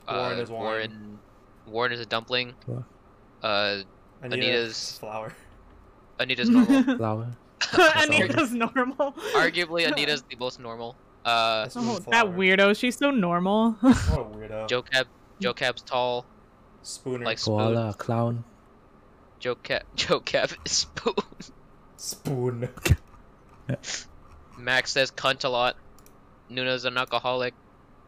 Speaker 1: Warren
Speaker 5: uh,
Speaker 1: is wine.
Speaker 5: Warren. Warren is a dumpling.
Speaker 7: Wow.
Speaker 5: Uh,
Speaker 1: Anita
Speaker 5: Anita's- uh,
Speaker 1: flower.
Speaker 3: *laughs*
Speaker 5: Anita's normal.
Speaker 7: Flower.
Speaker 3: Anita's normal.
Speaker 1: *laughs*
Speaker 5: Arguably, Anita's the most normal. Uh,
Speaker 1: That's
Speaker 3: *laughs* Oh, that
Speaker 1: Flower.
Speaker 3: weirdo. She's so normal. *laughs*
Speaker 1: What a weirdo.
Speaker 5: Joe Cab. Joe Cab's tall.
Speaker 1: Spooner.
Speaker 5: Like spoon.
Speaker 7: Koala. Clown.
Speaker 5: Joe Cab. *laughs* Joe Cab is spoon. *laughs*
Speaker 3: *laughs*
Speaker 1: Spoon.
Speaker 5: Max says cunt a lot. Nuna's an alcoholic.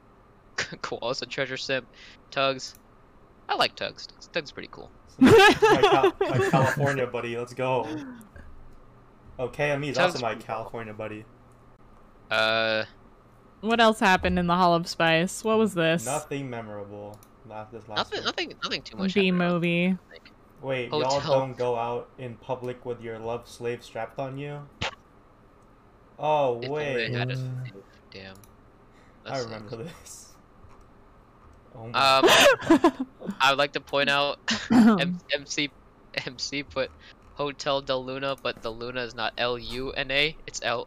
Speaker 5: *laughs* Koala's a treasure simp. Tugs. I like Tugs. Tugs- Tugs is pretty cool.
Speaker 1: my, Cal- my California buddy, let's go. Okay, I mean, he's also
Speaker 5: Sounds
Speaker 1: my
Speaker 5: pretty
Speaker 1: California buddy.
Speaker 5: Uh,
Speaker 3: what else happened in the Hall of Spice? What was this?
Speaker 1: Nothing memorable. Not this last.
Speaker 5: nothing,
Speaker 1: week.
Speaker 5: nothing, Oh, nothing too much.
Speaker 3: B
Speaker 5: happened, I don't
Speaker 3: movie.
Speaker 5: think.
Speaker 1: Wait,
Speaker 5: Hotel.
Speaker 1: y'all don't go out in public with your love slave strapped on you. Oh
Speaker 5: If only
Speaker 1: wait, uh,
Speaker 5: I had a-
Speaker 7: Wait.
Speaker 5: Damn.
Speaker 1: I
Speaker 5: That's-
Speaker 1: remember this. Oh my. *laughs*
Speaker 5: Um, *laughs* I would like to point out
Speaker 3: Um,
Speaker 5: M- MC MC put Hotel Del Luna, but the Luna is not L U N A. It's L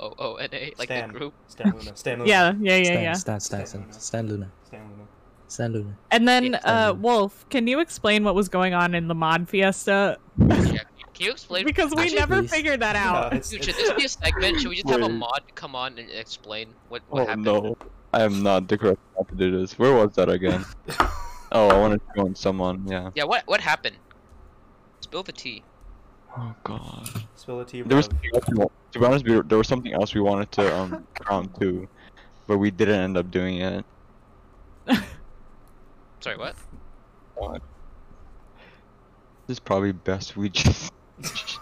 Speaker 5: O O N A, like
Speaker 1: Stan. *laughs*
Speaker 5: the group.
Speaker 1: Stan Luna. Stan Luna.
Speaker 3: yeah, yeah, yeah,
Speaker 7: Stan,
Speaker 3: yeah.
Speaker 7: Stan, Stan, Stan, Stan Luna.
Speaker 1: Stan Luna.
Speaker 7: Stan Luna.
Speaker 3: And then,
Speaker 5: It's,
Speaker 3: uh,
Speaker 7: um,
Speaker 3: Wolf, can you explain what was going on in the mod fiesta?
Speaker 5: Yeah. Can you explain?
Speaker 3: Because we
Speaker 5: Actually,
Speaker 3: never
Speaker 7: please.
Speaker 3: figured that out.
Speaker 1: Yeah, it's-
Speaker 5: Dude, should
Speaker 1: it's-
Speaker 5: this be a segment? Should we just have a
Speaker 6: Wait.
Speaker 5: mod come on and explain what, what
Speaker 6: Oh
Speaker 5: happened?
Speaker 6: no, I am not the correct one to do this. Where was that again? oh, I wanted to go on someone. Yeah.
Speaker 5: Yeah, what what happened? Spill the tea.
Speaker 6: Oh god.
Speaker 1: Spill the tea.
Speaker 6: There was
Speaker 1: bro.
Speaker 6: something else we wa- to be honest, we were- there was something else we wanted to um crown too, but we didn't end up doing it.
Speaker 5: Sorry, what?
Speaker 6: It's probably best we just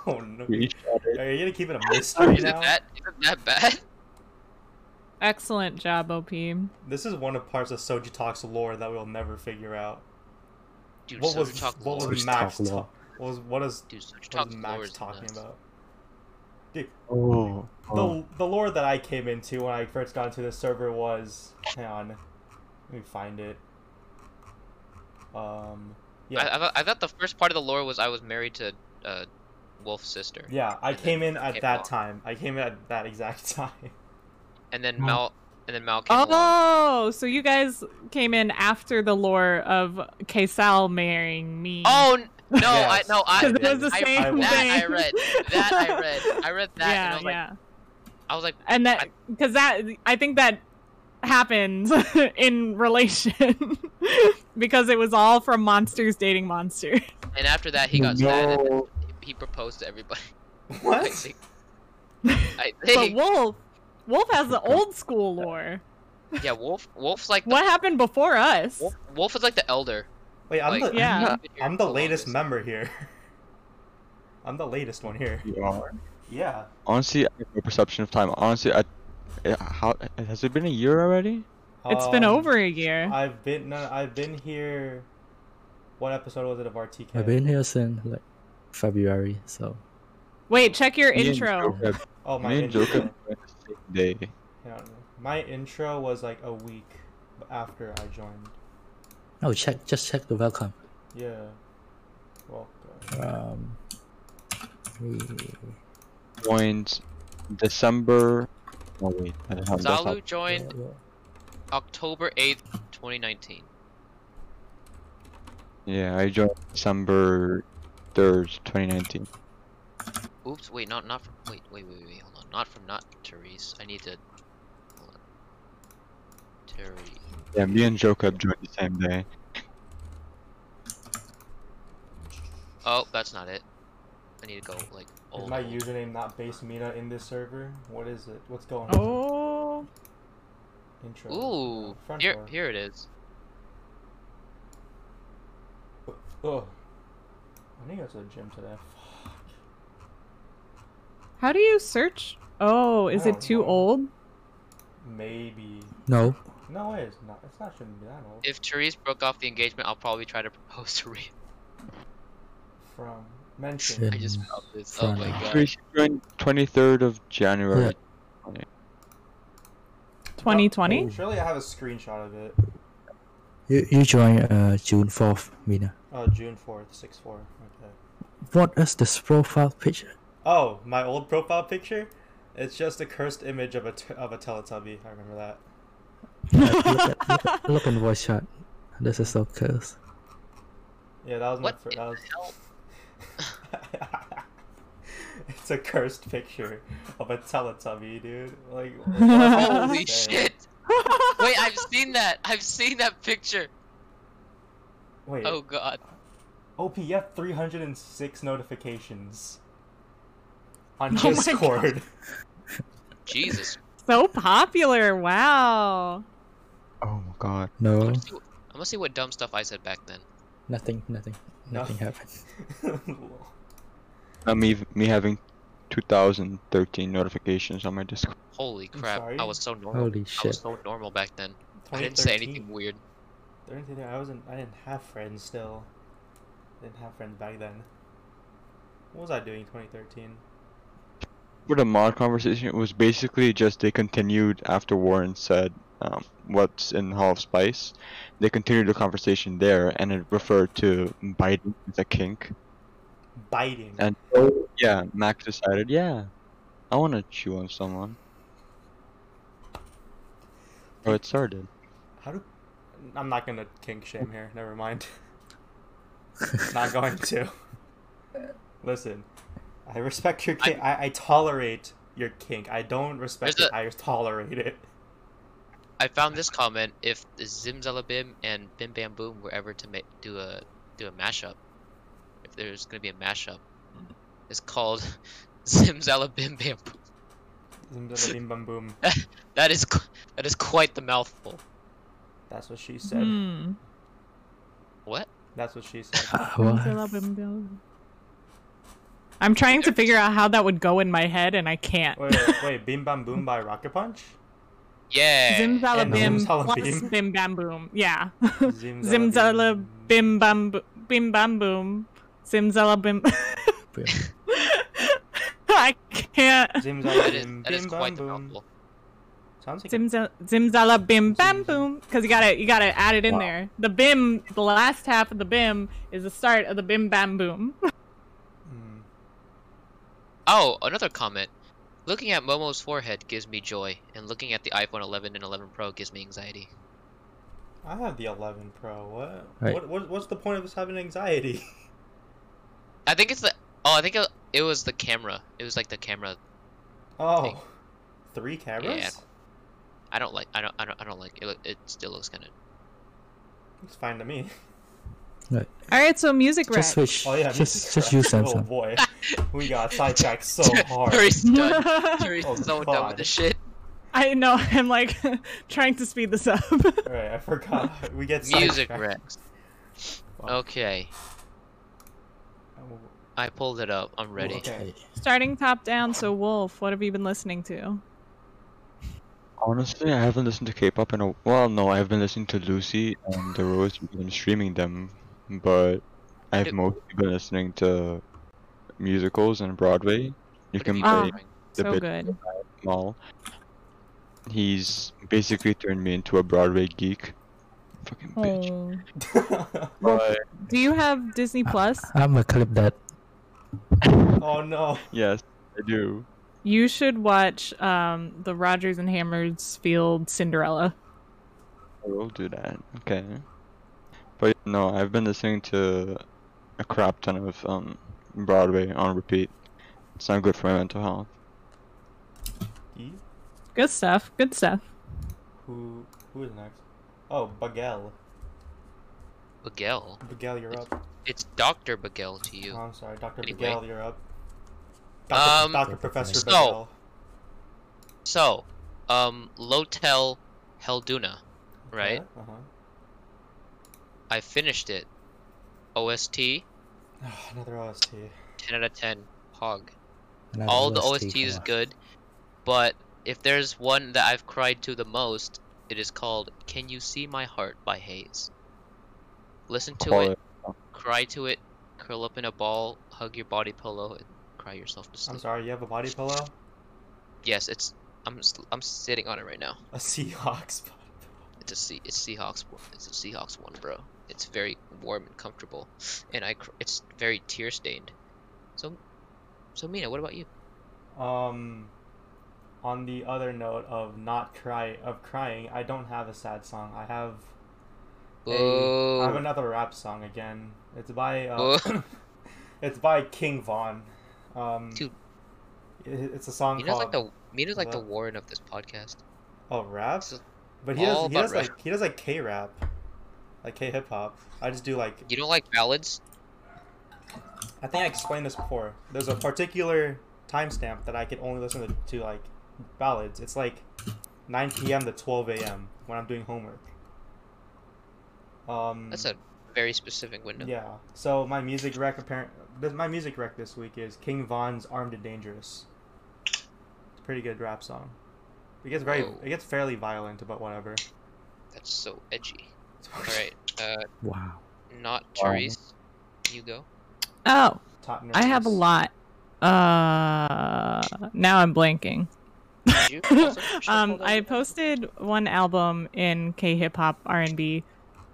Speaker 1: Oh no.
Speaker 6: we each other.
Speaker 1: Are you gonna keep it a mystery
Speaker 5: Is it
Speaker 1: now?
Speaker 5: that? Is it that bad? *laughs*
Speaker 3: Excellent job, OP.
Speaker 1: This is one of parts of Soji Talk's lore that we'll never figure out.
Speaker 5: Dude,
Speaker 1: What was
Speaker 5: Soju Talk
Speaker 1: what
Speaker 5: lore.
Speaker 1: was
Speaker 7: Soji
Speaker 1: Max
Speaker 7: Talk
Speaker 1: ta-
Speaker 7: lore.
Speaker 1: what was what is
Speaker 5: Dude, Soju
Speaker 1: what
Speaker 5: Talk
Speaker 1: is
Speaker 5: lore
Speaker 1: Max
Speaker 5: is
Speaker 1: talking
Speaker 5: nuts.
Speaker 1: about? Dude,
Speaker 7: Oh. oh.
Speaker 1: the the lore that I came into when I first got into this server was hang on, let me find it. Um, yeah,
Speaker 5: I, I, thought, I thought the first part of the lore was I was married to uh, Wolf's sister.
Speaker 1: yeah, I
Speaker 5: and then
Speaker 1: came in at
Speaker 5: came
Speaker 1: that
Speaker 5: along.
Speaker 1: time. I came in at that exact *laughs* time.
Speaker 5: And then Mal and then Mal came along.
Speaker 3: Oh, so you guys came in after the lore of Kesal marrying me.
Speaker 5: Oh n- no!
Speaker 1: Yes.
Speaker 5: I no
Speaker 3: *laughs*
Speaker 5: I.
Speaker 3: 'Cause it was the
Speaker 5: I-
Speaker 3: same
Speaker 1: I-
Speaker 5: that I
Speaker 3: thing.
Speaker 5: read.
Speaker 3: *laughs*
Speaker 5: That I read. I read that,
Speaker 3: yeah,
Speaker 5: and I was like,
Speaker 3: yeah.
Speaker 5: I was like,
Speaker 3: and that because that I think that happens *laughs* in relation *laughs* because it was all from monsters dating monsters.
Speaker 5: and after that he got sad. And he proposed to everybody. *laughs* I
Speaker 1: What?
Speaker 5: think. I
Speaker 3: But
Speaker 5: think.
Speaker 3: Wolf, Wolf has the old school lore.
Speaker 5: Yeah, Wolf. Wolf's like the,
Speaker 3: What happened before us?
Speaker 5: Wolf, Wolf is like the elder.
Speaker 1: Wait, I'm
Speaker 5: like,
Speaker 1: the
Speaker 3: Yeah.
Speaker 5: he's been here
Speaker 1: I'm the
Speaker 5: for
Speaker 1: latest
Speaker 5: longest.
Speaker 1: member here. *laughs* I'm the latest one here.
Speaker 6: You are.
Speaker 1: Yeah.
Speaker 6: Honestly, I have no perception of time. Honestly, I, I- how has it been a year already?
Speaker 3: It's been
Speaker 1: Um,
Speaker 3: over a year.
Speaker 1: I've been no, I've been here. What episode was it of RTK?
Speaker 7: I've been here since like February, so
Speaker 3: Wait, check your
Speaker 6: Me and
Speaker 3: intro.
Speaker 6: Joker-
Speaker 1: Oh my
Speaker 6: Me and
Speaker 1: intro.
Speaker 6: Joker went the same day.
Speaker 1: Hang on. My intro was like a week after I joined.
Speaker 7: oh check just check the welcome.
Speaker 1: Yeah. Well, uh,
Speaker 7: Um, we-
Speaker 6: Joined December. Oh wait, I don't have that's not-
Speaker 5: Zalu joined October eighth, twenty nineteen.
Speaker 6: Yeah, I joined December third, 2019.
Speaker 5: Oops, wait, not not from. Wait, wait, wait, wait, hold on. Not from not Therese. I need to. Hold on. Therese.
Speaker 6: Yeah, me and Joker joined the same day.
Speaker 5: Oh, that's not it. I need to go
Speaker 1: is
Speaker 5: like old.
Speaker 1: my
Speaker 5: old.
Speaker 1: username not base Mina in this server? What is it? What's going on?
Speaker 3: Oh,
Speaker 1: Intro.
Speaker 5: Ooh,
Speaker 1: Front
Speaker 5: here
Speaker 1: door.
Speaker 5: here it is.
Speaker 1: Oh. I need to go to the gym today. *sighs*
Speaker 3: how do you search? Oh, is
Speaker 1: I
Speaker 3: it
Speaker 1: don't
Speaker 3: too
Speaker 1: know.
Speaker 3: old?
Speaker 1: Maybe.
Speaker 7: No,
Speaker 1: No, it is not. It's not shouldn't be that old.
Speaker 5: If Therese broke off the engagement, I'll probably try to propose *laughs* to Reed.
Speaker 1: From mention.
Speaker 5: I just
Speaker 7: Mm,
Speaker 5: found this. Oh
Speaker 7: fair
Speaker 5: my
Speaker 7: enough.
Speaker 5: god.
Speaker 6: Therese joined 23rd of January.
Speaker 7: Yeah.
Speaker 3: 2020?
Speaker 1: Oh, surely I have a screenshot of it.
Speaker 7: you you joined uh, June fourth, Mina.
Speaker 1: Oh, June fourth, six four. Okay.
Speaker 7: What is this profile
Speaker 5: *laughs*
Speaker 7: picture?
Speaker 1: Oh, my old profile picture. It's just a cursed image of a t- of a Teletubby. I remember that.
Speaker 7: Look at, look at, look in voice chat. This is so cursed.
Speaker 1: Yeah, that was my.
Speaker 5: What
Speaker 1: Fir-
Speaker 5: in
Speaker 1: that was. *laughs* it's a cursed picture of a Teletubby, dude. Like. what is *laughs*
Speaker 5: Holy
Speaker 1: this thing?
Speaker 5: shit! Wait, I've seen that. I've seen that picture.
Speaker 1: Wait.
Speaker 5: Oh god.
Speaker 1: OPF 306 notifications. On
Speaker 3: Oh my
Speaker 1: Discord.
Speaker 7: *laughs*
Speaker 5: Jesus.
Speaker 3: so popular. Wow.
Speaker 6: Oh my god.
Speaker 5: I'm
Speaker 7: No,
Speaker 5: gonna, see, I'm gonna see what dumb stuff I said back then.
Speaker 7: nothing, nothing,
Speaker 1: No.
Speaker 7: nothing happened.
Speaker 1: *laughs*
Speaker 6: Now me, me having 2013 notifications on my Discord.
Speaker 5: Holy
Speaker 1: I'm
Speaker 5: crap!
Speaker 1: sorry?
Speaker 5: I was so normal.
Speaker 7: Holy
Speaker 5: I was
Speaker 7: shit!
Speaker 5: so normal back then. I didn't say anything weird.
Speaker 1: 2013, I wasn't. I didn't have friends still. I didn't have friends back then. What was I doing in 2013?
Speaker 6: For the mod conversation, it was basically just they continued after Warren said um, what's in Hall of Spice. They continued the conversation there, and it referred to biting as a kink.
Speaker 1: Biting.
Speaker 5: Uh,
Speaker 6: And so, yeah, Max decided, yeah, I want to chew on someone. So it started.
Speaker 1: How do? I'm not gonna kink shame here. Never
Speaker 5: *laughs*
Speaker 1: mind. not going to. Listen, I respect your kink. I, I tolerate your kink. I don't respect
Speaker 5: There's
Speaker 1: it. I tolerate it.
Speaker 5: I found this comment: if the Zimzalabim and Bim Bam Boom were ever to make do a do a mashup, if there's gonna be a mashup,
Speaker 1: Hmm.
Speaker 5: it's called *laughs* Zimzalabim Bam Boom.
Speaker 1: Zim, zim, bim,
Speaker 5: *laughs*
Speaker 1: bum, boom.
Speaker 5: That is qu- that is quite the mouthful.
Speaker 1: That's what she said.
Speaker 3: Hmm.
Speaker 5: What?
Speaker 1: That's what she said.
Speaker 5: *laughs*
Speaker 7: Uh, what?
Speaker 3: I'm trying to figure out how that would go in my head, and I can't.
Speaker 1: Wait, wait, wait. Bim Bam Boom by Rocket Punch?
Speaker 5: Yeah.
Speaker 3: Zim zala
Speaker 1: And
Speaker 3: bim
Speaker 1: zimzala
Speaker 3: plus
Speaker 1: bim.
Speaker 3: bim bam boom. Yeah.
Speaker 1: Zim,
Speaker 3: *laughs* Zim zala bim bam bo- bim bam boom. Zim zala bim. *laughs* I can't.
Speaker 1: Zim zala
Speaker 5: *laughs* That is,
Speaker 1: bim.
Speaker 5: that is
Speaker 1: Bim Bam
Speaker 5: quite the
Speaker 1: Boom.
Speaker 5: mouthful.
Speaker 1: Sounds like
Speaker 3: Zim za- zim zala bim bam
Speaker 1: Zim zala.
Speaker 3: boom. Because you gotta you gotta add it in
Speaker 7: Wow.
Speaker 3: there. The bim, the last half of the bim is the start of the bim bam boom. *laughs*
Speaker 1: Mm.
Speaker 5: Oh, another comment. Looking at Momo's forehead gives me joy, and looking at the iPhone 11 and 11 Pro gives me anxiety.
Speaker 1: I have the 11 Pro. What?
Speaker 7: Right.
Speaker 1: What, what? What's the point of us having anxiety? *laughs*
Speaker 5: I think it's the. Oh, I think it, it was the camera. It was like the camera.
Speaker 1: Oh, three cameras?
Speaker 5: I don't like. I don't. I don't. I don't like. It, loo- it still looks kind of.
Speaker 1: It's fine to me.
Speaker 3: All right, so music
Speaker 7: Just
Speaker 3: rack.
Speaker 7: switch.
Speaker 1: Oh yeah,
Speaker 7: just
Speaker 1: Mr.
Speaker 7: just use
Speaker 1: Crab. *laughs* Oh
Speaker 7: Samsung.
Speaker 1: boy, we got sidetracked
Speaker 5: *laughs*
Speaker 1: so hard. *laughs*
Speaker 5: Terry's done. Terry's
Speaker 1: Oh,
Speaker 5: so done with
Speaker 1: God.
Speaker 5: this shit.
Speaker 3: I know. *laughs* I'm like trying to speed this up. *laughs*
Speaker 1: Right, I forgot. We get
Speaker 5: Music
Speaker 1: sidetracked.
Speaker 5: Rex. Okay, I pulled it up. I'm ready.
Speaker 1: Okay.
Speaker 3: Starting top down. So Wolf, what have you been listening to?
Speaker 6: Honestly, I haven't listened to K-pop in a well. No, I've been listening to Lucy and The Rose. because I'm streaming them, but I've
Speaker 5: Did-
Speaker 6: mostly been listening to musicals and Broadway. You
Speaker 5: What have
Speaker 6: can
Speaker 5: you
Speaker 3: Ah.
Speaker 5: been
Speaker 6: play
Speaker 5: doing?
Speaker 6: the
Speaker 3: So
Speaker 6: bit
Speaker 3: good.
Speaker 6: Mall. He's basically turned me into a Broadway geek. Fucking bitch.
Speaker 3: Oh.
Speaker 6: But
Speaker 3: Do you have Disney Plus?
Speaker 7: I'm gonna clip that.
Speaker 1: oh no.
Speaker 6: yes, I do.
Speaker 3: You should watch um, the Rogers and Hammersfield Cinderella.
Speaker 6: I will do that. Okay. But no, I've been listening to a crap ton of um Broadway on repeat. It's not good for my mental health.
Speaker 1: E?
Speaker 3: Good stuff. Good stuff.
Speaker 1: Who who is next? Oh, Bagel.
Speaker 5: Bagel.
Speaker 1: Bagel, you're up.
Speaker 5: It's Doctor Bagel to you.
Speaker 1: Oh, I'm sorry, Doctor
Speaker 5: Anyway.
Speaker 1: Bagel, you're up. Doctor,
Speaker 5: Um, Oh,
Speaker 1: Doctor Professor
Speaker 5: so-
Speaker 1: Bagel.
Speaker 5: So, um, Lotel Helduna, right?
Speaker 1: Uh huh.
Speaker 5: I finished it. OST,
Speaker 1: Another OST.
Speaker 5: 10 out of 10. Hog.
Speaker 7: Another
Speaker 5: All the
Speaker 7: OST
Speaker 5: OST is
Speaker 7: for-
Speaker 5: good, but if there's one that I've cried to the most, it is called Can You See My Heart by Hayes. Listen to
Speaker 6: Quality.
Speaker 5: it, cry to it, curl up in a ball, hug your body pillow, and cry yourself to
Speaker 1: I'm
Speaker 5: sleep.
Speaker 1: sorry, you have a body pillow?
Speaker 5: Yes, it's. I'm, s- I'm sitting on it right now.
Speaker 1: A Seahawks body
Speaker 5: It's a sea, it's Seahawks. one- It's a Seahawks one, bro. It's very warm and comfortable, and I. cr- It's very tear stained. So, so Mina, what about you?
Speaker 1: Um, on the other note of not cry of crying, I don't have a sad song. I have a I have
Speaker 5: Boo.
Speaker 1: another rap song again. It's by uh, *coughs* it's by King Von. Um,
Speaker 5: Dude.
Speaker 1: i- it's a song
Speaker 5: Mina's like
Speaker 1: called
Speaker 5: the Mina's like the
Speaker 1: what?
Speaker 5: Warren of this podcast.
Speaker 1: Oh Rap,
Speaker 5: This is
Speaker 1: but he does
Speaker 5: all
Speaker 1: he
Speaker 5: about
Speaker 1: does
Speaker 5: rap.
Speaker 1: like he does like K rap, like K hip hop. I just do like
Speaker 5: You don't like ballads?
Speaker 1: I think I explained this before. There's a particular timestamp that I can only listen to, to like ballads. It's like 9 p.m. to 12 a.m. when I'm doing homework. Um,
Speaker 5: That's a very specific window.
Speaker 1: yeah. So my music rec apparent this, my music rec this week is King Von's "Armed and Dangerous." It's a pretty good rap song. It gets very
Speaker 5: Whoa.
Speaker 1: it gets fairly violent, but whatever.
Speaker 5: That's so edgy. All right, uh,
Speaker 7: Wow.
Speaker 5: not Therese. You go.
Speaker 3: Oh,
Speaker 1: *laughs* Top
Speaker 3: I have a
Speaker 1: nerds.
Speaker 3: lot. Uh, now I'm blanking.
Speaker 5: Did you also-
Speaker 3: *laughs*
Speaker 5: should
Speaker 3: Um,
Speaker 5: Oh, hold on
Speaker 3: I
Speaker 5: to that?
Speaker 3: posted one album in K hip hop R and B.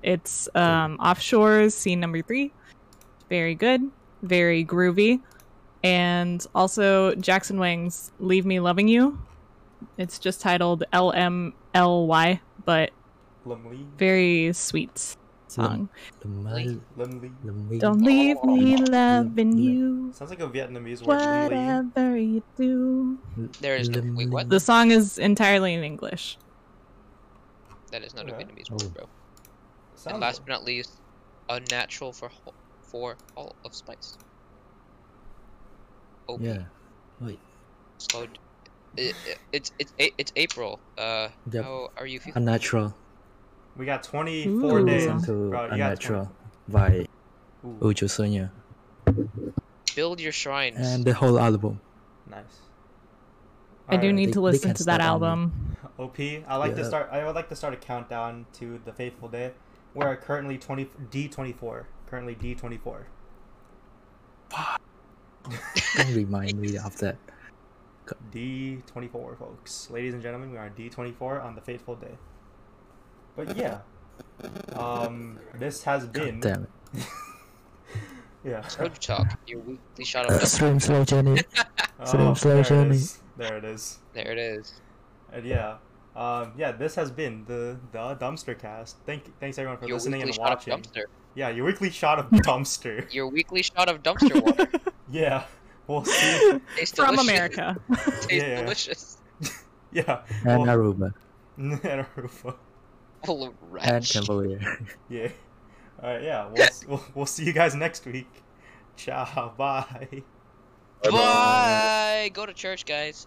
Speaker 3: It's um Offshore's Scene Number Three. Very good, very groovy, and also Jackson Wang's Leave Me Loving You. It's just titled L M L Y, but
Speaker 1: Limley.
Speaker 3: very sweet song.
Speaker 7: The mother-
Speaker 1: Limley.
Speaker 7: the maid-
Speaker 3: Don't leave me loving
Speaker 7: Oh. Yeah.
Speaker 3: you,
Speaker 1: Sounds like a Vietnamese word. Limley.
Speaker 3: whatever you do.
Speaker 5: There is no- wait, what?
Speaker 3: The song is entirely in English.
Speaker 5: That is not a
Speaker 1: Okay.
Speaker 5: Vietnamese
Speaker 7: Oh.
Speaker 5: word, bro.
Speaker 1: Sounds
Speaker 5: and last but not least, unnatural for ho- for all of spice. OP.
Speaker 7: Yeah. Wait.
Speaker 5: Slow. Oh, d- i- i- it's it's a- it's April. Uh,
Speaker 7: Yep.
Speaker 5: how are you feeling?
Speaker 7: Unnatural.
Speaker 1: We got 24
Speaker 3: Ooh.
Speaker 1: days.
Speaker 7: Listen to
Speaker 1: Bro, you got
Speaker 7: Unnatural by
Speaker 1: 20 Ooh,
Speaker 7: Ujo Sonia.
Speaker 5: Build your shrines.
Speaker 7: And uh, the whole album.
Speaker 1: nice.
Speaker 3: I
Speaker 1: Alright.
Speaker 3: do
Speaker 7: They-
Speaker 3: need to
Speaker 7: they
Speaker 3: listen
Speaker 7: can
Speaker 3: to that
Speaker 7: start on-
Speaker 3: album.
Speaker 1: OP. I like to
Speaker 7: Yeah.
Speaker 1: start. I would like to start a countdown to the fateful day. We are currently 20 D24. Currently D24.
Speaker 7: Don't remind me of that.
Speaker 1: D24, folks. Ladies and gentlemen, we are on D24 on the fateful day. But yeah, um, this has been.
Speaker 7: Damn it. *laughs*
Speaker 1: Yeah.
Speaker 5: Toad talk. Your weekly shot of dust.
Speaker 7: Stream slow Jenny.
Speaker 1: Oh,
Speaker 7: slow
Speaker 1: there it
Speaker 7: journey.
Speaker 1: is. There it is.
Speaker 5: There it is.
Speaker 1: And yeah, um, yeah. This has been the the dumpster cast. Thank thanks everyone for
Speaker 5: Your
Speaker 1: listening
Speaker 5: weekly
Speaker 1: and
Speaker 5: shot
Speaker 1: watching.
Speaker 5: of dumpster.
Speaker 1: Yeah, your weekly shot of dumpster. *laughs*
Speaker 5: Your weekly shot of dumpster water.
Speaker 7: *laughs*
Speaker 1: Yeah, we'll see. *laughs*
Speaker 5: *laughs* Tastes
Speaker 3: From
Speaker 5: delicious.
Speaker 3: America.
Speaker 5: Tastes
Speaker 1: Yeah.
Speaker 5: delicious.
Speaker 1: Yeah. *laughs*
Speaker 7: And
Speaker 1: we'll-
Speaker 7: Aruba.
Speaker 1: and Aruba.
Speaker 5: Full of
Speaker 7: And
Speaker 5: ranch.
Speaker 7: Cambodia.
Speaker 1: Yeah. All right, yeah. We'll, s- we'll, we'll see you guys next week. Ciao. *laughs* Bye.
Speaker 5: Bye. Go to church, guys.